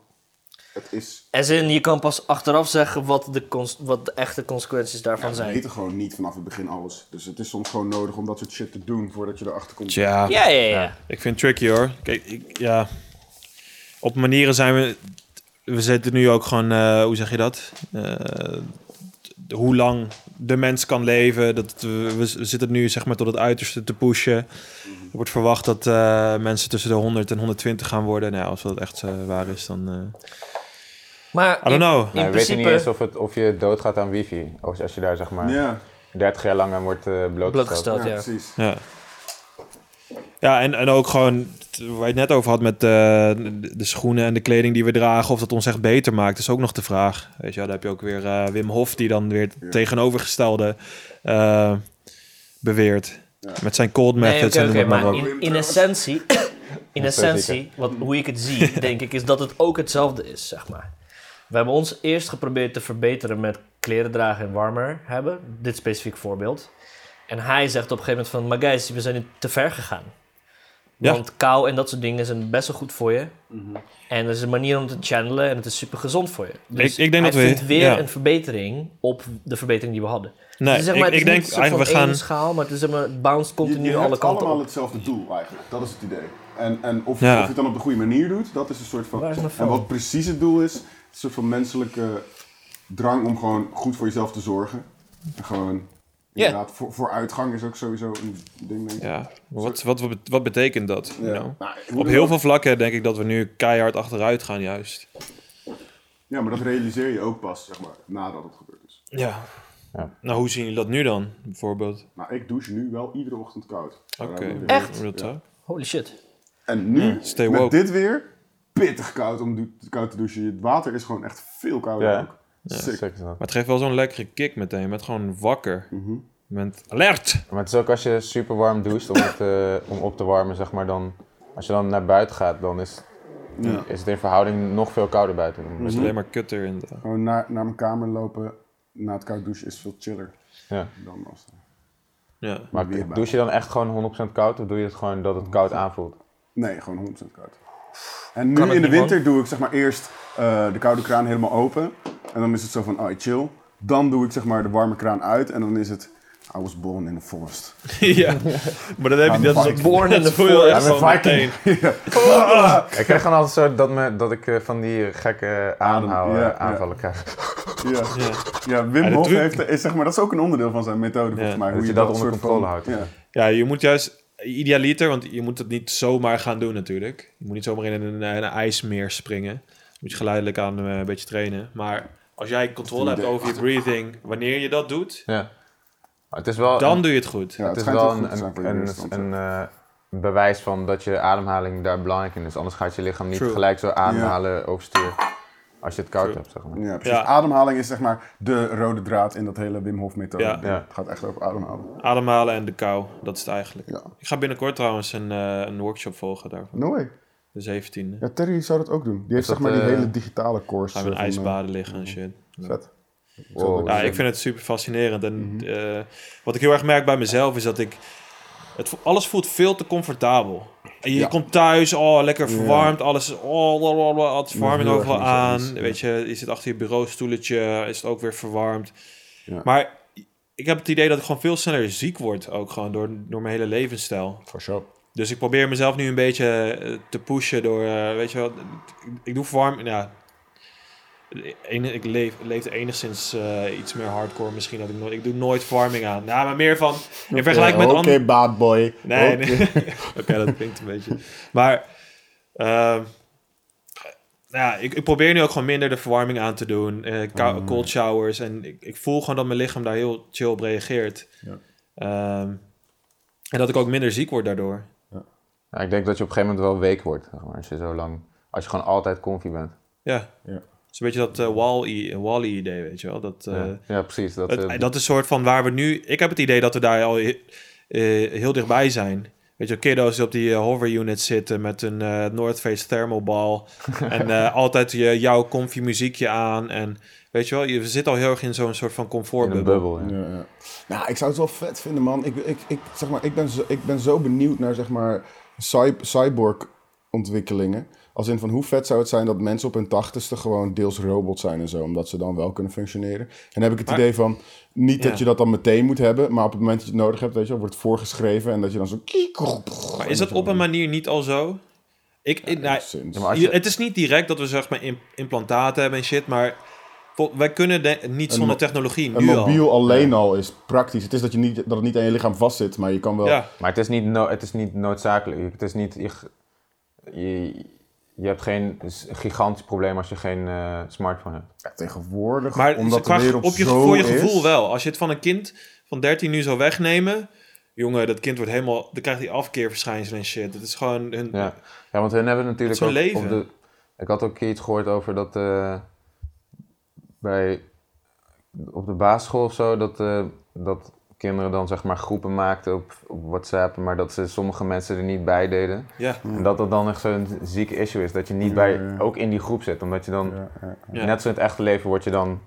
C: het is...
B: As in, je kan pas achteraf zeggen wat de, cons- wat de echte consequenties daarvan
C: Ja, we
B: zijn.
C: weten gewoon niet vanaf het begin alles. Dus het is soms gewoon nodig om dat soort shit te doen voordat je erachter komt.
D: Tja.
B: Ja, ja, ja.
D: Ik vind het tricky hoor. Kijk, ik, ja. Op manieren zijn we. We zitten nu ook gewoon, eh, hoe zeg je dat? Eh, d- hoe lang de mens kan leven. Dat, we, we zitten nu zeg maar tot het uiterste te pushen. Er wordt verwacht dat eh, mensen tussen de 100 en 120 gaan worden. Nou, ja, als dat echt eh, waar is, dan. eh,
B: Maar
D: I don't know.
A: Nou, we weten niet eens of, het, of je doodgaat aan wifi. Of als je daar zeg maar
C: Ja.
A: 30 jaar lang aan wordt eh, blootgesteld.
B: Blootgesteld, ja. Ja,
C: precies.
D: Ja. Ja, en, en ook gewoon t- waar je het net over had met eh, de de schoenen en de kleding die we dragen, of dat ons echt beter maakt, is ook nog de vraag. Weet je, wel, daar heb je ook weer eh, Wim Hof die dan weer het tegenovergestelde eh, beweert. Met zijn cold methods
B: Nee, oké,
D: en
B: oké,
D: noem
B: maar
D: op.
B: in, in
D: *coughs*
B: essentie, in
D: Dat is wel
B: essentie wat, hoe ik het zie, denk ik, is dat het ook hetzelfde is, zeg maar. We hebben ons eerst geprobeerd te verbeteren met kleren dragen en warmer hebben. Dit specifiek voorbeeld. En hij zegt op een gegeven moment van, maar guys, we zijn nu te ver gegaan.
D: Ja. Mhm.
B: Want kou en dat soort dingen zijn best wel goed voor je. En er is een manier om te channelen en het is super gezond voor je. Dus
D: Ik- ik denk
B: hij
D: dat we-
B: vindt weer
D: ja.
B: een verbetering op de verbetering die we hadden. Dus
D: Nee,
B: het is, zeg maar, het
D: ik-
B: is
D: ik denk
B: niet een soort van
D: eigenlijk we
B: één
D: gaan-
B: schaal, maar het is zeg maar, het bounce
C: Je,
B: continu
C: je
B: alle
C: hebt
B: kanten
C: allemaal
B: op.
C: hetzelfde doel eigenlijk. Dat is het idee. En, en of,
D: Ja.
C: of je het dan op de goede manier doet, dat is een soort van...
B: Waar is mijn
C: En
B: phone?
C: wat precies het doel is, is een soort van menselijke drang om gewoon goed voor jezelf te zorgen. En gewoon... Inderdaad, voor, vooruitgang is ook sowieso een ding, denk ik.
D: Ja, maar wat, wat, wat, wat betekent dat? you
C: Ja.
D: know?
C: Nou, ik moet
D: op
C: er
D: heel
C: wel-
D: veel vlakken denk ik dat we nu keihard achteruit gaan juist.
C: Ja, maar dat realiseer je ook pas, zeg maar, nadat het gebeurd is.
D: Ja. Nou, hoe zien jullie dat nu dan, bijvoorbeeld?
C: Nou, ik douche nu wel iedere ochtend koud.
D: Oké.
C: Daarom-
D: Echt?
C: Ja.
D: Real
B: Holy shit.
C: En nu,
D: Ja, stay
C: met
D: woke.
C: dit weer, pittig koud om du- koud te douchen. Het water is gewoon echt veel kouder
D: Ja.
C: ook.
D: Ja.
C: Sick.
D: Maar het geeft wel zo'n lekkere kick meteen. Je bent gewoon wakker. Je bent alert!
A: Maar het is ook als je super warm doucht om, het, eh, om op te warmen, zeg maar, dan... Als je dan naar buiten gaat, dan is,
C: Ja.
A: is het in verhouding nog veel kouder buiten. Dan
C: Mhm.
A: is
C: alleen
D: maar kutter in de...
C: Gewoon naar, naar mijn kamer lopen na het koud douchen is veel chiller.
A: Ja.
C: Dan als,
D: Ja.
A: Maar
C: Weer bij.
A: douche je dan echt gewoon 100% koud of doe je het gewoon dat het koud aanvoelt?
C: nee, gewoon 100% koud. En nu
A: Kan het
C: in de
A: niet,
C: winter doe ik zeg maar eerst eh, de koude kraan helemaal open. En dan is het zo van, oh chill. Dan doe ik zeg maar de warme kraan uit en dan is het... I was born in the forest.
D: *laughs* ja, maar dan heb je
C: I'm
D: dat
C: a
D: als
C: Viking.
D: born in the voel je wel echt
A: I'm a
D: gewoon
A: Viking.
D: meteen.
A: Ja. Ik krijg gewoon altijd zo dat, me, dat ik eh, van die gekke aanhouden,
C: ja, ja.
A: aanvallen krijg.
C: Ja,
D: Ja.
C: ja Wim
D: Ja, de
C: Hof
D: truc.
C: heeft, is, zeg maar, dat is ook een onderdeel van zijn methode volgens mij.
A: dat je dat onder
C: soort
A: controle houdt,
C: Ja.
A: ja.
D: Ja, je moet juist idealiter, want je moet het niet zomaar gaan doen natuurlijk. Je moet niet zomaar in een, in een ijsmeer springen. Je moet je geleidelijk aan eh, een beetje trainen. Maar als jij controle
A: een
D: hebt
A: idee.
D: over je breathing, wanneer je dat doet,
A: Ja. Maar het is wel
D: Dan doe je het goed.
A: het,
D: Ja, het
A: is
D: schijnt
A: wel
D: wel goed
A: een,
D: te zijn voor
A: een,
D: je
A: een,
D: weerstand,
A: een, eh, een bewijs van dat je ademhaling daar belangrijk in is. Anders gaat je lichaam niet
C: True.
A: gelijk zo ademhalen overstuur als je het koud hebt. Zeg maar.
C: Ja, precies. Ademhaling is zeg maar de rode draad in dat hele Wim Hof methode.
D: Ja.
C: ding. Het gaat echt over ademhalen.
D: ademhalen en de kou, dat is het eigenlijk. Ik ga binnenkort trouwens een, eh, een workshop volgen daarvan.
C: No way.
D: De 17e.
C: Ja, Terry zou dat ook doen. Die
D: Is
C: heeft zeg
D: dat,
C: maar die
D: eh,
C: hele digitale course.
D: Gaan we in
C: eh, van, eh,
D: ijsbaden liggen en shit.
C: Vet.
A: Wow.
D: Ja, ik vind het super fascinerend. En
J: Mhm.
D: eh, wat ik heel erg merk bij mezelf is dat ik... Het, vo- alles voelt veel te comfortabel. En je
J: Ja.
D: komt thuis, oh, lekker
J: Ja.
D: verwarmd, alles is... Oh, blablabla, alles
J: Ja,
D: verwarming
J: heel erg
D: overal
J: met je
D: aan.
J: eens, ja.
D: Weet je, je zit achter je bureaustoeltje, is het ook weer verwarmd. Maar ik heb het idee dat ik gewoon veel sneller ziek word ook gewoon door, door mijn hele levensstijl.
C: For sure.
D: Dus ik probeer mezelf nu een beetje eh, te pushen door, eh, weet je wel, ik, ik doe verwarm, ja, Enig- ik leef, leefde enigszins eh, iets meer hardcore misschien. Dat ik, nooit, ik doe nooit farming aan. Nou, maar meer van... In vergelijking met
C: Oké,
D: andere...
C: bad boy.
D: Nee,
C: Oké. *laughs*
D: nee. Oké, dat klinkt een beetje. Maar... ehm, nou ja, ik, ik probeer nu ook gewoon minder de verwarming aan te doen. eh, kou-
C: Ah.
J: Mm.
D: Cold showers. En ik, ik voel gewoon dat mijn lichaam daar heel chill op reageert.
C: Ja.
D: Ehm, en dat ik ook minder ziek word daardoor.
A: Ja, ik denk dat je op een gegeven moment wel week wordt. Zeg maar, als je zo lang, als je gewoon altijd comfy bent.
D: Ja.
C: Ja.
D: Het is een beetje dat eh, Wall-E Wall-E idee, weet je wel. Dat, eh,
A: Ja. Ja, precies, dat,
D: het-
A: eh,
D: dat is een soort van waar we nu... Ik heb het idee dat we daar al eh, heel dichtbij zijn. Weet je, kiddo's die op die eh, hover unit zitten met een eh North Face thermobal. en eh, altijd je, jouw comfy muziekje aan. En weet je wel, je zit al heel erg in zo'n soort van comfortbubbel.
C: Ja, ja. Nou, ik zou het wel vet vinden, man. Ik, ik, ik, zeg maar, ik, ben, zo, ik ben zo benieuwd naar zeg maar, cy- cyborg-ontwikkelingen. Als in van hoe vet zou het zijn dat mensen op hun tachtigste gewoon deels robot zijn en zo. Omdat ze dan wel kunnen functioneren. En dan heb ik het
J: Maar-
C: idee van, niet
D: Ja.
C: dat je dat dan meteen moet hebben. Maar op het moment dat je het nodig hebt, weet je wel, wordt het voorgeschreven. En dat je dan zo...
D: Maar is dat op een manier niet al zo? Ik, ik- nou,
C: Ja, maar als
D: je-
C: je-
D: het is niet direct dat we zeg maar im- implantaten hebben en shit, maar vol- wij kunnen de- niet
C: Een
D: zonder
C: mo-
D: technologie
C: Een
D: nu al.
C: mobiel alleen al is praktisch. Het is dat, je niet, dat het niet aan je lichaam vastzit, maar je kan wel...
A: Maar het is niet, no- het is niet noodzakelijk. Het is niet, je, g- je, je hebt geen s- gigantisch probleem als je geen eh, smartphone hebt.
C: tegenwoordig,
D: Maar
A: omdat
D: qua-
A: de wereld
D: op je,
A: zo
D: voor je gevoel
A: is.
D: wel. Als je het van een kind van 13 nu zou wegnemen, jongen, dat kind wordt helemaal, dan krijgt hij afkeerverschijnselen en shit. Dat is gewoon hun.
A: Ja. ja, want hun hebben natuurlijk
D: Dat
A: ook
D: is hun
A: op
D: leven.
A: de... Ik had ook een keer iets gehoord over dat eh, bij op de basisschool of zo dat, eh, dat kinderen dan zeg maar groepen maakten op, op WhatsApp, maar dat ze sommige mensen er niet bij deden.
D: Ja.
A: En dat dat dan echt zo'n ziek issue is dat je niet
C: Ja,
A: bij
C: ja.
A: ook in die groep zit, omdat je dan
C: ja.
A: net zo in het echte leven word je dan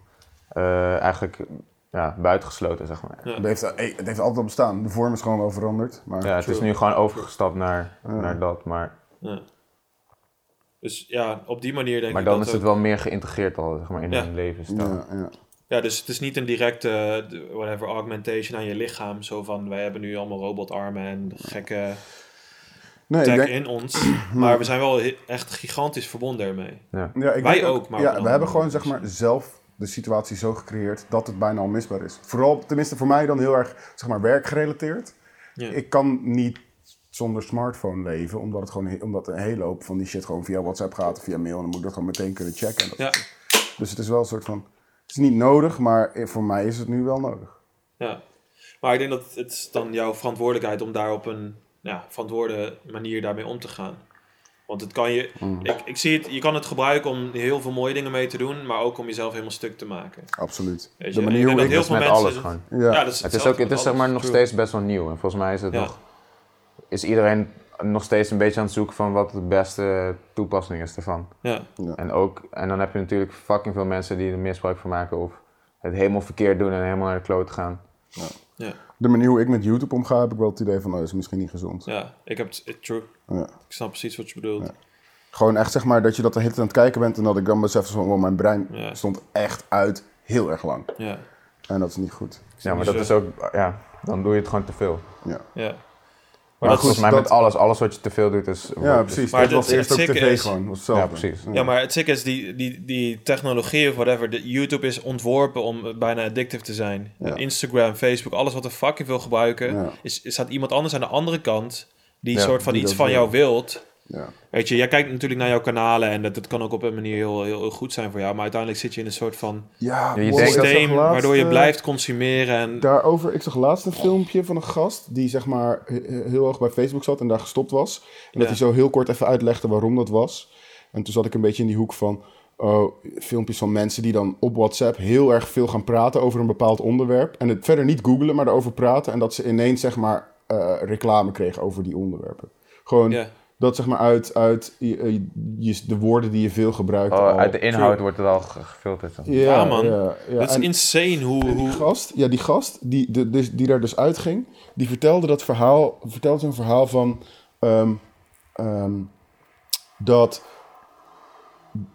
A: eh, eigenlijk ja, buitengesloten zeg maar.
C: Het, heeft, eh, het heeft altijd al bestaan. De vorm is gewoon wel veranderd. Maar...
A: Ja, het is nu gewoon overgestapt naar, naar dat, maar.
D: Ja. Dus ja, op die manier denk
A: Maar
D: ik.
A: dan
D: dat
A: is het
D: ook-
A: wel meer geïntegreerd al, zeg maar, in
D: Ja.
A: hun
C: eh,
A: levensstijl.
D: Ja, dus het is niet een directe eh, whatever augmentation aan je lichaam. Zo van wij hebben nu allemaal robotarmen en gekke
C: Nee, ik
D: tech
C: denk-
D: in
A: *clears throat*
D: ons. Maar we zijn wel he- echt gigantisch verbonden ermee.
A: Ja.
C: ik
D: wij
C: denk
D: ook, maar op een
C: ja, we
D: andere
C: hebben gewoon zeg maar, zelf de situatie zo gecreëerd dat het bijna onmisbaar is. Vooral, tenminste voor mij dan heel erg zeg maar, werkgerelateerd.
D: Ja.
C: Ik kan niet zonder smartphone leven, omdat, het gewoon, he- omdat een hele hoop van die shit gewoon via WhatsApp gaat of via mail. En dan moet ik dat gewoon meteen kunnen checken. En dat-
D: Ja.
C: Dus het is wel een soort van... Het is niet nodig, maar eh, voor mij is het nu wel nodig.
D: Ja. Maar ik denk dat het is dan jouw verantwoordelijkheid om daar op een ja, verantwoorde manier daarmee om te gaan. Want het kan je,
C: Mm.
D: ik, ik zie het, je kan het gebruiken om heel veel mooie dingen mee te doen, maar ook om jezelf helemaal stuk te maken.
C: Absoluut.
D: Weet je,
C: De
D: en
C: manier
D: ik denk
C: hoe
D: dat
C: ik...
D: heel
A: Dat is
D: veel
A: dus met
D: mensen
A: alles
D: het-
A: gewoon.
D: Ja. Ja, dat
A: het
D: is
A: is,
D: hetzelfde
A: ook, het
D: met
A: is zeg
D: alles.
A: maar nog
D: True.
A: steeds best wel nieuw. En volgens mij is het
D: Ja.
A: nog... Is iedereen nog steeds een beetje aan het zoeken van wat de beste toepassing is ervan.
D: Ja.
A: En, ook, en dan heb je natuurlijk fucking veel mensen die er misbruik van maken. Of het helemaal verkeerd doen en helemaal naar de kloot gaan.
D: Ja.
C: De manier hoe ik met YouTube omga, heb ik wel het idee van... Oh, dat is misschien niet gezond.
D: Ja, ik heb het, het- true.
C: Ja.
D: Ik snap precies wat je bedoelt.
C: Gewoon echt zeg maar dat je dat de hele tijd aan het kijken bent... en dat ik dan besef van... wow, mijn brein
D: Ja.
C: stond echt uit heel erg lang.
D: Ja.
C: En dat is niet goed.
A: Ja, maar dat is ook... Ja, dan doe je het gewoon te veel.
C: Ja.
D: Ja. Maar,
A: Maar,
C: dat-
A: volgens mij
C: dat-
A: met alles, alles wat je te veel doet is...
C: Ja, precies.
D: Maar
C: dat
D: het-
C: was
D: het
C: eerst ook
D: sick
C: tv
D: is-
C: gewoon. Was
A: Ja,
C: hetzelfde.
A: precies.
D: Ja, maar het sick is, die, die, die technologie of whatever, de YouTube is ontworpen om eh, bijna addictief te zijn.
C: Ja.
D: Instagram, Facebook, alles wat de fuck je wil gebruiken,
C: Ja.
D: is, is- staat iemand anders aan de andere kant die
C: Ja,
D: soort van
C: die
D: iets
C: dat
D: van
C: wil.
D: jou wilt.
C: Ja.
D: Weet je, jij kijkt natuurlijk naar jouw kanalen en dat, dat kan ook op een manier heel, heel, heel goed zijn voor jou, maar uiteindelijk zit je in een soort van
C: Ja,
A: je denkt dat
D: systeem
C: toch laatst,
D: waardoor je
C: eh,
D: blijft consumeren en
C: Daarover, ik zag laatst een filmpje van een gast die zeg maar he- he- heel hoog bij Facebook zat en daar gestopt was. En dat
D: Ja.
C: hij zo heel kort even uitlegde waarom dat was. En toen zat ik een beetje in die hoek van oh, filmpjes van mensen die dan op WhatsApp heel erg veel gaan praten over een bepaald onderwerp. En het verder niet googelen, maar daarover praten. En dat ze ineens zeg maar eh, reclame kregen over die onderwerpen. Gewoon
D: Ja.
C: dat zeg maar uit, uit je, je- de woorden die je veel gebruikt.
A: Oh,
C: al.
A: uit de inhoud wordt het al ge- gefilterd. dan.
C: Ja,
D: Ja, man.
C: ja, ja.
D: Dat is
C: En-
D: insane hoe...
C: en die gast, ja, die gast die, de, dus- die daar dus uitging, die vertelde dat verhaal, vertelde een verhaal van ehm, ehm, dat,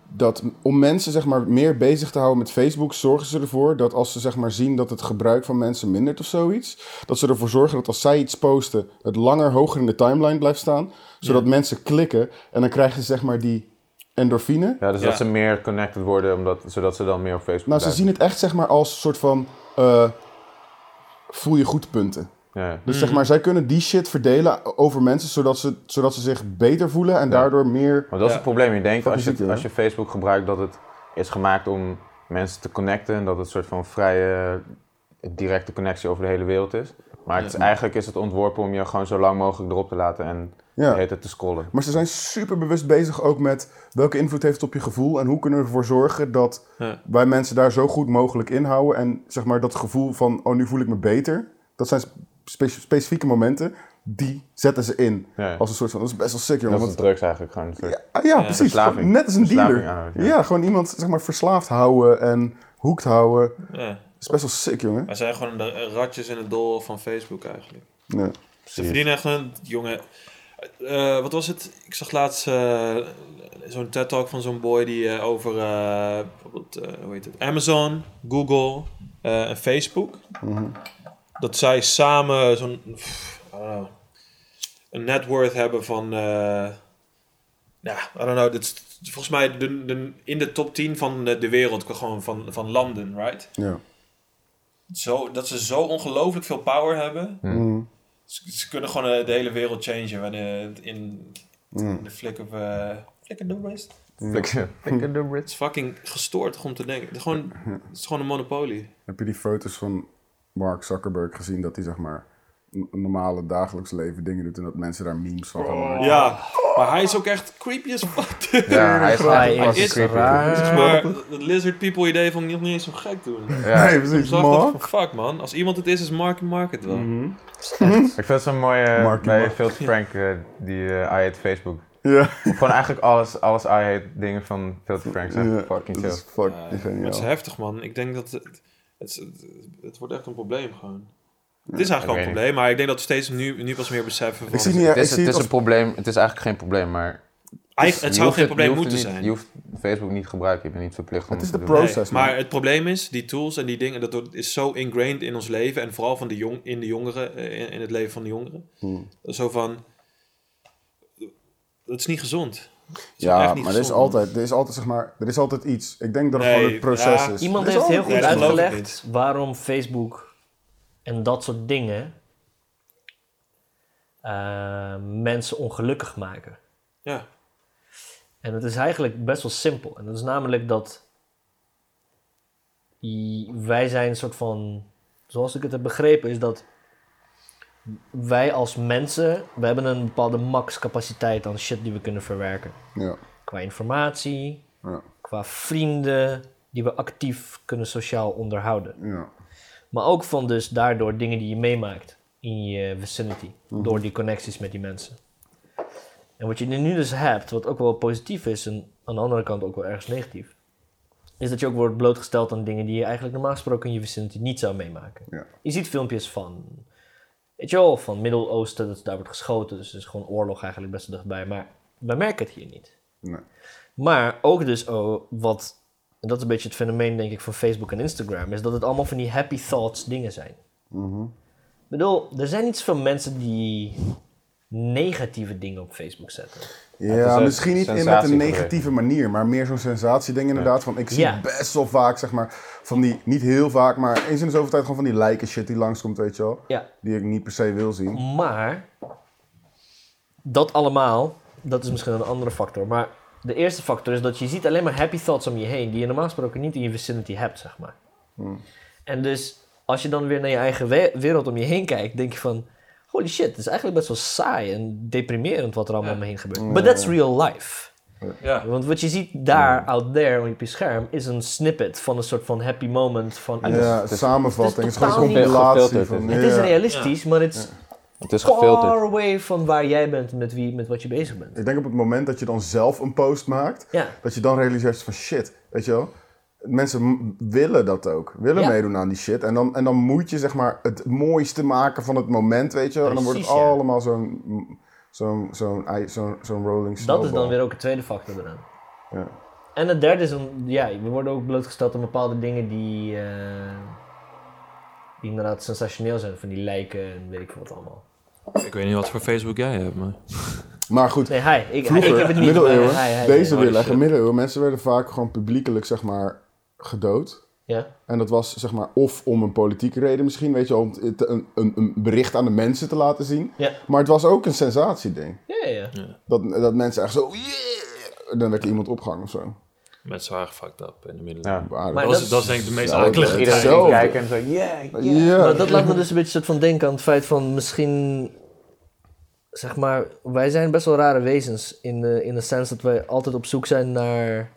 C: dat om mensen zeg maar meer bezig te houden met Facebook, zorgen ze ervoor dat als ze zeg maar zien dat het gebruik van mensen mindert of zoiets, dat ze ervoor zorgen dat als zij iets posten, het langer hoger in de timeline blijft staan, zodat mensen klikken en dan krijgen ze zeg maar die endorfine.
A: Ja, dus dat ze meer connected worden, omdat, zodat ze dan meer op Facebook
C: Nou, ze
A: blijven.
C: zien het echt zeg maar als een soort van eh, voel je goed punten.
A: Ja, ja.
C: Dus zeg maar, zij kunnen die shit verdelen over mensen zodat ze, zodat ze zich beter voelen en daardoor meer.
A: Maar dat is het probleem. Je denkt als
C: Fucking
A: je,
C: ziek,
A: als je Facebook gebruikt dat het is gemaakt om mensen te connecten en dat het een soort van vrije directe connectie over de hele wereld is. Maar het is,
C: Ja.
A: eigenlijk is het ontworpen om je gewoon zo lang mogelijk erop te laten en
C: Ja.
A: de hele tijd te scrollen.
C: Maar ze zijn super bewust bezig ook met welke invloed heeft het op je gevoel en hoe kunnen we ervoor zorgen dat
D: Ja.
C: wij mensen daar zo goed mogelijk in houden. En zeg maar dat gevoel van, oh nu voel ik me beter. Dat zijn spe- specifieke momenten, die zetten ze in.
A: Ja.
C: Als een soort van, dat is best wel sick
A: dat
C: jongen.
A: is
C: want-
A: drugs eigenlijk gewoon. een soort-
C: Ah, ja, precies.
A: verslaving.
C: Gewoon Net als een
A: Verslaving
C: dealer. Ja.
A: aanhouden,
C: gewoon iemand zeg maar, verslaafd houden en hoekt houden.
D: Ja.
C: Dat is best wel sick, jongen.
D: Wij zijn gewoon de ratjes in het dol van Facebook eigenlijk.
C: Ja.
D: Ze verdienen echt een jongen. eh, wat was het? Ik zag laatst eh, zo'n TED Talk van zo'n boy die eh, over eh, bijvoorbeeld, eh, hoe heet het? Amazon, Google eh, en Facebook.
C: Mhm.
D: Dat zij samen zo'n pff, I don't know, een net worth hebben van. eh, ja, I don't know. Dit is volgens mij de, de, in de top 10 van de, de wereld, gewoon van, van landen, right?
C: Ja.
D: Zo, dat ze zo ongelooflijk veel power hebben.
C: Mhm.
D: Ze, ze kunnen gewoon eh, de hele wereld changen wanneer het in,
C: Mm.
D: in de flik of... eh flikker de wrist.
A: *laughs*
C: Mm.
A: Flikker- flikker de
D: Het is fucking gestoord toch om te denken. Het is gewoon, het is gewoon een monopolie.
C: Heb je die foto's van Mark Zuckerberg gezien dat hij zeg maar n- normale dagelijks leven dingen doet en dat mensen daar memes van gaan maken?
D: Ja, maar hij is ook echt creepy as fuck.
C: Ja, hij is gewoon Hij fucking is
D: is
C: creepy. raar.
D: Zeg maar, *laughs* het lizard people idee van niet niet eens zo gek doen.
A: Ja. Nee, precies,
D: Ik zag dat
A: Mark.
D: van, fuck man, als iemand het is, is Mark en Mark het wel.
A: Ik vind het zo'n mooie
D: Marky
A: bij
D: Mark.
A: Phil Frank eh, die eh, I hate Facebook.
C: Ja.
A: Of Gewoon eigenlijk alles, alles I hate dingen van Phil Frank zijn
C: Ja,
A: fucking
C: *laughs* dat
A: chill.
C: is fucking
D: Ja, maar het is heftig, man. Ik denk dat het, het, is- het wordt echt een probleem gewoon. Het is
A: Ja,
D: eigenlijk al
A: ik
D: een
A: weet
D: probleem, maar ik denk dat we steeds nu, nu pas meer beseffen. Van,
A: het is, het is een probleem. Het is eigenlijk geen probleem, maar.
D: Eigen-
A: Dus
D: het
A: je
D: zou
A: hoeft
D: geen
A: je
D: probleem
A: hoeft het
D: moeten
A: niet-
D: zijn.
A: Je hoeft Facebook niet te gebruiken. Je bent niet verplicht om het te doen.
D: Nee, maar het probleem is, die tools en die dingen, dat wordt- is zo ingrained in ons leven en vooral van de jong, in de jongeren, eh, in, in het leven van de jongeren.
C: Hmm.
D: Zo van, dat is niet gezond. Dat is echt
C: Ja,
D: niet
C: maar er is,
D: gezond, man.
C: altijd, er is altijd zeg maar, er is altijd iets. Ik denk dat het
D: Nee,
C: gewoon het proces
D: ja.
C: is.
B: Iemand
C: Er is
B: heeft heel
C: altijd
B: goed
C: iets.
B: uitgelegd waarom Facebook en dat soort dingen eh, mensen ongelukkig maken.
D: Ja.
B: En het is eigenlijk best wel simpel. En dat is namelijk dat i- wij zijn een soort van, zoals ik het heb begrepen, is dat wij als mensen, we hebben een bepaalde max capaciteit aan shit die we kunnen verwerken.
C: Ja.
B: Qua informatie,
C: Ja.
B: qua vrienden die we actief kunnen sociaal onderhouden.
C: Ja.
B: Maar ook van dus daardoor dingen die je meemaakt in je vicinity,
I: Mhm.
B: door die connecties met die mensen. En wat je nu dus hebt, wat ook wel positief is en aan de andere kant ook wel ergens negatief, is dat je ook wordt blootgesteld aan dingen die je eigenlijk normaal gesproken in je vicinity niet zou meemaken.
C: Ja.
B: Je ziet filmpjes van, weet je wel, van Midden-Oosten, dat daar wordt geschoten, dus het is gewoon oorlog eigenlijk best wel dichtbij, maar we merken het hier niet.
C: Nee.
B: Maar ook dus oh, wat, en dat is een beetje het fenomeen denk ik van Facebook en Instagram, is dat het allemaal van die happy thoughts dingen zijn.
C: Mhm.
B: Ik bedoel, er zijn niet zoveel mensen die negatieve dingen op Facebook zetten.
C: Ja, misschien niet in met een negatieve manier, maar meer zo'n sensatieding inderdaad. Van, ik zie
B: Ja.
C: best wel vaak, zeg maar, van die, niet heel vaak, maar eens in de zoveel tijd gewoon van die lijken shit die langskomt, weet je wel.
B: Ja.
C: Die ik niet per se wil
B: Oh
C: zien.
B: Maar dat allemaal, dat is misschien een andere factor. Maar de eerste factor is dat je ziet alleen maar happy thoughts om je heen, die je normaal gesproken niet in je vicinity hebt, zeg maar.
C: Hmm.
B: En dus als je dan weer naar je eigen we- wereld om je heen kijkt, denk je van, holy shit, het is eigenlijk best wel saai en deprimerend wat er allemaal om me heen gebeurt.
I: Ja.
B: But that's real life.
D: Ja.
B: Want wat je ziet daar, out there, op je scherm, is een snippet van een soort van happy moment van
C: Ja,
B: iets.
C: een samenvatting. Het is gewoon
B: dus totaal
C: een
B: niet-
C: compilatie van-
B: Het is
C: ja.
B: realistisch, maar het is
A: Het is
B: far
A: gefilterd.
B: away van waar jij bent met, wie, met wat je bezig bent.
C: Ik denk op het moment dat je dan zelf een post maakt,
B: Ja.
C: dat je dan realiseert van shit, weet je wel. Mensen m- willen dat ook, willen
B: Ja.
C: meedoen aan die shit. En dan, en dan moet je zeg maar het mooiste maken van het moment, weet je wel. En dan wordt het
B: Precies, ja.
C: allemaal zo'n zo'n zo'n ei- zo'n zo'n rolling snowball.
B: Dat is dan weer ook een tweede factor eraan.
C: Ja.
B: En het derde is, een, ja, we worden ook blootgesteld aan bepaalde dingen die, eh, die inderdaad sensationeel zijn. Van die lijken en weet ik veel wat allemaal.
D: Ik weet niet wat voor Facebook jij hebt, maar...
C: Maar goed,
B: Nee, hij. Ik,
C: vroeger,
B: ik heb het niet.
C: middeleeuwen,
B: maar hij- hij-
C: deze
B: hij-
C: willen, in middeleeuwen, mensen werden vaak gewoon publiekelijk zeg maar gedood.
B: Ja.
C: En dat was zeg maar of om een politieke reden misschien, weet je wel, om te- een, een, een bericht aan de mensen te laten zien.
B: Ja.
C: Maar het was ook een sensatieding.
B: Ja, ja.
C: Dat, dat mensen echt zo, yeah! Dan werd er iemand opgehangen of zo.
D: Met zwaar fucked up in de middelen.
C: Ja. Maar
D: dat,
C: dat
D: is,
C: is-
D: dat is denk ik de meest
C: Ja,
D: akelige
C: iedereen
D: tijd.
C: ging
A: kijken en zo, yeah,
B: Maar dat laat me dus een beetje soort van denken aan het feit van misschien. Zeg maar, wij zijn best wel rare wezens. In de, in de sens dat wij altijd op zoek zijn naar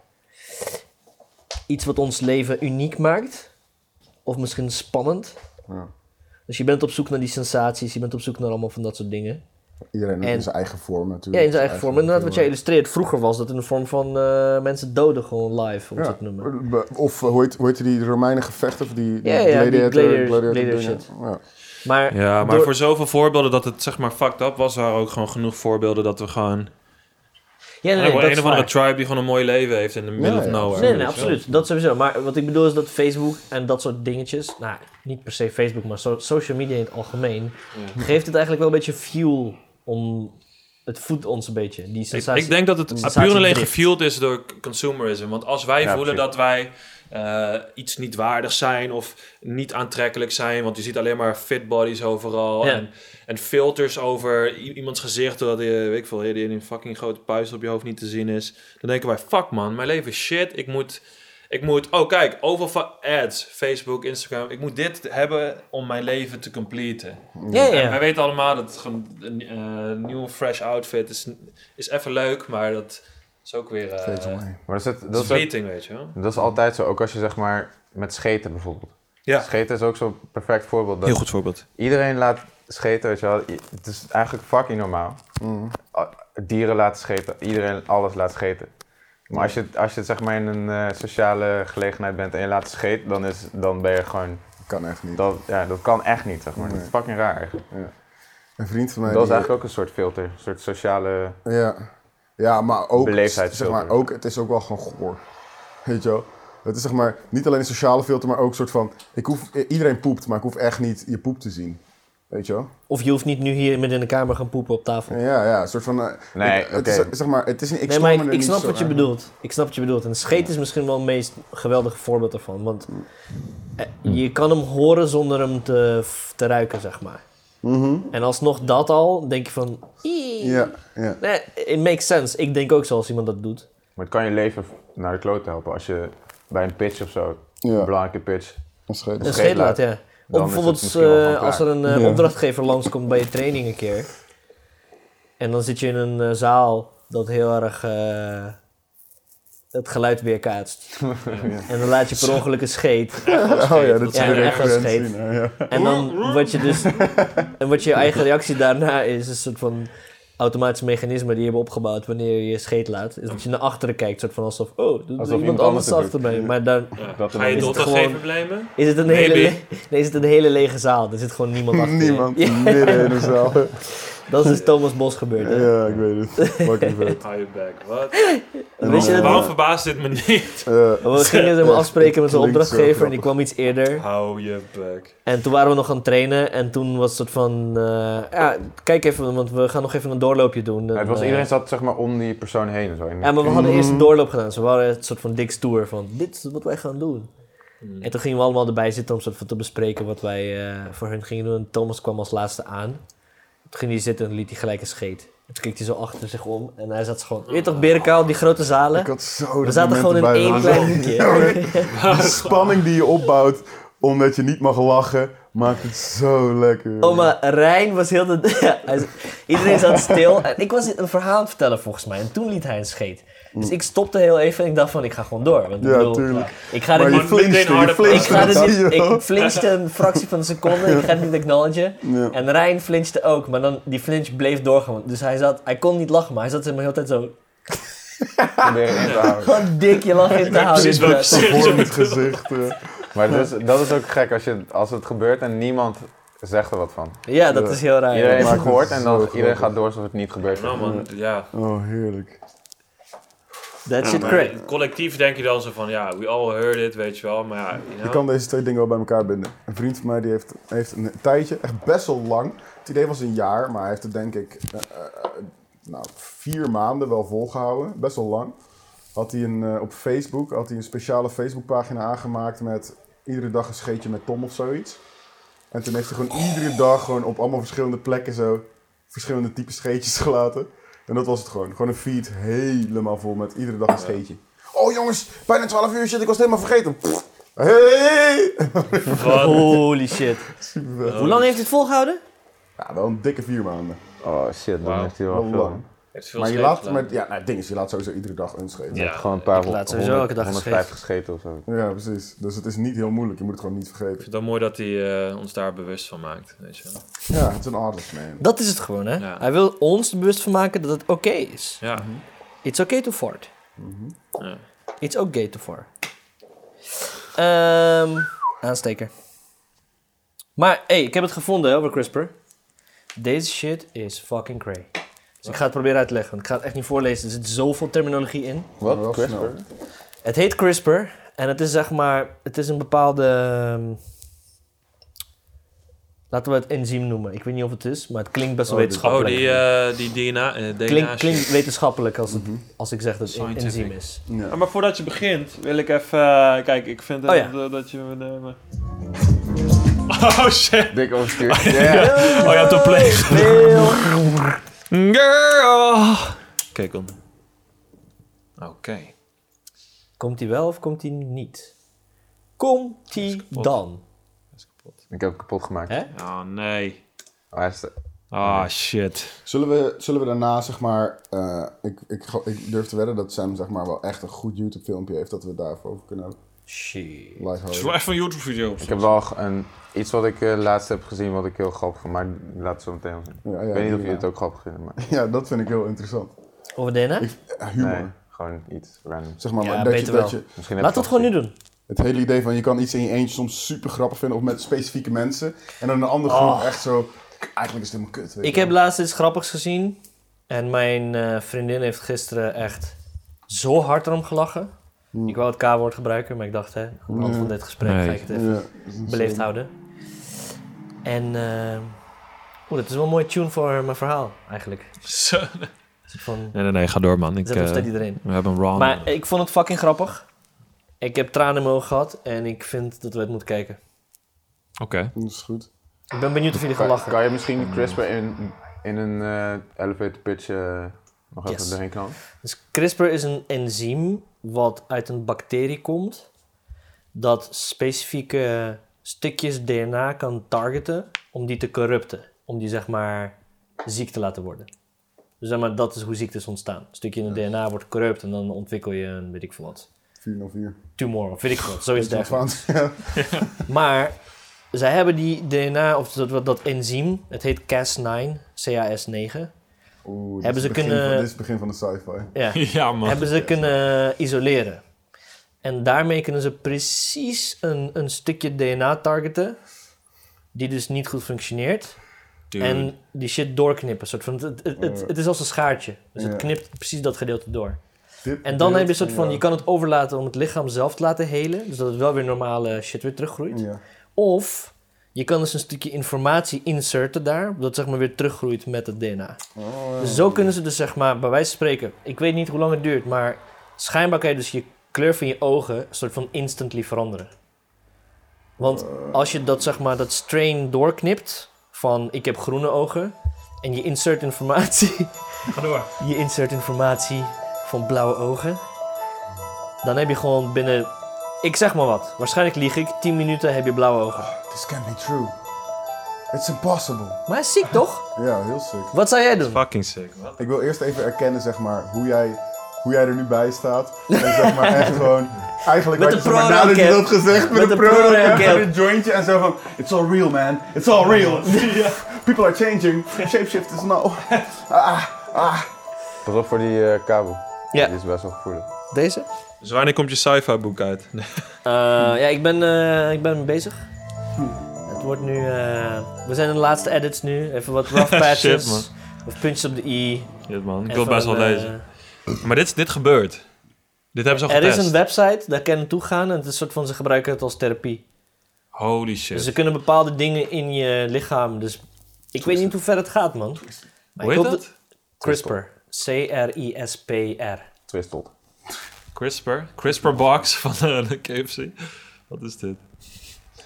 B: iets wat ons leven uniek maakt. Of misschien spannend.
C: Ja.
B: Dus je bent op zoek naar die sensaties, je bent op zoek naar allemaal van dat soort dingen.
C: Iedereen
B: En-
C: in zijn eigen vorm natuurlijk.
B: ja, in zijn eigen vorm. Inderdaad, wat jij illustreert vroeger was dat in de vorm van eh, mensen doden gewoon live, om
C: Ja.
B: het zo te noemen.
C: Be- Of eh, hoe heet, hoe heet die Romeinen gevechten? Of die, die
B: Ja, ja, die
C: gladiator,
B: gladiators-
C: gladiator
B: gladiator
C: dingen?
B: shit.
C: Ja.
B: Maar,
D: Ja, maar
B: door-
D: voor zoveel voorbeelden dat het zeg maar fucked up was, waren ook gewoon genoeg voorbeelden dat we gewoon...
B: nee, nee,
D: Er wordt
B: dat
D: een
B: is
D: of andere
B: waar.
D: tribe die gewoon een mooi leven heeft in de middle of nowhere.
B: Nee,
D: weet
B: nee,
D: je wel.
B: absoluut. Dat sowieso. Maar wat ik bedoel is dat Facebook en dat soort dingetjes, nou, niet per se Facebook, maar so- social media in het algemeen,
D: Ja.
B: geeft het eigenlijk wel een beetje fuel om, het voedt ons een beetje, die
D: Ik,
B: sensatie.
D: ik denk dat
B: die
D: het
B: sensatie
D: puur en alleen
B: drift.
D: gefueld is door c- consumerism. Want als wij
B: Ja,
D: voelen
B: precies.
D: dat wij eh, iets niet waardig zijn of niet aantrekkelijk zijn, want je ziet alleen maar fit bodies overal
B: Ja.
D: en, en filters over i- iemands gezicht, dat weet ik veel, die in een fucking grote puist op je hoofd niet te zien is. Dan denken wij, fuck man, mijn leven is shit, ik moet... Ik moet, oh kijk, overal van ads, Facebook, Instagram. Ik moet dit hebben om mijn leven te completen.
B: Ja, ja.
D: En wij weten allemaal dat gewoon een eh, nieuwe fresh outfit is, is even leuk, maar dat is ook weer... eh,
C: Fleeting, hè.
A: Maar dat is, het-
D: het
A: dat,
D: is
A: is ook-
D: fleeting, weet je wel.
A: dat is altijd zo. Ook als je zeg maar met scheten bijvoorbeeld.
D: Ja.
A: Scheten is ook zo'n perfect voorbeeld. dat
D: Heel goed voorbeeld.
A: Iedereen laat scheten, weet je wel. I- Het is eigenlijk fucking normaal.
C: Mhm.
A: A- Dieren laten scheten. Iedereen alles laat scheten. Maar als je, als je zeg maar in een eh, sociale gelegenheid bent en je laat scheten, dan, is, dan ben je gewoon...
C: Kan echt niet.
A: Dat, ja, dat kan echt niet, zeg maar. Dat is
C: Nee.
A: fucking raar. eigenlijk.
C: Een vriend van mij...
A: Dat is
C: die-
A: eigenlijk ook een soort filter. Een soort sociale...
C: Ja, ja maar ook, zeg
A: Beleefdheidsfilter.
C: maar ook, het is ook wel gewoon goor. Weet je wel? Het is zeg maar niet alleen een sociale filter, maar ook een soort van, ik hoef, i- iedereen poept, maar ik hoef echt niet je poep te zien. Weet je wel?
B: Of je hoeft niet nu hier midden in de kamer gaan poepen op tafel.
C: Ja, ja, een soort van... eh,
A: Nee,
C: het- het is-
A: oké.
C: Zeg maar, het is niet, ik
B: nee,
C: stoor
B: maar
C: me
B: ik,
C: er
B: ik
C: niet
B: snap
C: zo
B: wat je
C: aan.
B: bedoelt. Ik snap wat je bedoelt. En scheet is misschien wel het meest geweldige voorbeeld ervan. Want
C: Mm.
B: eh, je kan hem horen zonder hem te, te ruiken, zeg maar.
C: Mhm.
B: En alsnog dat al, denk je van... "Ie."
A: Ja, ja.
B: Nee, it makes sense. Ik denk ook zoals iemand dat doet.
A: Maar het kan je leven naar de klote helpen. Als je bij een pitch of zo een belangrijke pitch.
C: Een scheet.
B: Een scheetlaat, ja. Of
A: Dan is het
B: bijvoorbeeld
A: misschien wel
B: eh,
A: gewoon
B: als er
A: klaar.
B: een eh,
A: Ja.
B: opdrachtgever langskomt bij je training een keer. En dan zit je in een eh, zaal dat heel erg eh, het
A: *laughs*
B: geluid weerkaatst. En dan laat je per ongeluk een scheet.
C: Oh ja, dat is een
B: een
C: referentie,
B: scheet.
C: nou ja.
B: En dan word je dus... En wat je eigen reactie daarna is, een soort van automatisch mechanisme die je hebt opgebouwd wanneer je je scheet laat, is dat je naar achteren kijkt, soort van alsof, oh, dat
A: Alsof
B: iemand,
A: iemand anders
B: anders
A: het doet.
B: achter mij. Maar dan
A: Ja.
B: dan
A: Ga je
B: is
A: de
B: het
A: opdrachtgever
B: gewoon-
J: blamen?
B: Is het, een
J: Maybe.
B: hele le- nee, is het een hele lege zaal? Er zit gewoon
A: *laughs*
B: niemand achter. je.
C: Niemand,
B: Ja.
C: midden in de
B: *laughs*
C: zaal.
B: Dat is dus Thomas Bos gebeurd. Hè?
C: Ja, ik weet het. Fucking vet.
J: Hou je back, wat?
B: Weet je dat-
J: Waarom verbaast dit me niet? *laughs*
C: eh,
B: we gingen hem afspreken met zijn
J: Klinkt zo
B: opdrachtgever en
J: grappig.
B: die kwam iets eerder.
J: Hou je bek.
B: En toen waren we nog aan het trainen en toen was het soort van... eh, ja, kijk even, want we gaan nog even een doorloopje doen. En,
A: het was,
B: eh,
A: iedereen zat zeg maar om die persoon heen. en Zo.
B: Ja,
J: Mm.
B: maar we hadden eerst een doorloop gedaan. Ze waren een soort van Dick's Tour van dit is wat wij gaan doen.
J: Mm.
B: En toen gingen we allemaal erbij zitten om soort van te bespreken wat wij eh, voor hun gingen doen. En Thomas kwam als laatste aan. Toen ging hij zitten en liet hij gelijk een scheet. En toen keek hij zo achter zich om en hij zat gewoon... Weet je toch, Birkaal, die grote zalen? we
C: dat
B: zaten
C: moment
B: gewoon in
C: erbij.
B: één klein
C: *laughs*
B: hoekje.
J: *laughs*
B: *laughs*
C: De spanning die je opbouwt omdat je niet mag lachen, maakt het zo lekker.
B: Oh, maar Rijn was heel de... *laughs* Ja, hij- iedereen zat stil. En ik was een verhaal aan het vertellen volgens mij. En toen liet hij een scheet. Dus ik stopte heel even en ik dacht van, ik ga gewoon door. Want ik
C: Ja,
B: bedoel,
C: tuurlijk.
B: Ik ga dit
C: Maar je
B: niet-
C: flinchte, je
B: harder-
C: flinchte,
B: Ik, ga dit
C: zie je
B: niet,
C: wel.
B: ik flinchte een fractie van een seconde. Ik ga het niet acknowledgen.
C: Ja.
B: En Rijn flinchte ook. Maar dan, die flinch bleef doorgaan. Dus hij, zat, hij kon niet lachen, maar hij zat de hele tijd zo... Gewoon dik je lach in te houden.
C: *laughs* gezicht. eh.
A: Maar dat is, dat is ook gek als, je, als het gebeurt en niemand zegt er wat van.
B: Ja, dat is heel raar, ja.
A: Iedereen heeft het
B: Maakt het
A: gehoord en
B: zo
A: dan iedereen
B: grappig.
A: gaat door alsof het niet gebeurd is.
J: Nou, man, ja.
C: Oh, heerlijk.
B: That
J: Ja, maar Collectief denk je dan zo van, ja, we all heard it, weet je wel. Maar ja, you
C: Je
J: know.
C: kan deze twee dingen wel bij elkaar binden. Een vriend van mij die heeft, heeft een tijdje, echt best wel lang. Het idee was een jaar, maar hij heeft het denk ik eh, eh, eh, nou, vier maanden wel volgehouden. Best wel lang. Had hij een, eh, op Facebook had hij een speciale Facebookpagina aangemaakt met iedere dag een scheetje met Tom of zoiets. En toen heeft hij gewoon iedere dag gewoon op allemaal verschillende plekken zo verschillende type scheetjes *laughs* gelaten. En dat was het gewoon. Gewoon een feed helemaal vol met iedere dag een scheetje. Oh jongens, bijna 12 uur shit, ik was het helemaal vergeten. Pff, Hey! *laughs*
B: Holy shit. Hoe lang heeft het volgehouden?
C: Ja, wel een dikke vier maanden.
A: Oh shit, dan heeft hij wel
C: Wel
A: veel.
C: lang.
J: Heeft veel
C: maar je
J: scheet
C: laat,
J: gedaan.
C: maar, ja, nou, het ding is, je laat sowieso iedere dag een scheet.
A: Je hebt gewoon een paar honderd-
C: een
A: 150 scheten of zo.
C: Ja, precies. Dus het is niet heel moeilijk. Je moet het gewoon niet vergeten.
J: Ik vind het wel mooi dat hij eh, ons daar bewust van maakt, weet je wel.
C: Ja, het is een artist, man.
B: Dat is het gewoon, hè? Hij wil ons er bewust van maken dat het oké is.
J: Ja.
B: It's okay to fart.
J: Ja.
B: It's okay to fart. Ehm, aansteker. Maar, hey, ik heb het gevonden hè, over CRISPR. Deze shit is fucking cray. Dus ik ga het proberen uit te leggen, want ik ga het echt niet voorlezen. Er zit zoveel terminologie in.
A: Wat? Maar wel CRISPR? snel.
B: Het heet CRISPR en het is zeg maar, het is een bepaalde... ehm, Laten we het enzym noemen. Ik weet niet of het is, maar het klinkt best wel
J: Oh,
B: wetenschappelijk.
J: die, eh, die DNA... eh, DNA
B: Klinkt
J: shit.
B: klinkt wetenschappelijk als, het,
C: Mhm.
B: als ik zeg dat het een
J: Scientific.
B: enzym is.
J: Ja.
D: Maar voordat je begint, wil ik even... eh, kijk, ik vind
B: Oh, ja.
D: dat, dat je... me- eh, me- oh shit.
A: Dik overstuurd.
D: Oh ja, te plegen. Girl. Kijk om. Oké.
B: Komt die wel of komt die niet? Komt die dan?
A: Ik heb het kapot gemaakt.
D: Ah,
J: Oh nee.
A: Oh, hij is de-
J: Ah, shit.
C: Zullen we, zullen we daarna, zeg maar... eh, ik, ik, ga- ik durf te wedden dat Sam, zeg maar, wel echt een goed YouTube-filmpje heeft... dat we het daarvoor over kunnen hebben.
B: Shit.
C: Live houden.
J: Zullen we even een YouTube-video
D: *laughs*
A: Ik heb wel een, iets wat ik eh, laatst heb gezien wat ik heel grappig vond, maar laat het zo meteen wel zien.
C: Ja, ja,
A: ik weet niet of
C: ja.
A: jullie het ook grappig vinden, maar...
C: Ja, dat vind ik heel interessant.
B: Over DNA?
C: Ik- eh, humor.
A: Nee, gewoon iets random.
C: Zeg maar,
B: Ja,
C: maar dat je,
B: beter
C: dat
B: wel.
C: je...
A: Misschien heb Laat ik het
B: gewoon nu doen.
C: Het hele idee van je kan iets in je eentje soms super grappig vinden... of met specifieke mensen. En dan een andere
B: Oh.
C: groep echt zo... Eigenlijk is het helemaal kut. weet
B: Ik
C: je
B: heb laatst iets grappigs gezien. En mijn eh, vriendin heeft gisteren echt zo hard erom gelachen. Ik wou het K-woord gebruiken, maar ik dacht, hè, aan de hand van
C: Nee.
B: dit gesprek ga ik het even
C: Nee. Ja, dat is
B: beleefd
C: zo.
B: houden. En, eh, oeh, dat is wel een mooie tune voor mijn verhaal, eigenlijk.
J: Zo.
B: Dus Van,
J: Nee, nee, nee, ga door, man. Ik,
B: Zet hem
J: eh,
B: steady erin.
J: We hebben een raw.
B: Maar ik vond het fucking grappig. Ik heb tranen in mijn ogen gehad en ik vind dat we het moeten kijken.
J: Oké.
C: Dat Hm, is goed.
B: Ik ben benieuwd of jullie gaan
A: Kan-
B: lachen.
A: Kan je misschien CRISPR in, in een eh, elevator pitch eh, nog
B: Yes.
A: even doorheen knallen?
B: Dus CRISPR is een enzym wat uit een bacterie komt. dat specifieke stukjes DNA kan targeten om die te corrupten. Om die zeg maar ziek te laten worden. Dus zeg maar, dat is hoe ziektes ontstaan. Een stukje in het DNA wordt corrupt en dan ontwikkel je een, weet ik veel wat,
C: 404.
B: tumor of weet ik wat, zoiets
C: Beetje
B: dergelijks.
C: Spaans,
B: maar zij hebben die DNA, of dat, dat enzym, het heet Cas9, CAS9.
C: *laughs* Oeh,
B: hebben ze
C: dit is het begin
B: kunnen...
C: van- dit is het begin van de sci-fi.
B: Ja. Hebben ze kunnen isoleren. En daarmee kunnen ze precies een, een stukje DNA targeten. Die dus niet goed functioneert.
D: Dude.
B: En die shit doorknippen. Soort van, het, het, het, het is als een schaartje. Dus
D: Ja.
B: het knipt precies dat gedeelte door.
C: Dit
B: en dan
C: beeld
B: heb je een soort
C: van
B: van,
C: jou.
B: je kan het overlaten om het lichaam zelf te laten helen. Dus dat het wel weer normale shit weer teruggroeit. Of je kan dus een stukje informatie inserten daar. Dat zeg maar weer teruggroeit met het DNA. Dus zo kunnen ze dus zeg maar, bij wijze van spreken, ik weet niet hoe lang het duurt, maar schijnbaar kan je dus je kleur van je ogen een soort van instantly veranderen. Want als je dat zeg maar, dat strain doorknipt van ik heb groene ogen en je insert informatie. *laughs* Ga door. Je insert informatie van blauwe ogen. Dan heb je gewoon binnen, ik zeg maar wat, waarschijnlijk lieg ik, 10 minuten heb je blauwe ogen.
C: This can't be true. It's impossible.
B: Maar hij is ziek toch?
C: Ja, heel sick.
B: Wat zou jij doen?
D: Fucking sick, man.
C: Ik wil eerst even erkennen, zeg maar, hoe jij, hoe jij er nu bij staat. En zeg
B: *laughs*
C: maar echt gewoon... Eigenlijk
B: Met
C: had
B: de
C: je zeg maar,
B: proroc
C: nadat je
B: cap.
C: dat gezegd met,
B: Met
C: de
B: de
C: proroc
B: proroc
C: cap,
B: cap.
C: en een jointje en zo van... It's all real, man. It's all
B: *laughs*
C: real. People are changing. Shapeshifters now. Ah, ah.
A: Pas op voor die eh, kabel.
B: Ja.
A: Die is best wel gevoelig.
B: Deze?
D: Dus wanneer komt je sci-fi boek uit?
B: Eh, ja, ik ben, eh, ik ben bezig. Het wordt nu. eh, we zijn in de laatste edits nu. Even wat rough
D: *laughs* Shit,
B: patches.
D: man.
B: Of puntjes op de i.
D: Shit, man. Ik
B: Even
D: wil het best wel
B: een, eh,
D: lezen. Maar dit, is- dit gebeurt. Dit hebben ze al
B: Er
D: getest.
B: is een website, daar kan je naartoe gaan en het is een soort van ze gebruiken het als therapie.
D: Holy shit.
B: Dus ze kunnen bepaalde dingen in je lichaam. Dus ik weet niet hoe ver het gaat, man. Maar
D: Hoe
B: ik
D: heet
B: hoop
D: dat?
B: CRISPR. C-R-I-S-P-R.
A: Twistelt.
D: CRISPR. CRISPR box *laughs* van eh, de KFC. Wat is dit?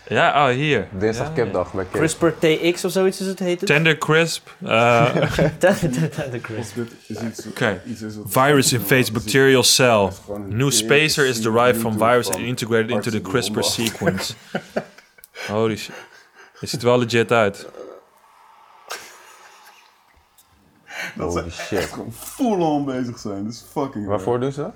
D: Ja, oh hier.
A: Dinsdag
D: ja,
A: kipdag bij Kip.
B: CRISPR TX of zoiets is het heet. het.
D: Tender Crisp. eh,
A: *laughs*
B: Tender *laughs* Tender CRISPR.
D: Oké. Virus invades bacterial cell. New spacer is derived from virus and integrated into the CRISPR
A: *laughs*
D: sequence. Holy shit. Het ziet er wel legit uit.
C: Dat
A: Holy
C: ze echt
A: shit.
C: gewoon full-on bezig zijn. Dat is fucking
A: Waarvoor doen ze dat?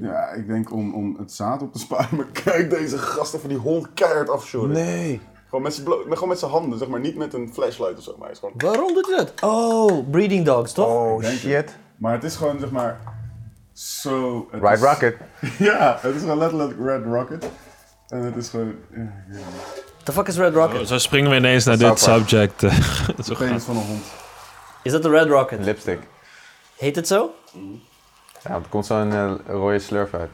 C: Ja, ik denk om, om het zaad op te sparen. *laughs* Maar kijk deze gasten van die hond keihard afshoren.
A: Nee.
C: Gewoon met z'n blo- met- gewoon met z'n handen, zeg maar. Niet met een flashlight of zo. Maar hij is gewoon...
B: Waarom doet hij dat? Oh, breeding dogs, toch?
A: Oh.
C: Ik denk het. Maar het is gewoon, zeg maar... Zo... het
A: Red
C: is-
A: Rocket.
C: *laughs* ja, het is gewoon letterlijk Red Rocket. En het is gewoon... Ja, ja.
B: The fuck is Red Rocket?
D: Oh, Zo, zo springen we ineens naar dit
C: South Park.
D: subject. eh.
A: *laughs*
D: *laughs*
C: De
D: zo
C: penis van een hond.
B: Is dat de Red Rocket?
A: Lipstick.
B: Heet het zo?
A: Ja, er komt zo'n eh, rode slurf uit.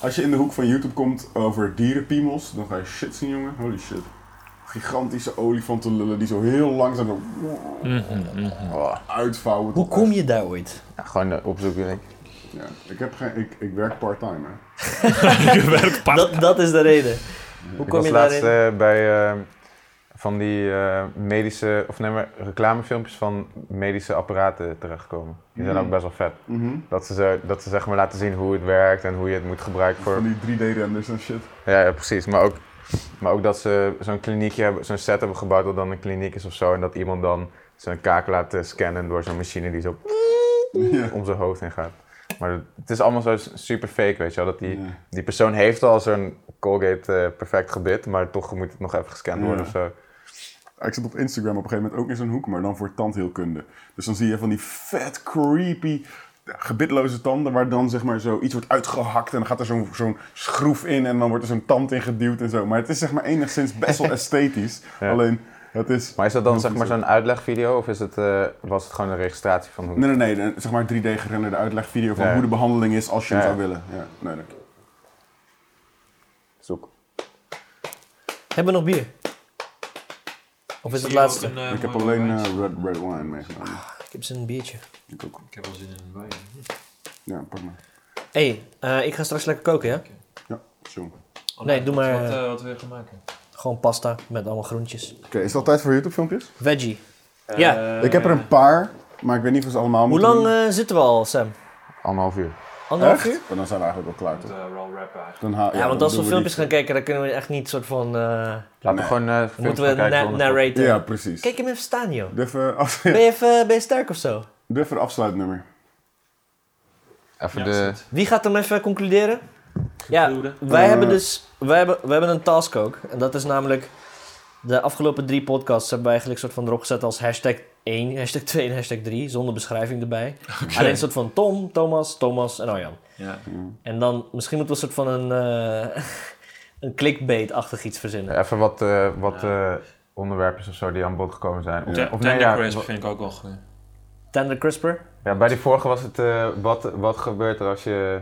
C: Als je in de hoek van YouTube komt over dierenpiemels, dan ga je shit zien, jongen. Holy shit. Gigantische olifantenlullen die zo heel langzaam zo...
A: Oh,
C: uitvouwen.
B: Mhm, Hoe kom je daar ooit?
A: Ja, gewoon eh, opzoeken, denk ik.
C: Ja, ik, heb geen, ik, ik werk part-time, hè.
B: Dat, dat is de reden. Hoe
A: Ah. ik
B: kom
A: was
B: je
A: laatst
B: daarin?
A: eh, bij eh, van die eh, medische, of nee maar reclamefilmpjes van medische apparaten terechtgekomen. Die zijn
B: Hmm.
C: Mhm.
A: ook best wel vet.
C: Mhm.
A: Dat ze, zo- dat ze zeg maar laten zien hoe het werkt en hoe je het moet gebruiken voor...
C: Van die 3D-renders en shit.
A: Ja, ja, precies. Maar ook, maar ook dat ze zo'n kliniekje hebben, zo'n set hebben gebouwd dat dan een kliniek is of zo. En dat iemand dan zijn kaak laat eh, scannen door zo'n machine die zo om zijn hoofd heen gaat. Maar dat- het is allemaal zo super fake, weet je wel. Dat die, die persoon heeft al zo'n Colgate eh, perfect gebit, maar toch moet het nog even gescand worden
C: Ja.
A: of zo.
C: Ik zat op Instagram op een gegeven moment ook in zo'n hoek, maar dan voor tandheelkunde. Dus dan zie je van die vet, creepy, gebitloze tanden waar dan zeg maar zo iets wordt uitgehakt en dan gaat er zo'n zo'n schroef in en dan wordt er zo'n tand in geduwd en zo. Maar het is zeg maar enigszins
A: *laughs*
C: best wel esthetisch.
A: Ja.
C: Alleen, het is...
A: Maar is dat dan zeg maar zo'n uitlegvideo of is het, eh, was het gewoon een registratie van hoe...
C: Nee, nee, nee. een- Zeg maar 3D-gerenderde uitlegvideo van
A: Ja.
C: hoe de behandeling is als je het
A: Ja.
C: zou willen. Ja, nee, dat...
A: Zoek.
B: Hebben we nog bier? Of is het
D: Hier ook
B: laatste?
D: een, eh,
C: ik heb
D: mooi
C: alleen
D: wijntje.
C: eh, red, red wine meegenomen.
B: Ik heb zin in een biertje.
C: Ik ook.
D: Ik heb wel zin in een wijn.
C: Ja, pak maar.
B: Hé, hey, eh, ik ga straks lekker koken, ja?
C: Ja, zo.
B: Nee, doe maar
D: Wat,
B: eh,
D: eh, wat wil je gaan maken?
B: gewoon pasta met allemaal groentjes.
C: Oké, is dat tijd voor YouTube-filmpjes?
B: Veggie. ja.
A: Eh,
C: Ik heb er een paar, maar ik weet niet of ze allemaal
B: Hoe
C: moeten
B: lang
C: doen.
B: eh, zitten we al, Sam?
A: Anderhalf uur.
B: Anderhalf
C: Echt?
B: uur?
C: Maar dan zijn we eigenlijk wel klaar, toch?
J: we al rappen eigenlijk.
C: Dan
B: Ja,
C: haal- dan
B: want als we
C: doen die
B: filmpjes gaan kijken, dan kunnen we echt niet soort van... eh,
A: Laten we gewoon, eh,
B: dan
A: filmpjes
B: Moeten we
A: gaan kijken
B: na
A: zonder film.
B: narraten.
A: Ja, precies.
B: Kijk hem even staan, joh.
C: Doe even, *laughs* af,
B: Ben je, even, ben je sterk of zo?
C: doe even een eh, afsluitnummer.
A: Even
C: Ja,
A: de...
B: Wie gaat hem even concluderen? Ja, wij
A: Eh.
B: hebben dus wij hebben, wij hebben een task ook. En dat is namelijk... De afgelopen drie podcasts hebben we eigenlijk soort van erop gezet als hashtag 1, hashtag 2 en hashtag 3. Zonder beschrijving erbij.
I: Oké.
B: Alleen een soort van Tom, Thomas, Thomas en Arjan.
D: Ja.
B: En dan misschien moeten we een soort van een, eh, *laughs* een clickbait-achtig iets verzinnen.
A: Even wat, eh, wat eh, onderwerpjes of zo die aan bod gekomen zijn. Of,
D: Ja.
A: of
D: Tender
A: ja,
D: Crisp
A: wa-
D: vind ik ook wel goed.
B: Tender Crisper?
A: Ja, bij die vorige was het eh, wat, wat gebeurt er als je...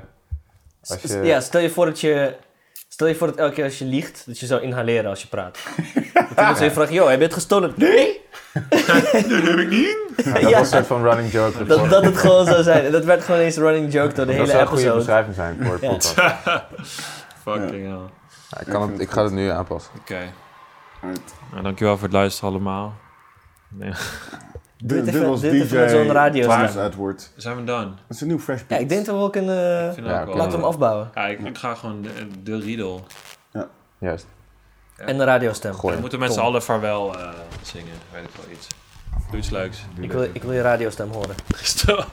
A: Als je
B: Ja, stel je voor dat je... Stel je voor dat elke keer als je liegt, dat je zou inhaleren als je
A: *laughs*
B: praat. dat iemand zo je vraagt, joh, heb je het gestolen? Nee! dat heb ik *laughs* niet.
A: Ja, dat was een soort van running joke. de
B: Dat,
A: vorige.
B: dat het gewoon zou zijn. En Dat werd gewoon eens een running joke door de
A: Dat
B: hele
A: zou een
B: episode.
A: goede beschrijving zijn voor het
B: Ja.
A: podcast.
B: *laughs*
D: Fucking hell.
A: Ja, ik, kan het, ik ga het nu aanpassen.
D: Oké. Nou, dankjewel voor het luisteren allemaal. Nee.
B: Doe het Dit- even- dit was doe het even DJ met zo'n radio
D: Klaar.
B: stem.
C: Edward.
D: Zijn we done?
C: Dat is een nieuw fresh
B: Ja, ik denk dat we ook een... eh,
D: Ik vind
B: laten
D: ook wel-
B: we hem afbouwen.
D: Ja, ik, ik ga gewoon de, de riedel.
A: Juist.
B: En de radiostem.
D: We moeten met z'n allen vaarwel eh, zingen. Weet ik wel iets. Doe iets leuks.
B: Ik wil, ik wil je radiostem horen.
D: *laughs*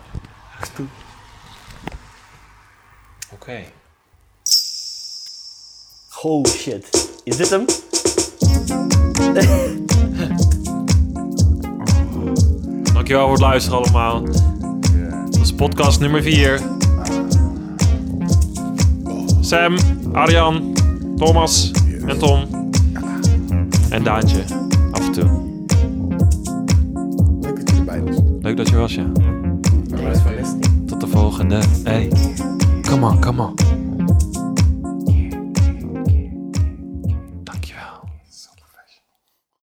D: Oké.
B: Oh shit. Is dit hem?
D: Dankjewel voor het luisteren allemaal. Dat is podcast nummer 4. Sam, Arjan, Thomas en Tom. En Daantje, af en toe.
C: Leuk dat je erbij was.
D: Leuk dat je was, ja. Tot de volgende. Hey, come on, come on.